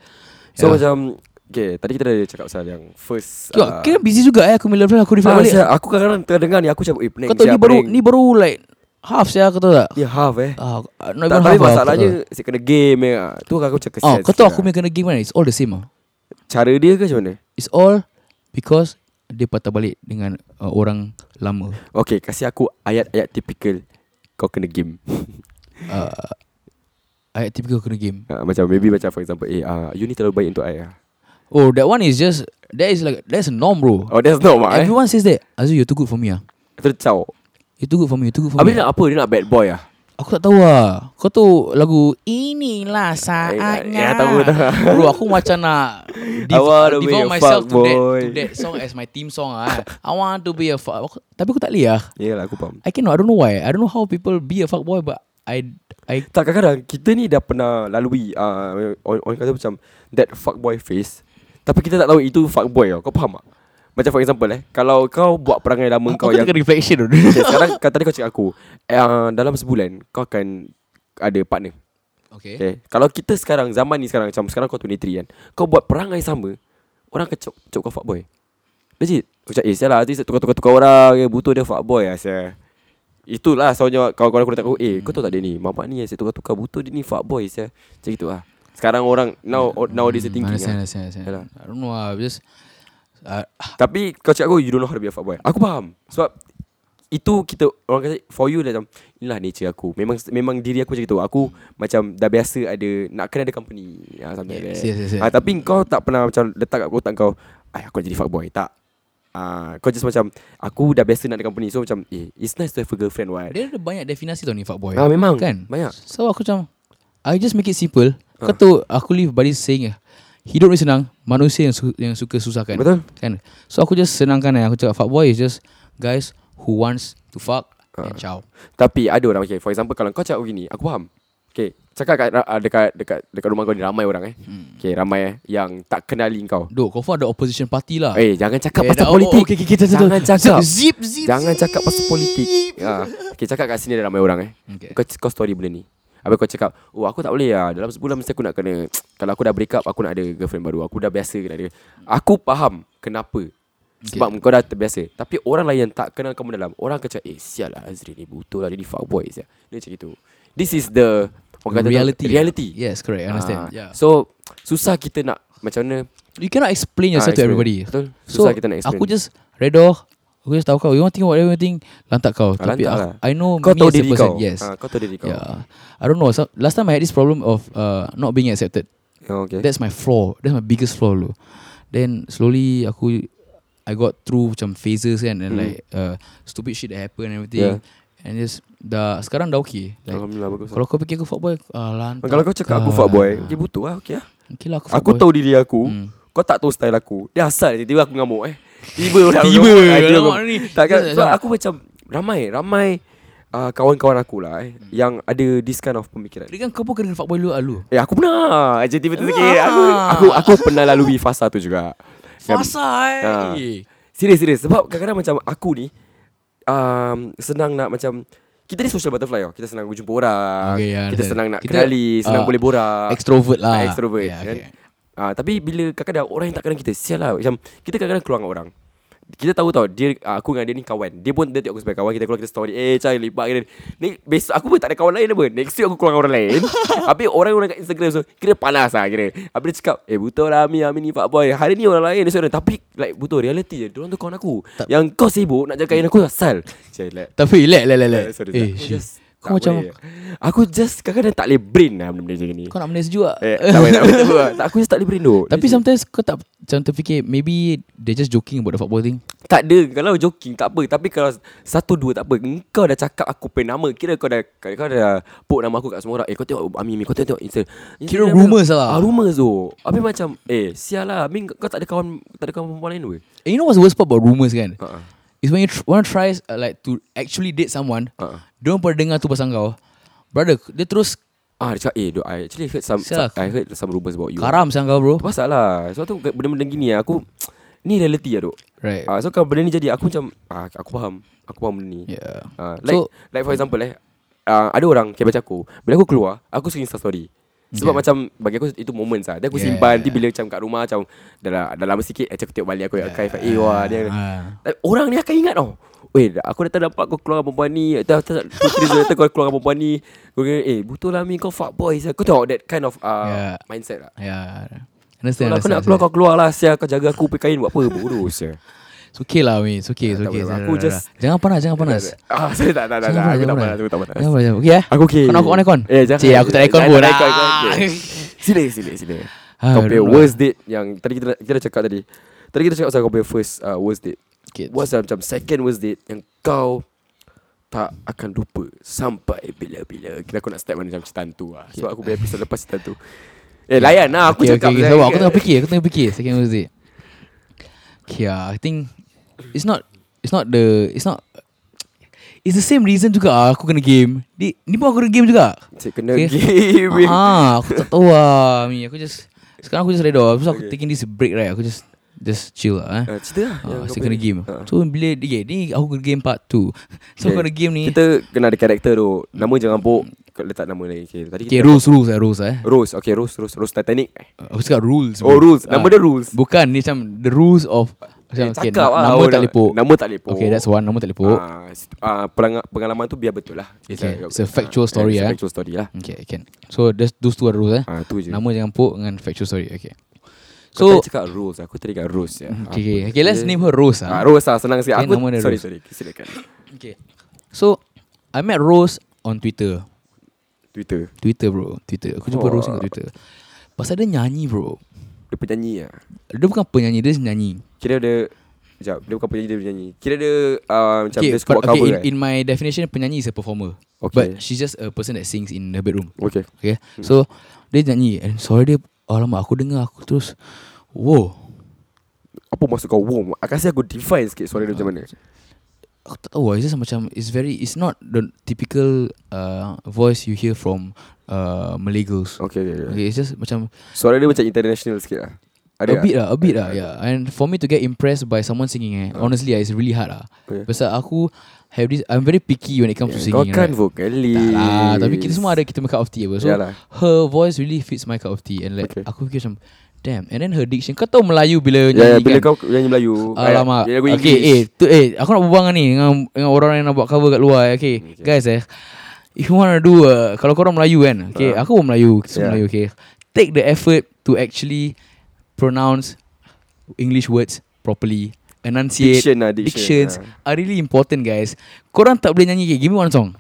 Speaker 2: So
Speaker 3: Yeah.
Speaker 2: macam Okay Tadi kita dah cakap pasal yang First
Speaker 3: Yo,
Speaker 2: ah,
Speaker 3: kira busy juga eh aku mula friend aku refer
Speaker 2: ah,
Speaker 3: Ya, balik.
Speaker 2: sial, Aku kadang-kadang terdengar ni Aku macam Eh pening
Speaker 3: Kau tahu
Speaker 2: sial,
Speaker 3: ni baru
Speaker 2: pening.
Speaker 3: ni baru like half saya kau tahu tak?
Speaker 2: Dia half eh
Speaker 3: Ah, uh,
Speaker 2: tak, Tapi masalahnya Saya kena game eh. ah. Tu aku macam kesian
Speaker 3: Oh, kau tahu
Speaker 2: sikit
Speaker 3: aku
Speaker 2: lah.
Speaker 3: punya kena game kan? It's all the same ah.
Speaker 2: Cara dia ke macam mana
Speaker 3: It's all because dia patah balik dengan uh, orang lama.
Speaker 2: Okay kasih aku Ayat-ayat tipikal Kau kena game
Speaker 3: Uh, I typical kena game.
Speaker 2: Uh, macam maybe macam for example eh uh, you ni terlalu baik untuk I. ah.
Speaker 3: Oh, that one is just that is like that's a norm, bro.
Speaker 2: Oh that's not mak eh.
Speaker 3: Everyone says that. Azul, you're too good for me ah.
Speaker 2: Tercau.
Speaker 3: You're too good for me. You're too good for
Speaker 2: Habis
Speaker 3: me.
Speaker 2: nak apa dia nak bad boy ah.
Speaker 3: Aku tak tahu lah Kau tahu lagu Inilah saatnya
Speaker 2: ya, Eh, tahu, tahu.
Speaker 3: Bro aku macam nak
Speaker 2: I
Speaker 3: div-
Speaker 2: wanna be
Speaker 3: Devote
Speaker 2: a
Speaker 3: myself to that,
Speaker 2: fuckboy.
Speaker 3: to that song As my theme song ah. I want to be a fuck aku, Tapi aku tak boleh lah
Speaker 2: Yalah aku faham.
Speaker 3: I cannot I don't know why I don't know how people Be a fuckboy But I I
Speaker 2: Tak kadang-kadang kita ni dah pernah lalui uh, orang, orang kata macam that fuckboy face tapi kita tak tahu itu fuckboy tau. Kau faham tak? Macam for example eh kalau kau buat perangai lama kau
Speaker 3: Aku
Speaker 2: yang
Speaker 3: tengah reflection tu
Speaker 2: okay, sekarang kau tadi kau cakap aku uh, dalam sebulan kau akan ada partner.
Speaker 3: Okay
Speaker 2: Okay. Kalau kita sekarang zaman ni sekarang macam sekarang kau 23 kan. Kau buat perangai sama, orang akan cok cok kau fuckboy. Legit. Kau cakap, "Eh, sial lah, nanti tukar-tukar-tukar orang, eh, butuh dia fuckboy lah, sial." Itulah soalnya kawan-kawan aku datang aku, "Eh, kau tahu tak dia ni? Mamak ni asyik tukar-tukar butuh dia ni fuckboy sial." Macam gitu lah. Sekarang orang now nowadays dia thinking.
Speaker 3: Hmm, Understand,
Speaker 2: Lah.
Speaker 3: understand, understand.
Speaker 2: Yalah.
Speaker 3: I don't know lah Just uh,
Speaker 2: Tapi kau cakap aku you don't know how to be a fuckboy. Aku faham. Sebab itu kita orang kata for you dah macam inilah nature aku. Memang memang diri aku macam itu. Aku macam dah biasa ada nak kena ada company. Ah something like
Speaker 3: Yes,
Speaker 2: that.
Speaker 3: yes, yes, yes.
Speaker 2: Ah, tapi kau tak pernah macam letak kat kotak kau, ay aku nak jadi fuckboy. Tak. Ah kau just macam aku dah biasa nak ada company. So macam eh it's nice to have a girlfriend what.
Speaker 3: Dia ada banyak definasi tau ni fuckboy
Speaker 2: Ah, memang.
Speaker 3: Kan
Speaker 2: Banyak. Ah.
Speaker 3: So aku macam I just make it simple Kau tahu Aku live by this saying ah, Hidup ni senang Manusia yang, su- yang suka susahkan
Speaker 2: Betul.
Speaker 3: Kan So aku just senangkan eh. Aku cakap fuckboy is just Guys who wants to fuck
Speaker 2: Ah.
Speaker 3: And ciao
Speaker 2: Tapi ada orang okay, For example kalau kau cakap begini Aku faham Okay Cakap kat, ra- dekat, dekat, dekat rumah kau ni Ramai orang eh hmm. Okay ramai eh Yang tak kenali kau
Speaker 3: Duk kau faham ada opposition party lah
Speaker 2: Eh jangan cakap
Speaker 3: Eh,
Speaker 2: pasal
Speaker 3: dah- oh,
Speaker 2: politik
Speaker 3: okay, okay, okay, betul,
Speaker 2: Jangan
Speaker 3: betul.
Speaker 2: cakap
Speaker 3: Zip, zip,
Speaker 2: Jangan
Speaker 3: zip.
Speaker 2: cakap pasal politik ha. Okay cakap kat sini ada ramai orang eh
Speaker 3: Okay.
Speaker 2: okay. kau, kau story benda ni Habis kau cakap Oh aku tak boleh lah Dalam sebulan mesti aku nak kena Kalau aku dah break up Aku nak ada girlfriend baru Aku dah biasa nak ada Aku faham Kenapa Sebab okay. kau dah terbiasa Tapi orang lain yang tak kenal kamu dalam Orang akan cakap Eh sial lah Azri ni butuh lah Dia ni fuckboy sial Dia macam itu This is the orang kata tu,
Speaker 3: Reality
Speaker 2: Reality
Speaker 3: Yes correct I understand
Speaker 2: Ah,
Speaker 3: yeah.
Speaker 2: So Susah kita nak Macam mana
Speaker 3: You cannot explain
Speaker 2: Ah,
Speaker 3: yourself to
Speaker 2: explain.
Speaker 3: everybody
Speaker 2: Betul.
Speaker 3: So
Speaker 2: Susah kita nak explain.
Speaker 3: Aku just Redoh Aku just tahu kau You want think whatever you think Lantak kau
Speaker 2: Ah,
Speaker 3: Tapi
Speaker 2: lantak
Speaker 3: aku,
Speaker 2: lah.
Speaker 3: I know
Speaker 2: Kau
Speaker 3: me
Speaker 2: tahu
Speaker 3: as a
Speaker 2: diri
Speaker 3: person,
Speaker 2: kau
Speaker 3: Yes
Speaker 2: Ah, Kau tahu diri kau
Speaker 3: Yeah, I don't know. So, last time I had this problem of uh, not being accepted.
Speaker 2: Oh, okay.
Speaker 3: That's my flaw. That's my biggest flaw dulu. Then slowly aku I got through macam phases kan
Speaker 2: Mm.
Speaker 3: and like uh, stupid shit that happen and everything. Yeah. And just dah sekarang dah okay. Like
Speaker 2: Alhamdulillah bagus
Speaker 3: kalau kau fikir aku fuckboy, ah lantak.
Speaker 2: Kalau kau cakap aku fuckboy Dia butuh lah okay lah
Speaker 3: Okay lah aku
Speaker 2: Aku
Speaker 3: fuckboy.
Speaker 2: tahu diri aku
Speaker 3: Hmm.
Speaker 2: Kau tak tahu style aku Dia asal je, tiba aku ngamuk eh Tiba orang
Speaker 3: Tiba,
Speaker 2: ngamuk, eh,
Speaker 3: ngamuk
Speaker 2: aku-
Speaker 3: ni.
Speaker 2: Takkan
Speaker 3: Yes,
Speaker 2: sebab
Speaker 3: yes.
Speaker 2: aku macam Ramai Ramai ah, Kawan-kawan aku lah eh
Speaker 3: Hmm.
Speaker 2: Yang ada this kind of pemikiran
Speaker 3: Dia kan kau pun kena fuckboy dulu alu.
Speaker 2: Eh aku pernah Jadi tiba-tiba sikit aku, aku aku pernah lalui fasa tu juga Kan?
Speaker 3: Fasa
Speaker 2: Ah.
Speaker 3: eh.
Speaker 2: Serius serius Sebab kadang-kadang macam aku ni um, Senang nak macam Kita ni social butterfly tau Kita senang jumpa orang
Speaker 3: Okay, yeah,
Speaker 2: Kita
Speaker 3: understand.
Speaker 2: senang nak
Speaker 3: Kita,
Speaker 2: kenali Senang
Speaker 3: ah,
Speaker 2: boleh borak
Speaker 3: extrovert
Speaker 2: Ah,
Speaker 3: lah.
Speaker 2: Extrovert
Speaker 3: Yeah,
Speaker 2: kan
Speaker 3: okay.
Speaker 2: Ah, Tapi bila kadang-kadang orang yang tak kenal kita Sial lah Macam kita kadang-kadang keluar dengan orang kita tahu tau dia ah, aku dengan dia ni kawan. Dia pun dia tengok aku sebagai kawan. Kita keluar kita story. Eh, cai lipat kena. Ni besok aku pun tak ada kawan lain apa. Next week aku keluar dengan orang lain. Habis orang-orang kat Instagram so kira panas lah kira. Habis dia cakap, "Eh, betul lah Ami, Ami ni fuck boy. Hari ni orang lain ni seorang tapi like betul reality je. Diorang tu kawan aku. Yang kau sibuk nak jagain aku asal." Cai like.
Speaker 3: Tapi relax, relax, relax.
Speaker 2: Eh, sorry,
Speaker 3: Eh,
Speaker 2: Zak. Aku
Speaker 3: shit.
Speaker 2: just tak
Speaker 3: Kau macam
Speaker 2: boleh. Eh, Aku just kadang-kadang tak boleh brain lah Benda-benda macam ni
Speaker 3: kau nak menes juga.
Speaker 2: Eh, tak boleh, tak boleh, tak boleh. Tak, Aku just tak boleh brain duk
Speaker 3: Tapi sometimes kau tak macam terfikir maybe they just joking about the football thing.
Speaker 2: Tak ada Kalau joking tak apa Tapi kalau Satu dua tak apa Engkau dah cakap aku pen nama Kira kau dah Kau dah Put nama aku kat semua orang Eh kau tengok Amin Amin, Kau tengok, tengok Insta
Speaker 3: Kira
Speaker 2: Instagram
Speaker 3: rumours
Speaker 2: tu.
Speaker 3: lah.
Speaker 2: ah, Rumours tu Habis macam Eh sial lah Amin kau tak ada kawan Tak ada kawan perempuan lain weh
Speaker 3: And you know what's the worst part about rumors kan?
Speaker 2: Ha-ha.
Speaker 3: Is when you tr- want to try uh, like to actually date someone,
Speaker 2: Ha-ha.
Speaker 3: dia orang pernah dengar tu pasal kau. Brother, dia terus
Speaker 2: Ah dia cakap Eh dude, I actually heard some,
Speaker 3: Sial lah.
Speaker 2: some I heard some rumours about you
Speaker 3: karam sang kau bro.
Speaker 2: Apa pasal lah Sebab tu benda-benda gini lah, Aku Ni reality lah duk
Speaker 3: Right.
Speaker 2: Ah, so kalau benda ni jadi aku macam ah, aku faham. Aku faham benda ni.
Speaker 3: Yeah.
Speaker 2: Ah, like
Speaker 3: So-
Speaker 2: so, like for example eh ah, ada orang kayak macam aku. Bila aku keluar, aku sering Insta story. Sebab
Speaker 3: Yeah.
Speaker 2: macam bagi aku itu moments lah. Dia aku
Speaker 3: Yeah.
Speaker 2: simpan nanti bila macam kat rumah macam dah, la- dah lama sikit macam aku tengok balik aku yeah. archive eh wah dia.
Speaker 3: Ah.
Speaker 2: Eh, Orang ni akan ingat tau. Weh, dah- aku dah tak dapat kau keluar dengan perempuan ni. Dah tak putri kata kau keluar dengan perempuan ni. Kau kena eh betul lah mi kau fuck boy. sia." Kau tengok that kind of
Speaker 3: Yeah.
Speaker 2: uh, mindset lah.
Speaker 3: Yeah.
Speaker 2: Kalau
Speaker 3: ya. Understand.
Speaker 2: aku
Speaker 3: understand,
Speaker 2: nak keluar
Speaker 3: understand.
Speaker 2: kau keluar lah sia kau jaga aku pakai kain buat apa bodoh sia.
Speaker 3: It's okay lah, weh. It's okay,
Speaker 2: Eh,
Speaker 3: it's
Speaker 2: tak
Speaker 3: okay.
Speaker 2: boleh,
Speaker 3: Dah,
Speaker 2: aku
Speaker 3: dah,
Speaker 2: just-
Speaker 3: dah. jangan panas, jangan panas.
Speaker 2: Ah, saya tak tak tak. tak.
Speaker 3: Jangan
Speaker 2: Aku tak
Speaker 3: panas,
Speaker 2: panas, aku tak panas.
Speaker 3: Jangan panas. Okay eh?
Speaker 2: Aku okay.
Speaker 3: Kau nak aku on aircon?
Speaker 2: Eh, jangan.
Speaker 3: Cik, aku tak ada aircon
Speaker 2: Jangan
Speaker 3: pun.
Speaker 2: ada aircon,
Speaker 3: Ah.
Speaker 2: okay. Sila, sila, sila.
Speaker 3: Ah,
Speaker 2: Kau punya
Speaker 3: aduh.
Speaker 2: worst date yang tadi kita kita dah cakap tadi. Tadi kita cakap pasal kau punya first uh, worst date.
Speaker 3: Okay.
Speaker 2: What's the, macam second worst date yang kau tak akan lupa sampai bila-bila. Kira aku nak step mana macam cerita hantu lah. Sebab aku punya episode lepas cerita hantu. Eh, layan lah. Aku
Speaker 3: okay,
Speaker 2: cakap. kan.
Speaker 3: okay, okay.
Speaker 2: pasal-
Speaker 3: Sabar, aku tengah fikir, aku tengah fikir second Wednesday. Okay, ah, I think it's not it's not the it's not It's the same reason juga ah, aku kena game. Di, ni pun aku kena game juga.
Speaker 2: Cik, kena
Speaker 3: Okay.
Speaker 2: give.
Speaker 3: Ah, aku tak tahu ah. Mi, aku just sekarang aku just redo. Lepas tu aku taking this break right. Aku just just chill lah. Eh.
Speaker 2: Ah, cerita lah. yang
Speaker 3: Ah,
Speaker 2: kau
Speaker 3: saya kena
Speaker 2: punya.
Speaker 3: game.
Speaker 2: Ah.
Speaker 3: So bila dia ni aku kena game part 2.
Speaker 2: Okay.
Speaker 3: So aku kena game ni.
Speaker 2: Kita kena ada karakter tu Nama jangan pok Kau letak nama lagi Okay, tadi
Speaker 3: okay,
Speaker 2: kita
Speaker 3: rules rules eh, rules eh.
Speaker 2: Rose Okay Rose Rose Rose Titanic
Speaker 3: Aku cakap rules.
Speaker 2: Oh,
Speaker 3: bro. Ah.
Speaker 2: rules. Nama dia rules. Eh,
Speaker 3: Bukan ni macam the rules of macam okay,
Speaker 2: cakap
Speaker 3: na-
Speaker 2: lah,
Speaker 3: nama
Speaker 2: oh,
Speaker 3: tak
Speaker 2: na-
Speaker 3: lepok.
Speaker 2: nama tak lepok.
Speaker 3: Okay, that's one. Nama tak lepok.
Speaker 2: Ah, situ- ah, pelanga- Pengalaman tu biar betul lah
Speaker 3: Okay,
Speaker 2: Kita-
Speaker 3: it's a
Speaker 2: ah,
Speaker 3: factual
Speaker 2: it's
Speaker 3: story,
Speaker 2: a
Speaker 3: eh.
Speaker 2: Factual story lah
Speaker 3: Okay, can. So there's those two are rules eh.
Speaker 2: Ah, tu je.
Speaker 3: Nama jangan pok dengan factual story. Okay.
Speaker 2: So
Speaker 3: So Mm,
Speaker 2: Kau tadi cakap Rose Aku tadi cakap Rose ya.
Speaker 3: okay, okay, okay, let's name her Rose
Speaker 2: ah,
Speaker 3: ah.
Speaker 2: Rose lah senang sikit
Speaker 3: Okay,
Speaker 2: Aku
Speaker 3: nama dia
Speaker 2: Sorry
Speaker 3: Rose.
Speaker 2: sorry Silakan
Speaker 3: Okay. So I met Rose on Twitter.
Speaker 2: Twitter
Speaker 3: Twitter bro, Twitter. Aku jumpa
Speaker 2: Oh.
Speaker 3: Rose kat Twitter. Pasal dia nyanyi bro.
Speaker 2: Dia penyanyi lah
Speaker 3: Dia bukan penyanyi, dia nyanyi.
Speaker 2: Kira dia Sekejap Dia bukan penyanyi Dia penyanyi Kira dia uh, Macam
Speaker 3: okay,
Speaker 2: dia suka buat
Speaker 3: but-
Speaker 2: cover
Speaker 3: okay in,
Speaker 2: kan
Speaker 3: in my definition penyanyi is a performer.
Speaker 2: Okay.
Speaker 3: But she's just a person that sings in her bedroom.
Speaker 2: Okay
Speaker 3: Okay.
Speaker 2: Hmm.
Speaker 3: So dia nyanyi and suara dia alamak aku dengar aku terus wow.
Speaker 2: Apa maksud kau warm Aku rasa aku define sikit Suara dia macam mana
Speaker 3: Aku tak tahu lah, It's just macam It's very It's not the typical uh, Voice you hear from uh, Malay girls
Speaker 2: Okay, okay, okay.
Speaker 3: okay It's just macam
Speaker 2: Suara dia macam international sikit lah Ada
Speaker 3: A bit
Speaker 2: tak?
Speaker 3: lah A bit lah yeah. And for me to get impressed By someone singing eh, Honestly ah, It's really hard lah
Speaker 2: Okay.
Speaker 3: Pasal aku Have this I'm very picky When it comes to
Speaker 2: Kau
Speaker 3: singing
Speaker 2: kan
Speaker 3: right?
Speaker 2: vokalis
Speaker 3: Tak lah Tapi kita semua ada Kita make up of tea apa So
Speaker 2: Yalah.
Speaker 3: her voice really fits my cup of tea And like
Speaker 2: Okay.
Speaker 3: okay. Aku fikir macam Damn And then her diction Kau tahu Melayu
Speaker 2: Ya,
Speaker 3: bila
Speaker 2: ya,
Speaker 3: nyanyi
Speaker 2: bila
Speaker 3: kan
Speaker 2: kau nyanyi Melayu
Speaker 3: Alamak
Speaker 2: Jadi aku
Speaker 3: Okay eh, tu, eh Aku nak berbual dengan ni dengan, dengan orang yang nak buat cover kat luar eh. okay.
Speaker 2: Hmm,
Speaker 3: okay Guys eh If you wanna do uh, Kalau korang Melayu kan Okay
Speaker 2: Ah.
Speaker 3: Aku pun Melayu Kita semua
Speaker 2: Yeah.
Speaker 3: Melayu okay Take the effort To actually Pronounce English words Properly Enunciate
Speaker 2: Diction lah, diction,
Speaker 3: Dictions
Speaker 2: ah.
Speaker 3: Are really important guys Korang tak boleh nyanyi okay, Give me one song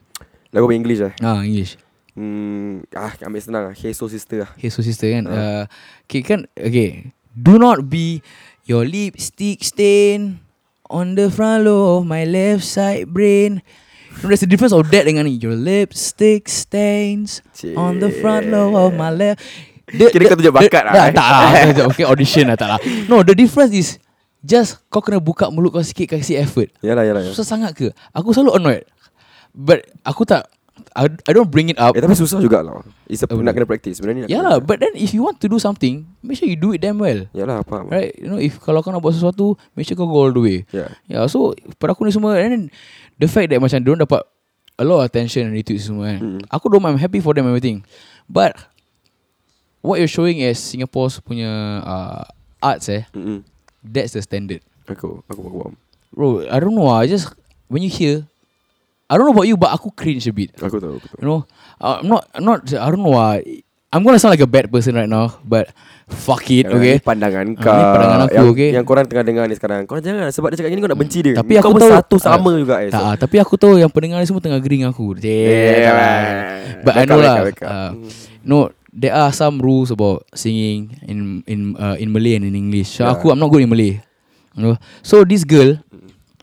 Speaker 2: Lagu bahasa English lah
Speaker 3: Ah English
Speaker 2: Hmm, ah, ambil senang lah Hey so sister lah
Speaker 3: Hey so sister kan uh, Okay kan Okay Do not be Your lipstick stain On the front low of my left side brain You know, there's a difference of that dengan ni Your lipstick stains On the front low of my left the,
Speaker 2: Kira kau tunjuk bakat lah, eh.
Speaker 3: Tak lah aku tunjuk, Okay audition lah tak lah No the difference is Just kau kena buka mulut kau sikit Kasi effort
Speaker 2: Yalah, yalah, yalah.
Speaker 3: Susah sangat ke Aku selalu annoyed But aku tak I, I don't bring it up
Speaker 2: Eh tapi susah juga lah It's a,
Speaker 3: Oh,
Speaker 2: Nak
Speaker 3: betul.
Speaker 2: kena practice Benda ni nak
Speaker 3: Yalah,
Speaker 2: kena,
Speaker 3: but then if you want to do something, make sure you do it damn well.
Speaker 2: Yalah faham
Speaker 3: Right? You know, if kalau kau nak buat sesuatu, make sure kau go all the way.
Speaker 2: Yeah.
Speaker 3: Yeah, so pada aku ni semua and then the fact that macam dia dapat a lot of attention and retweet semua
Speaker 2: Mm.
Speaker 3: kan. Aku don't mind, I'm happy for them and everything. But what you're showing as Singapore's punya uh, arts eh,
Speaker 2: Mm-mm.
Speaker 3: that's the standard.
Speaker 2: Aku Aku aku faham
Speaker 3: Bro, I don't know. ah, I just when you hear I don't know about you but aku cringe a bit.
Speaker 2: Aku tahu Aku tahu
Speaker 3: You know, uh, I'm not, I'm not, I don't know why. I'm gonna sound like a bad person right now, but fuck it,
Speaker 2: Yalah,
Speaker 3: okay.
Speaker 2: Ni pandangan
Speaker 3: Ah,
Speaker 2: kau
Speaker 3: ni pandangan aku,
Speaker 2: yang,
Speaker 3: okay?
Speaker 2: yang korang tengah dengar ni sekarang Korang jangan lah, Sebab dia cakap gini Kau nak benci dia kau
Speaker 3: Tapi aku
Speaker 2: pun
Speaker 3: tahu
Speaker 2: satu
Speaker 3: ah,
Speaker 2: sama juga eh, Ya,
Speaker 3: Tak, ah, tapi aku tahu yang pendengar ni semua tengah gering aku.
Speaker 2: Yeah,
Speaker 3: Yeah, but I
Speaker 2: Backup,
Speaker 3: know lah.
Speaker 2: backup, backup.
Speaker 3: Uh, no, there are some rules about singing in in uh, in Malay and in English. So
Speaker 2: Yeah.
Speaker 3: aku I'm not good in Malay. You know? So this girl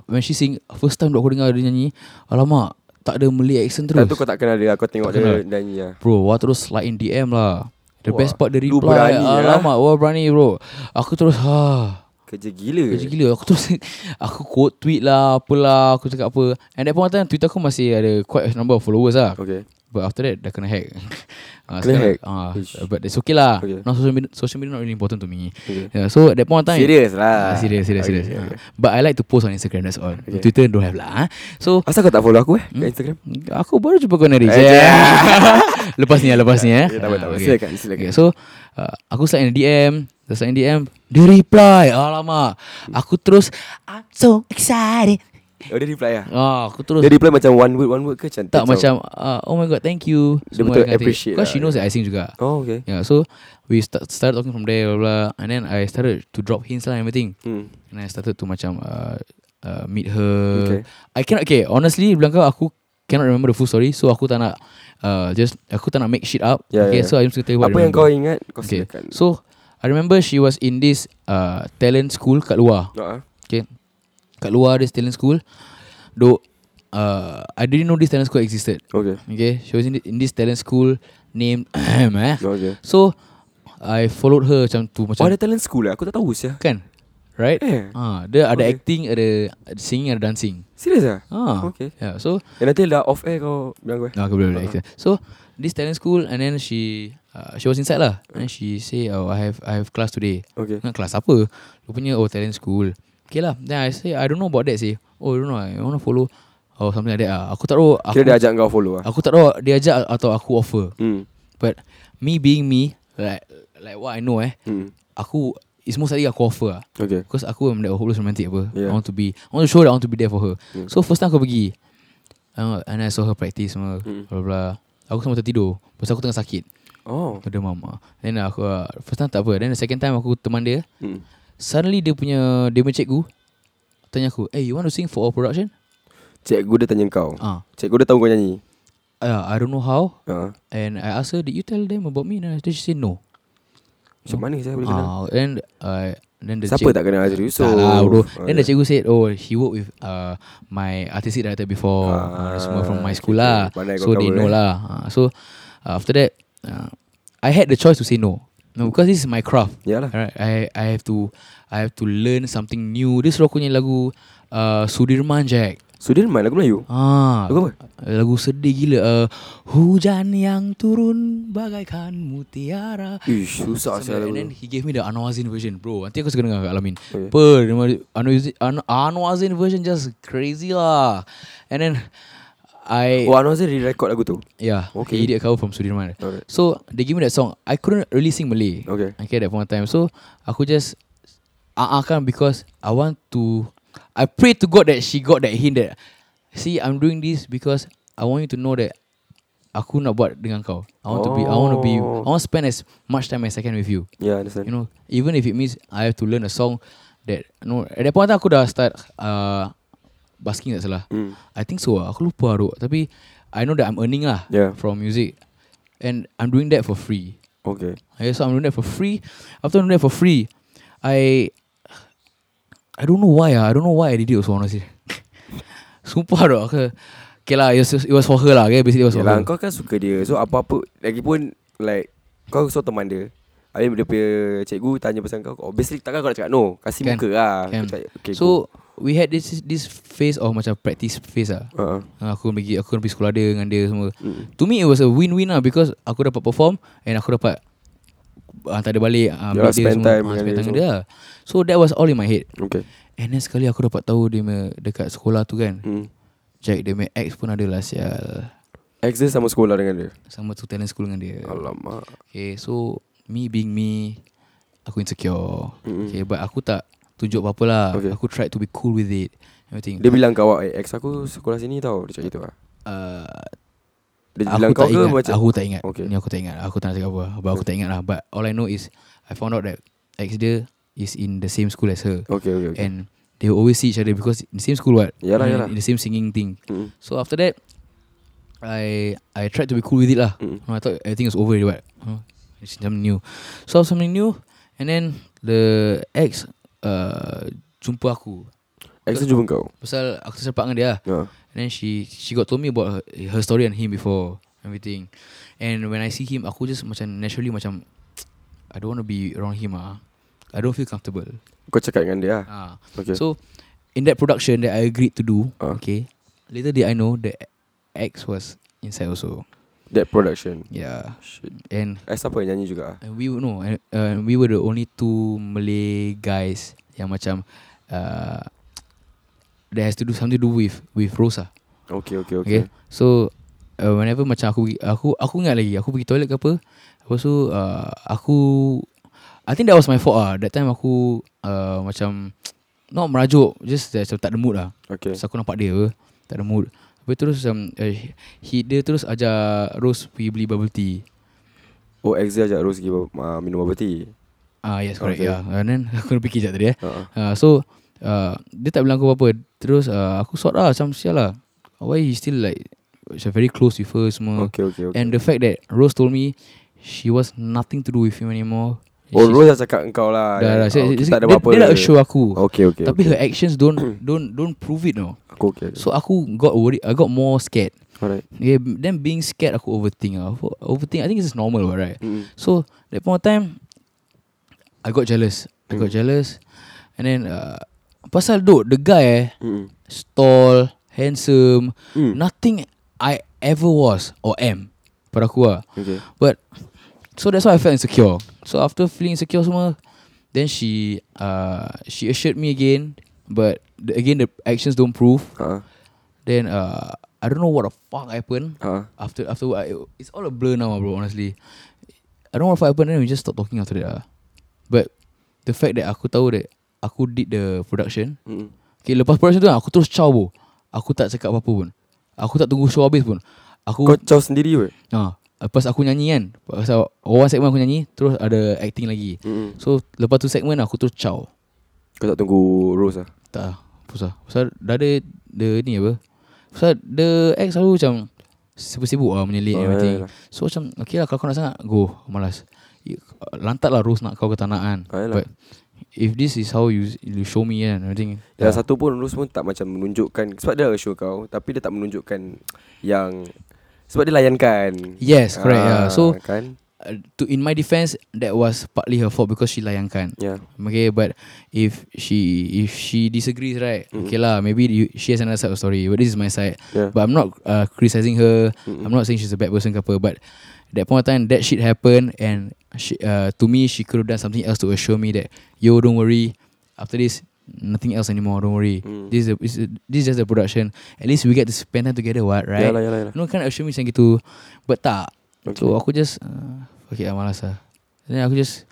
Speaker 3: when she sing first time duk aku dengar dia nyanyi, alamak, tak ada Malay accent
Speaker 2: Lepas
Speaker 3: terus.
Speaker 2: tu kau tak kenal dia Kau tengok
Speaker 3: Tak
Speaker 2: dia
Speaker 3: kenal.
Speaker 2: nyanyi lah
Speaker 3: Bro wah terus slide in DM lah The
Speaker 2: Wah,
Speaker 3: best part the
Speaker 2: lu
Speaker 3: reply
Speaker 2: berani, ya.
Speaker 3: Alamak wah berani bro Aku terus ha
Speaker 2: Kerja gila
Speaker 3: Kerja gila Aku terus Aku quote tweet lah Apalah Aku cakap apa And that point of time Twitter aku masih ada Quite a number of followers lah
Speaker 2: Okay
Speaker 3: But after that Dah kena hack Ah,
Speaker 2: Kena
Speaker 3: sekarang-
Speaker 2: hack?
Speaker 3: ah,
Speaker 2: Ish.
Speaker 3: But it's okay lah
Speaker 2: Okay.
Speaker 3: Now social media, social media not really important to me
Speaker 2: Okay.
Speaker 3: yeah, So at that point of time
Speaker 2: Serious lah
Speaker 3: Ah, serious, serious,
Speaker 2: Okay,
Speaker 3: serious.
Speaker 2: okay.
Speaker 3: Ah. But I like to post on Instagram. That's all. Twitter don't have lah. ah. So
Speaker 2: Asal kau tak follow aku eh
Speaker 3: Hmm?
Speaker 2: Kat Instagram
Speaker 3: Aku baru jumpa kau nari
Speaker 2: Eh,
Speaker 3: Lepas ni lah Lepas ni eh
Speaker 2: Ya, tak apa, tak apa.
Speaker 3: Ah, okay.
Speaker 2: Silakan, silakan.
Speaker 3: okay, So uh, Aku slide in DM Dah slide in DM Dia reply Alamak Aku terus I'm so excited
Speaker 2: Oh dia reply lah
Speaker 3: ah, Aku terus
Speaker 2: Dia reply macam one word One word ke macam
Speaker 3: Tak
Speaker 2: kacau?
Speaker 3: macam uh, Oh my god thank you
Speaker 2: Dia
Speaker 3: Semua
Speaker 2: betul
Speaker 3: kata-
Speaker 2: appreciate
Speaker 3: Because
Speaker 2: lah.
Speaker 3: she knows that I sing juga
Speaker 2: Oh okay
Speaker 3: Yeah so We start, started talking from there blah, blah, And then I started To drop hints lah and everything
Speaker 2: Hmm.
Speaker 3: And I started to macam uh, uh, Meet her
Speaker 2: Okay.
Speaker 3: I cannot Okay honestly Bilang kau aku Cannot remember the full story So aku tak nak uh, Just Aku tak nak make shit up
Speaker 2: Yeah,
Speaker 3: Okay
Speaker 2: yeah.
Speaker 3: so I'm just gonna tell you what
Speaker 2: Apa
Speaker 3: I
Speaker 2: yang kau
Speaker 3: remember.
Speaker 2: ingat Kau
Speaker 3: okay.
Speaker 2: silakan
Speaker 3: So I remember she was in this uh, Talent school kat luar
Speaker 2: Ah, ah.
Speaker 3: Okay Kat luar this talent school Though uh, I didn't know this talent school existed
Speaker 2: Okay
Speaker 3: Okay She was in, thi- in this talent school Named eh.
Speaker 2: Okay
Speaker 3: So I followed her Macam tu
Speaker 2: Oh
Speaker 3: macam
Speaker 2: ada talent school lah Aku tak tahu siya
Speaker 3: Kan Right
Speaker 2: Eh.
Speaker 3: Ah, Dia ada
Speaker 2: Okay.
Speaker 3: acting Ada ada singing Ada dancing
Speaker 2: Serius lah
Speaker 3: Ah,
Speaker 2: Okay.
Speaker 3: Yeah, so
Speaker 2: Eh, nanti dah off air kau bilang eh. gue.
Speaker 3: no, aku boleh boleh. So this talent school and then she uh, she was inside lah. And she say, oh I have I have class today.
Speaker 2: Okay.
Speaker 3: Nak kelas apa? Rupanya oh talent school. Okay lah. Then I say I don't know about that say. Oh I don't know. I want to follow or something like that. Ah, aku tak tahu. Aku,
Speaker 2: Kira dia ajak kau follow lah.
Speaker 3: Aku tak tahu dia ajak atau aku offer.
Speaker 2: Hmm.
Speaker 3: But me being me, like like what I know eh,
Speaker 2: Hmm.
Speaker 3: aku it's most likely aku offer lah.
Speaker 2: Okay.
Speaker 3: Because aku am that hopeless romantic apa.
Speaker 2: Yeah.
Speaker 3: I want to be I want to show that I want to be there for her. So first time aku pergi uh, And I saw her practice semua
Speaker 2: Mm.
Speaker 3: blah blah. Aku sama tertidur Pasal aku tengah sakit
Speaker 2: Oh.
Speaker 3: Aku demam ah. Then aku uh, First time tak apa Then the second time aku teman dia
Speaker 2: Hmm.
Speaker 3: Suddenly dia punya Dia punya cikgu Tanya aku Eh hey, you want to sing for our production
Speaker 2: Cikgu dia tanya kau
Speaker 3: Ah.
Speaker 2: Cikgu dia tahu kau nyanyi
Speaker 3: Uh, I don't know how.
Speaker 2: uh.
Speaker 3: And I asked her, did you tell them about me? And then she said no.
Speaker 2: Macam mana saya boleh kenal
Speaker 3: Ah, then uh, then the
Speaker 2: Siapa
Speaker 3: cik-
Speaker 2: tak kenal Azri
Speaker 3: So,
Speaker 2: Yusof
Speaker 3: tak lah bro Then the
Speaker 2: Ah.
Speaker 3: cikgu said Oh he worked with uh, My artistic director before
Speaker 2: Ah,
Speaker 3: uh, Semua from my
Speaker 2: okay,
Speaker 3: school
Speaker 2: okay.
Speaker 3: lah
Speaker 2: Pandai kau
Speaker 3: So they
Speaker 2: cover,
Speaker 3: know
Speaker 2: eh.
Speaker 3: lah uh, So uh, After that uh, I had the choice to say no No because this is my craft
Speaker 2: Yalah.
Speaker 3: Alright, I I have to I have to learn something new This aku punya lagu uh, Sudirman Jack
Speaker 2: Sudirman lagu Melayu
Speaker 3: Ah,
Speaker 2: Lagu apa?
Speaker 3: Lagu sedih gila uh, Hujan yang turun Bagaikan mutiara
Speaker 2: Ish susah
Speaker 3: Sambil-
Speaker 2: saya
Speaker 3: And then
Speaker 2: lagu tu.
Speaker 3: he gave me the Anwar Zain version Bro Nanti aku suka dengar kat Alamin
Speaker 2: Okay.
Speaker 3: okay. Per Anwar Zain, An- Anwar Zain version Just crazy lah And then I
Speaker 2: Oh Anwar Zain re-record lagu tu
Speaker 3: Yeah
Speaker 2: Okay.
Speaker 3: okay. He did a cover from Sudirman
Speaker 2: Alright.
Speaker 3: So they give me that song I couldn't really sing Malay
Speaker 2: Okay.
Speaker 3: Okay that point of time So aku just Ah kan because I want to I pray to God that she got that hint that See I'm doing this because I want you to know that Aku nak buat dengan kau I want to be I want to be
Speaker 2: Oh.
Speaker 3: I want to spend as much time as I can with you
Speaker 2: Ya yeah, understand
Speaker 3: you know even if it means I have to learn a song that you know at that point of time aku dah start uh, basking tak salah
Speaker 2: Hmm.
Speaker 3: I think so lah. aku lupa tu tapi I know that I'm earning lah
Speaker 2: Yeah.
Speaker 3: from music and I'm doing that for free
Speaker 2: Okay
Speaker 3: okay, so I'm doing that for free after I'm doing that for free I I don't know why ah. I don't know why I did it also honestly sumpah tu aku okay lah it was, it was for her lah okay basically it was for
Speaker 2: Yalah
Speaker 3: her
Speaker 2: kau kan suka dia So apa-apa Lagipun Like Kau so teman dia Habis dia punya cikgu tanya pasal kau Obviously takkan kau nak cakap no Kasih
Speaker 3: Kan,
Speaker 2: muka lah
Speaker 3: kan.
Speaker 2: Kau cakap, okay,
Speaker 3: so we had this this phase of macam practice phase ah
Speaker 2: go. uh,
Speaker 3: Ah, Aku pergi aku pergi sekolah dia dengan dia semua.
Speaker 2: Hmm.
Speaker 3: Mm. To me it was a win-win lah because aku dapat perform and aku dapat hantar dia balik
Speaker 2: Yalah,
Speaker 3: ambil dia
Speaker 2: spend
Speaker 3: semua
Speaker 2: time
Speaker 3: ah,
Speaker 2: dengan
Speaker 3: spend
Speaker 2: dia
Speaker 3: time dengan
Speaker 2: semua.
Speaker 3: dia. lah. So that was all in my head.
Speaker 2: Okay
Speaker 3: And then sekali aku dapat tahu dia punya dekat sekolah tu kan. Mm.
Speaker 2: hmm.
Speaker 3: Jack dia punya ex pun ada lah sial.
Speaker 2: Ex dia sama sekolah dengan dia
Speaker 3: Sama tu talent school dengan dia.
Speaker 2: Alamak
Speaker 3: Okay so me being me aku insecure. Mm-hmm. Okay but aku tak tunjuk apa-apa lah.
Speaker 2: Hmm. Okay.
Speaker 3: Okay. Aku tried to be cool with it. Everything.
Speaker 2: Dia bilang ke awak eh, Ex aku sekolah sini tau Dia cakap gitu lah
Speaker 3: uh,
Speaker 2: Dia bilang
Speaker 3: Aku
Speaker 2: kau
Speaker 3: tak
Speaker 2: ke
Speaker 3: ingat
Speaker 2: macam
Speaker 3: Aku tak ingat
Speaker 2: Okay.
Speaker 3: okay. Ni aku tak ingat Aku tak nak cakap apa But aku tak ingat lah But all I know is I found out that Ex dia Is in the same school as her
Speaker 2: Okay okay, okay.
Speaker 3: And They will always see each other Because in the same school what
Speaker 2: Yalah,
Speaker 3: In-
Speaker 2: yalah.
Speaker 3: In the same singing thing
Speaker 2: Mm.
Speaker 3: So after that I I tried to be cool with it lah
Speaker 2: Mm.
Speaker 3: I thought everything was over already what Huh? It's something new So something new And then The ex uh, Jumpa aku
Speaker 2: Ex dia jumpa kau
Speaker 3: Pasal aku tersepak dengan dia lah
Speaker 2: ha.
Speaker 3: And then she she got told me about her, her story and him before everything. And when I see him, aku just macam naturally macam I don't want to be around him ah. I don't feel comfortable.
Speaker 2: Kau cakap dengan dia lah
Speaker 3: Ah.
Speaker 2: Okay so,
Speaker 3: So in that production that I agreed to do,
Speaker 2: Ah.
Speaker 3: okay. Later did I know that X was inside also.
Speaker 2: That production
Speaker 3: Yeah.
Speaker 2: Shit
Speaker 3: And
Speaker 2: Ex apa nyanyi juga ah?
Speaker 3: and we would know and, uh, we were the only two Malay guys yang macam uh, that has to do something to do with with Rosa.
Speaker 2: Okay okay okay,
Speaker 3: Okay. So uh, whenever macam aku pergi- aku aku ingat lagi aku pergi toilet ke apa. Lepas tu uh, aku I think that was my fault ah. That time aku uh, macam not merajuk just uh, macam tak ada mood lah.
Speaker 2: okay.
Speaker 3: So aku nampak dia apa, tak ada mood. Lepas tu terus macam uh, he, dia terus ajak Rose pergi beli bubble tea.
Speaker 2: Oh ex dia ajak Rose pergi uh, minum bubble tea
Speaker 3: Ah yes correct
Speaker 2: Okay.
Speaker 3: okay. yeah. And then aku fikir sekejap tadi eh.
Speaker 2: uh-huh.
Speaker 3: Uh, so uh, dia tak bilang aku apa-apa. Terus uh, aku sort lah macam sial lah. Why he still like macam very close with her semua.
Speaker 2: Okay okay okay
Speaker 3: Hmm. And the fact that Rose told me she was nothing to do with him anymore.
Speaker 2: Oh
Speaker 3: She's-
Speaker 2: Rose dah cakap dengan kau lah
Speaker 3: dah, dah,
Speaker 2: Ah,
Speaker 3: she,
Speaker 2: okay,
Speaker 3: she,
Speaker 2: Tak ada
Speaker 3: dia,
Speaker 2: apa-apa
Speaker 3: dia dah assure aku.
Speaker 2: Okay okay
Speaker 3: Tapi
Speaker 2: okay.
Speaker 3: her actions don't don't don't prove it no.
Speaker 2: Aku okay
Speaker 3: So aku got worried. I got more scared.
Speaker 2: Alright
Speaker 3: Okay, then being scared aku overthink. ah. Aku Overthink. I think it's normal, what, right?
Speaker 2: Mm.
Speaker 3: So that point of time, I got jealous. I got
Speaker 2: Hmm.
Speaker 3: jealous, and then uh, pasal dok the guy eh,
Speaker 2: Mm.
Speaker 3: is tall, handsome,
Speaker 2: Mm.
Speaker 3: nothing I ever was or am pada aku lah.
Speaker 2: Okay
Speaker 3: But so that's why I felt insecure. So after feeling insecure semua, then she uh she assured me again, but the, again the actions don't prove.
Speaker 2: Ha
Speaker 3: Then uh I don't know what the fuck happened
Speaker 2: ha
Speaker 3: after after what I, it's all a blur now, bro. Honestly, I don't know what happened. Then we just stopped talking after that. lah. But the fact that aku tahu that aku did the production,
Speaker 2: Mm.
Speaker 3: Okay lepas production tu aku terus caw bro. Aku tak cakap apa-apa pun. Aku tak tunggu show habis pun. Aku
Speaker 2: Kau caw sendiri weh
Speaker 3: ha, lepas aku nyanyi kan. Pasal orang segmen aku nyanyi terus ada acting lagi.
Speaker 2: Mm-mm.
Speaker 3: So lepas tu segmen aku terus caw.
Speaker 2: Kau tak tunggu Rose lah
Speaker 3: Tak lah, pusah. Pasal dah ada the ni apa? So the ex selalu macam Sibuk-sibuk lah menyelit
Speaker 2: Oh,
Speaker 3: oh, everything
Speaker 2: yalah.
Speaker 3: So macam Okay lah kalau kau nak sangat Go Malas You- Lantat lah rules nak kau ke tak nak kan
Speaker 2: Oh, yalah.
Speaker 3: But If this is how you you show me kan everything
Speaker 2: Dan Ya, satu pun Rose pun tak macam menunjukkan Sebab dia assure kau Tapi dia tak menunjukkan Yang Sebab dia layankan
Speaker 3: Yes,
Speaker 2: Ah,
Speaker 3: correct, yeah. So-
Speaker 2: Kan
Speaker 3: uh, to in my defense that was partly her fault because she layankan.
Speaker 2: Yeah
Speaker 3: Okay, but if she if she disagrees, right? Okay lah, maybe you, she has another side of story. But this is my side.
Speaker 2: Yeah.
Speaker 3: But I'm not uh, criticizing her. I'm not saying she's a bad person, ke apa. But that point of time, that shit happened, and she, uh, to me, she could have done something else to assure me that yo, don't worry. After this, nothing else anymore. Don't worry.
Speaker 2: Mm.
Speaker 3: This is a, is a- this is just a production. At least we get to spend time together, what right?
Speaker 2: Yalah yalah yalah
Speaker 3: No kan assure me macam gitu But tak
Speaker 2: Okay.
Speaker 3: okay. So aku just uh, Okay lah malas lah Then aku just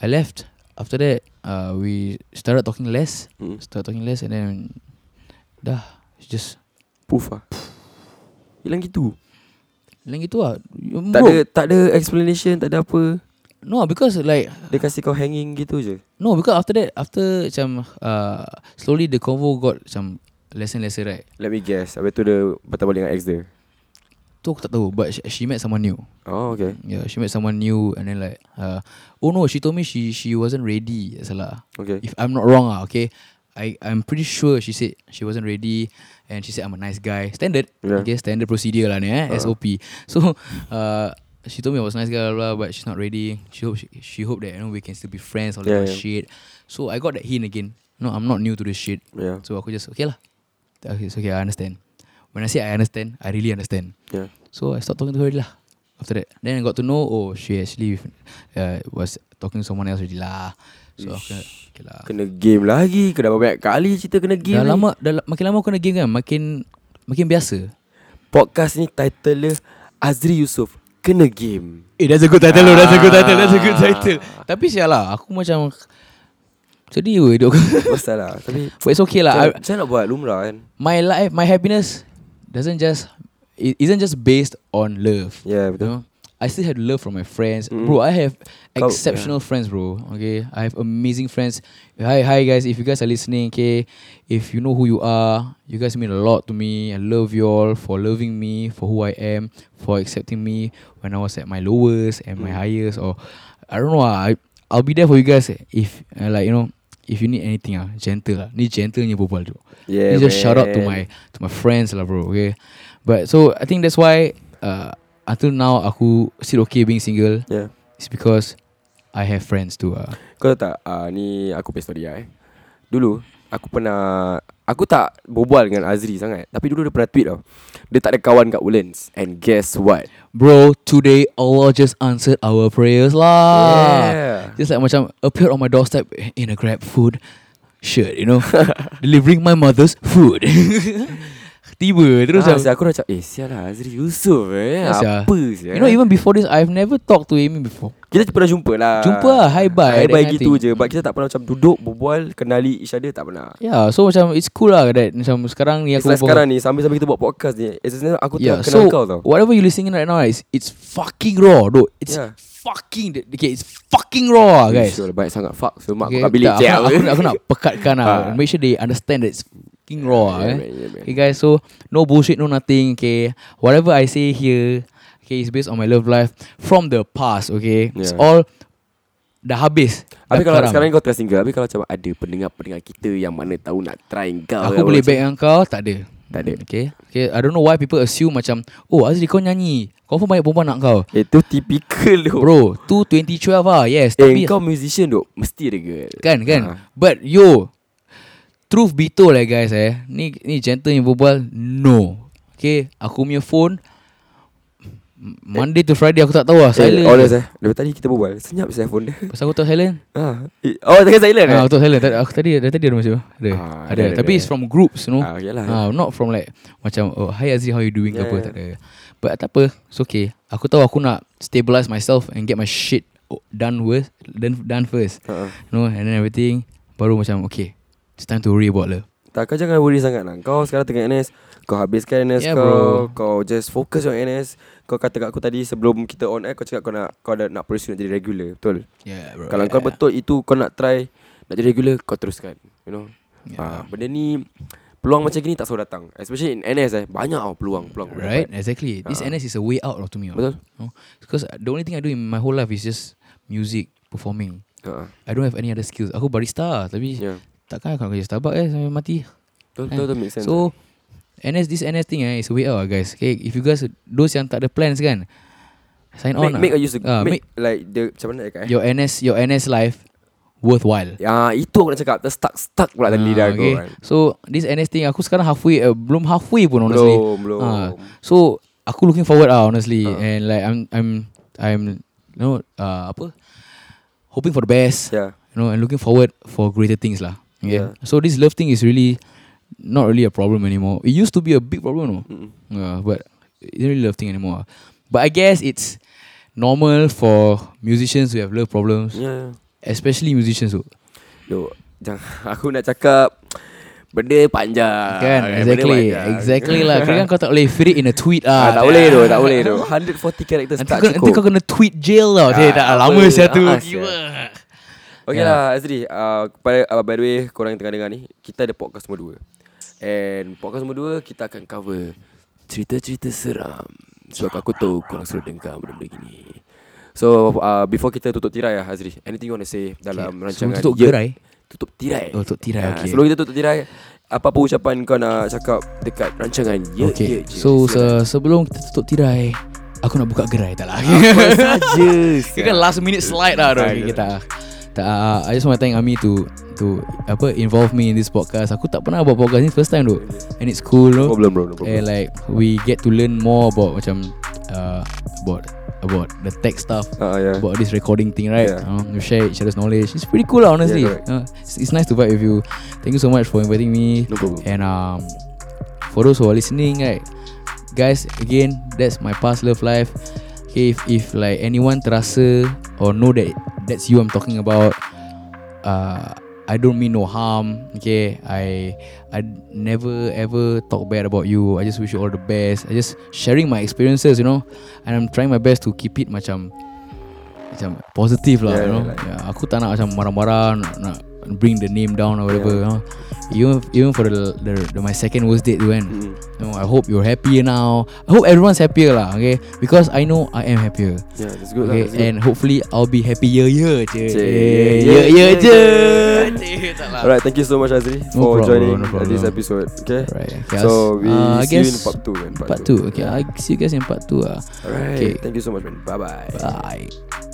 Speaker 3: I left After that uh, We started talking less
Speaker 2: Mm.
Speaker 3: Started talking less And then Dah It's Just
Speaker 2: Puff lah Hilang gitu
Speaker 3: Lain gitu lah You-
Speaker 2: Tak
Speaker 3: bro,
Speaker 2: ada tak ada explanation Tak ada apa
Speaker 3: No because like
Speaker 2: Dia kasih kau hanging gitu je
Speaker 3: No because after that After macam uh, Slowly the convo got Macam Lesson lesson right
Speaker 2: Let me guess Habis tu dia Patah balik dengan ex dia
Speaker 3: Tu aku tak tahu But she, she met someone new
Speaker 2: Oh okay
Speaker 3: Yeah she met someone new And then like uh, Oh no she told me She she wasn't ready Tak Salah
Speaker 2: Okay
Speaker 3: if I'm not wrong ah, okay, I I'm pretty sure she said she wasn't ready, and she said I'm a nice guy. Standard,
Speaker 2: Yeah. Uh-huh.
Speaker 3: okay, standard procedure lah ni eh, SOP. So, uh, she told me I was a nice guy, blah, blah, but she's not ready. She hope she, she hope that you know we can still be friends, all
Speaker 2: Yeah,
Speaker 3: that
Speaker 2: yeah.
Speaker 3: shit. So I got that hint again. No, I'm not new to this shit.
Speaker 2: Yeah
Speaker 3: So aku just okay lah. Okay, it's okay, I understand. When I say I understand, I really understand.
Speaker 2: Yeah
Speaker 3: So I stopped talking to her already lah. After that, then I got to know, oh, she actually uh, was talking to someone else already lah. So aku, okay lah.
Speaker 2: Kena game lagi Kena banyak kali cerita kena game
Speaker 3: Dah
Speaker 2: ni.
Speaker 3: lama dah, la- Makin lama kena game kan Makin Makin biasa
Speaker 2: Podcast ni title dia Azri Yusof Kena game
Speaker 3: Eh that's a good title
Speaker 2: though, that's a good title, that's a good title.
Speaker 3: Tapi sial lah Aku macam Sedih weh hidup aku
Speaker 2: Pasal lah Tapi
Speaker 3: But it's okay
Speaker 2: Macam
Speaker 3: lah I,
Speaker 2: macam nak buat lumrah kan
Speaker 3: My life My happiness Doesn't just It isn't just based on love
Speaker 2: Yeah
Speaker 3: You
Speaker 2: betul
Speaker 3: know I still have love from my friends
Speaker 2: Mm.
Speaker 3: Bro I have
Speaker 2: Kau-
Speaker 3: Exceptional friends bro Okay I have amazing friends Hi hi guys If you guys are listening Okay If you know who you are You guys mean a lot to me I love you all For loving me For who I am For accepting me When I was at my lowest And my
Speaker 2: Mm.
Speaker 3: highest Or I don't know ah, I, I'll be there for you guys If uh, Like you know If you need anything ah, Gentle lah Ni gentle ni berbual tu
Speaker 2: Yeah
Speaker 3: you just shout out
Speaker 2: man.
Speaker 3: to my to my friends lah bro okay but so I think that's why uh, until now aku still okay being single
Speaker 2: Yeah
Speaker 3: it's because I have friends too ah
Speaker 2: Kau tahu tak uh, Ni aku punya story lah eh Dulu Aku pernah Aku tak berbual dengan Azri sangat Tapi dulu dia pernah tweet tau Dia tak ada kawan kat Woodlands And guess what
Speaker 3: bro today Allah just answered our prayers lah
Speaker 2: Yeah
Speaker 3: just like macam appeared on my doorstep in a grab food shirt you know delivering my mother's food tiba
Speaker 2: Terus ah,
Speaker 3: terus macam-
Speaker 2: sia, aku dah cakap Eh sial lah Azri Yusof eh
Speaker 3: Ya, sia.
Speaker 2: Apa sia
Speaker 3: you know even before this I've never talked to Amy before
Speaker 2: Kita pernah jumpa lah
Speaker 3: Jumpa lah, hi, bye,
Speaker 2: Hi
Speaker 3: that
Speaker 2: bye
Speaker 3: kind of
Speaker 2: gitu
Speaker 3: thing.
Speaker 2: je But kita tak pernah macam duduk Berbual Kenali each other Tak pernah
Speaker 3: Yeah, so macam it's cool lah that macam sekarang ni
Speaker 2: It's
Speaker 3: aku
Speaker 2: like
Speaker 3: berbual-
Speaker 2: sekarang ni Sambil-sambil kita buat podcast ni It's just, aku yeah,
Speaker 3: Yeah,
Speaker 2: kenal
Speaker 3: so
Speaker 2: kau tau
Speaker 3: whatever you listening right now, it's it's fucking raw, bro. It's
Speaker 2: Yeah.
Speaker 3: fucking okay, it's fucking raw, Oh, guys.
Speaker 2: Sure, Banyak sangat Fuck So mak
Speaker 3: Okay,
Speaker 2: aku kat bilik
Speaker 3: tak,
Speaker 2: je
Speaker 3: aku, nak- aku, nak- aku nak pekatkan lah.
Speaker 2: Ah.
Speaker 3: Make sure they understand that it's fucking raw.
Speaker 2: Yeah,
Speaker 3: eh.
Speaker 2: man, yeah, man.
Speaker 3: Okay, guys. So no bullshit, no nothing. Okay, whatever I say here, okay, is based on my love life from the past. Okay, it's
Speaker 2: Yeah.
Speaker 3: all dah habis.
Speaker 2: Habis
Speaker 3: dah
Speaker 2: kalau
Speaker 3: karam.
Speaker 2: sekarang kau tengah single Habis kalau macam ada pendengar-pendengar kita Yang mana tahu nak try kau
Speaker 3: Aku boleh back dengan kau Tak ada
Speaker 2: Tak ada.
Speaker 3: Okay, okay. I don't know why people assume macam Oh Azri kau nyanyi Confirm banyak perempuan nak kau
Speaker 2: Itu typical tu
Speaker 3: Bro Tu 2012 lah Yes
Speaker 2: Eh
Speaker 3: Tapi
Speaker 2: kau musician tu Mesti ada girl
Speaker 3: Kan kan
Speaker 2: Ah.
Speaker 3: But yo Truth be told eh guys eh Ni ni gentle yang berbual No Okay Aku punya phone M- Monday to Friday aku tak tahu
Speaker 2: Eh,
Speaker 3: lah Silent je.
Speaker 2: honest eh Dari tadi kita berbual Senyap saya phone dia
Speaker 3: Pasal aku tak silent
Speaker 2: ah. eh, Oh tengah silent
Speaker 3: Ah,
Speaker 2: eh
Speaker 3: aku tak silent Tadi- Aku tadi Dari tadi ada masih Ada
Speaker 2: Ah,
Speaker 3: Ada
Speaker 2: ada, ada,
Speaker 3: Tapi
Speaker 2: ada.
Speaker 3: it's from groups you know
Speaker 2: Ah, okay lah.
Speaker 3: Ah, Not from like Macam oh, Hi Azri how you doing ke
Speaker 2: Yeah,
Speaker 3: apa
Speaker 2: yeah.
Speaker 3: Tak ada But tak apa It's okay Aku tahu aku nak Stabilize myself And get my shit Done with Done, done first
Speaker 2: Ah, ah.
Speaker 3: You know And then everything Baru macam Okay It's time to lah. worry about love
Speaker 2: Tak kau jangan worry sangat lah Kau sekarang tengah NS Kau habiskan NS
Speaker 3: Yeah,
Speaker 2: kau
Speaker 3: Ya, bro.
Speaker 2: Kau just focus on NS Kau kata kat aku tadi Sebelum kita on air Kau cakap kau nak Kau dah nak pursue nak jadi regular Betul
Speaker 3: Yeah bro eh.
Speaker 2: Kalau kau
Speaker 3: Ya.
Speaker 2: betul itu kau nak try Nak jadi regular Kau teruskan You know yeah. ha,
Speaker 3: Yeah.
Speaker 2: Benda ni Peluang macam gini tak selalu datang Especially in NS eh Banyak tau peluang, peluang
Speaker 3: Right, exactly. This
Speaker 2: Ah.
Speaker 3: NS is a way out lah to me.
Speaker 2: Betul.
Speaker 3: Because the only thing I do in my whole life is just music, performing.
Speaker 2: uh,
Speaker 3: I don't have any other skills. Aku barista tapi
Speaker 2: Yeah
Speaker 3: takkan aku nak kerja Starbucks eh sampai mati.
Speaker 2: ya. Betul,
Speaker 3: Eh,
Speaker 2: betul, betul make sense
Speaker 3: So NS this NS thing eh is a way out lah, guys. Okay, if you guys those yang tak ada plans kan, sign
Speaker 2: eh.
Speaker 3: on.
Speaker 2: Make,
Speaker 3: lah.
Speaker 2: make a use of,
Speaker 3: Ah,
Speaker 2: make, Like the, Macam mana nak cakap eh
Speaker 3: your NS your NS life worthwhile.
Speaker 2: Ya itu aku nak cakap Ter stuck stuck pula
Speaker 3: Ah,
Speaker 2: dalam lidah aku kan
Speaker 3: So this NS thing aku sekarang halfway uh, belum halfway pun honestly.
Speaker 2: Belum, belum.
Speaker 3: Ah, so aku looking forward ah honestly and like I'm I'm I'm you know uh, apa hoping for the best.
Speaker 2: Yeah
Speaker 3: You know and looking forward for greater things lah. Okay?
Speaker 2: Yeah.
Speaker 3: So this love thing is really not really a problem anymore. It used to be a big problem, no?
Speaker 2: Mm-mm.
Speaker 3: Yeah, but it's not really love thing anymore. But I guess it's normal for musicians who have love problems,
Speaker 2: Yeah
Speaker 3: especially musicians who.
Speaker 2: Ya. Yo, jangan, aku nak cakap benda panjang.
Speaker 3: Kan,
Speaker 2: Eh, benda
Speaker 3: exactly.
Speaker 2: panjang.
Speaker 3: Exactly lah. Kira kan kau tak boleh fit it in a tweet
Speaker 2: Ah,
Speaker 3: ah.
Speaker 2: tak boleh tu, tak boleh tu. 140 characters
Speaker 3: Nanti
Speaker 2: tak
Speaker 3: kau, nanti kau
Speaker 2: cukup.
Speaker 3: kena tweet jail
Speaker 2: Ah,
Speaker 3: tau. Ah, tak
Speaker 2: apa,
Speaker 3: lama sia tu.
Speaker 2: ah,
Speaker 3: Gila.
Speaker 2: Okay
Speaker 3: Yeah.
Speaker 2: lah, Azri. Uh, by, uh, by the way, korang yang tengah dengar ni, kita ada podcast nombor 2. And podcast nombor 2, kita akan cover cerita-cerita seram. Sebab aku tahu korang selalu dengar benda-benda gini. So, uh, before kita tutup tirai lah, Azri. Anything you want to say dalam
Speaker 3: Okay, sebelum
Speaker 2: rancangan?
Speaker 3: tutup
Speaker 2: Ye-
Speaker 3: gerai?
Speaker 2: Tutup tirai.
Speaker 3: Oh, tutup tirai,
Speaker 2: Ah,
Speaker 3: okay.
Speaker 2: Sebelum kita tutup tirai, apa-apa ucapan kau nak cakap dekat rancangan? Ye,
Speaker 3: Okay.
Speaker 2: ye, je. ya, Silakan.
Speaker 3: so se- sebelum kita tutup tirai, aku nak buka gerai tak lah.
Speaker 2: Apa saja
Speaker 3: Kira kan last minute slide lah tu. Okay, tak. Tak, ah, I just want to thank Ami to to apa involve me in this podcast. Aku tak pernah buat podcast ni first time tu. And it's cool. No?
Speaker 2: Problem bro no problem.
Speaker 3: And like we get to learn more about macam uh, about about the tech stuff
Speaker 2: Ah, yeah.
Speaker 3: about this recording thing, right?
Speaker 2: Yeah.
Speaker 3: Uh, we share each other's knowledge. It's pretty cool, lah, honestly.
Speaker 2: Yeah, correct.
Speaker 3: Uh, it's, it's nice to vibe with you. Thank you so much for inviting me.
Speaker 2: No problem.
Speaker 3: And um, for those who are listening, right, guys, again, that's my past love life. Okay, if, if like anyone terasa or know that that's you I'm talking about, uh, I don't mean no harm. Okay, I I never ever talk bad about you. I just wish you all the best. I just sharing my experiences, you know, and I'm trying my best to keep it macam macam positive lah,
Speaker 2: Yeah,
Speaker 3: you know.
Speaker 2: yeah,
Speaker 3: yeah, aku tak nak macam marah-marah, nak, nak bring the name down or whatever. You know? Even even for the, the, the my second worst date, when
Speaker 2: Mm.
Speaker 3: you know, I hope you're happier now. I hope everyone's happier lah, okay? Because I know I am happier.
Speaker 2: Yeah, that's good lah.
Speaker 3: Okay,
Speaker 2: That's good.
Speaker 3: and hopefully I'll be happier yeah je. Ya,
Speaker 2: Cik, ya,
Speaker 3: Yeah,
Speaker 2: ye,
Speaker 3: yeah,
Speaker 2: ye
Speaker 3: yeah je.
Speaker 2: je. Alright, thank you so much Azri for
Speaker 3: problem,
Speaker 2: joining
Speaker 3: no problem.
Speaker 2: this episode. Okay.
Speaker 3: Right.
Speaker 2: So we
Speaker 3: uh, I
Speaker 2: see you in
Speaker 3: guess
Speaker 2: part two. man,
Speaker 3: Part 2. Okay,
Speaker 2: Yeah.
Speaker 3: I see you guys in part 2. Uh.
Speaker 2: Alright.
Speaker 3: okay.
Speaker 2: Thank you so much, man. Bye bye.
Speaker 3: Bye.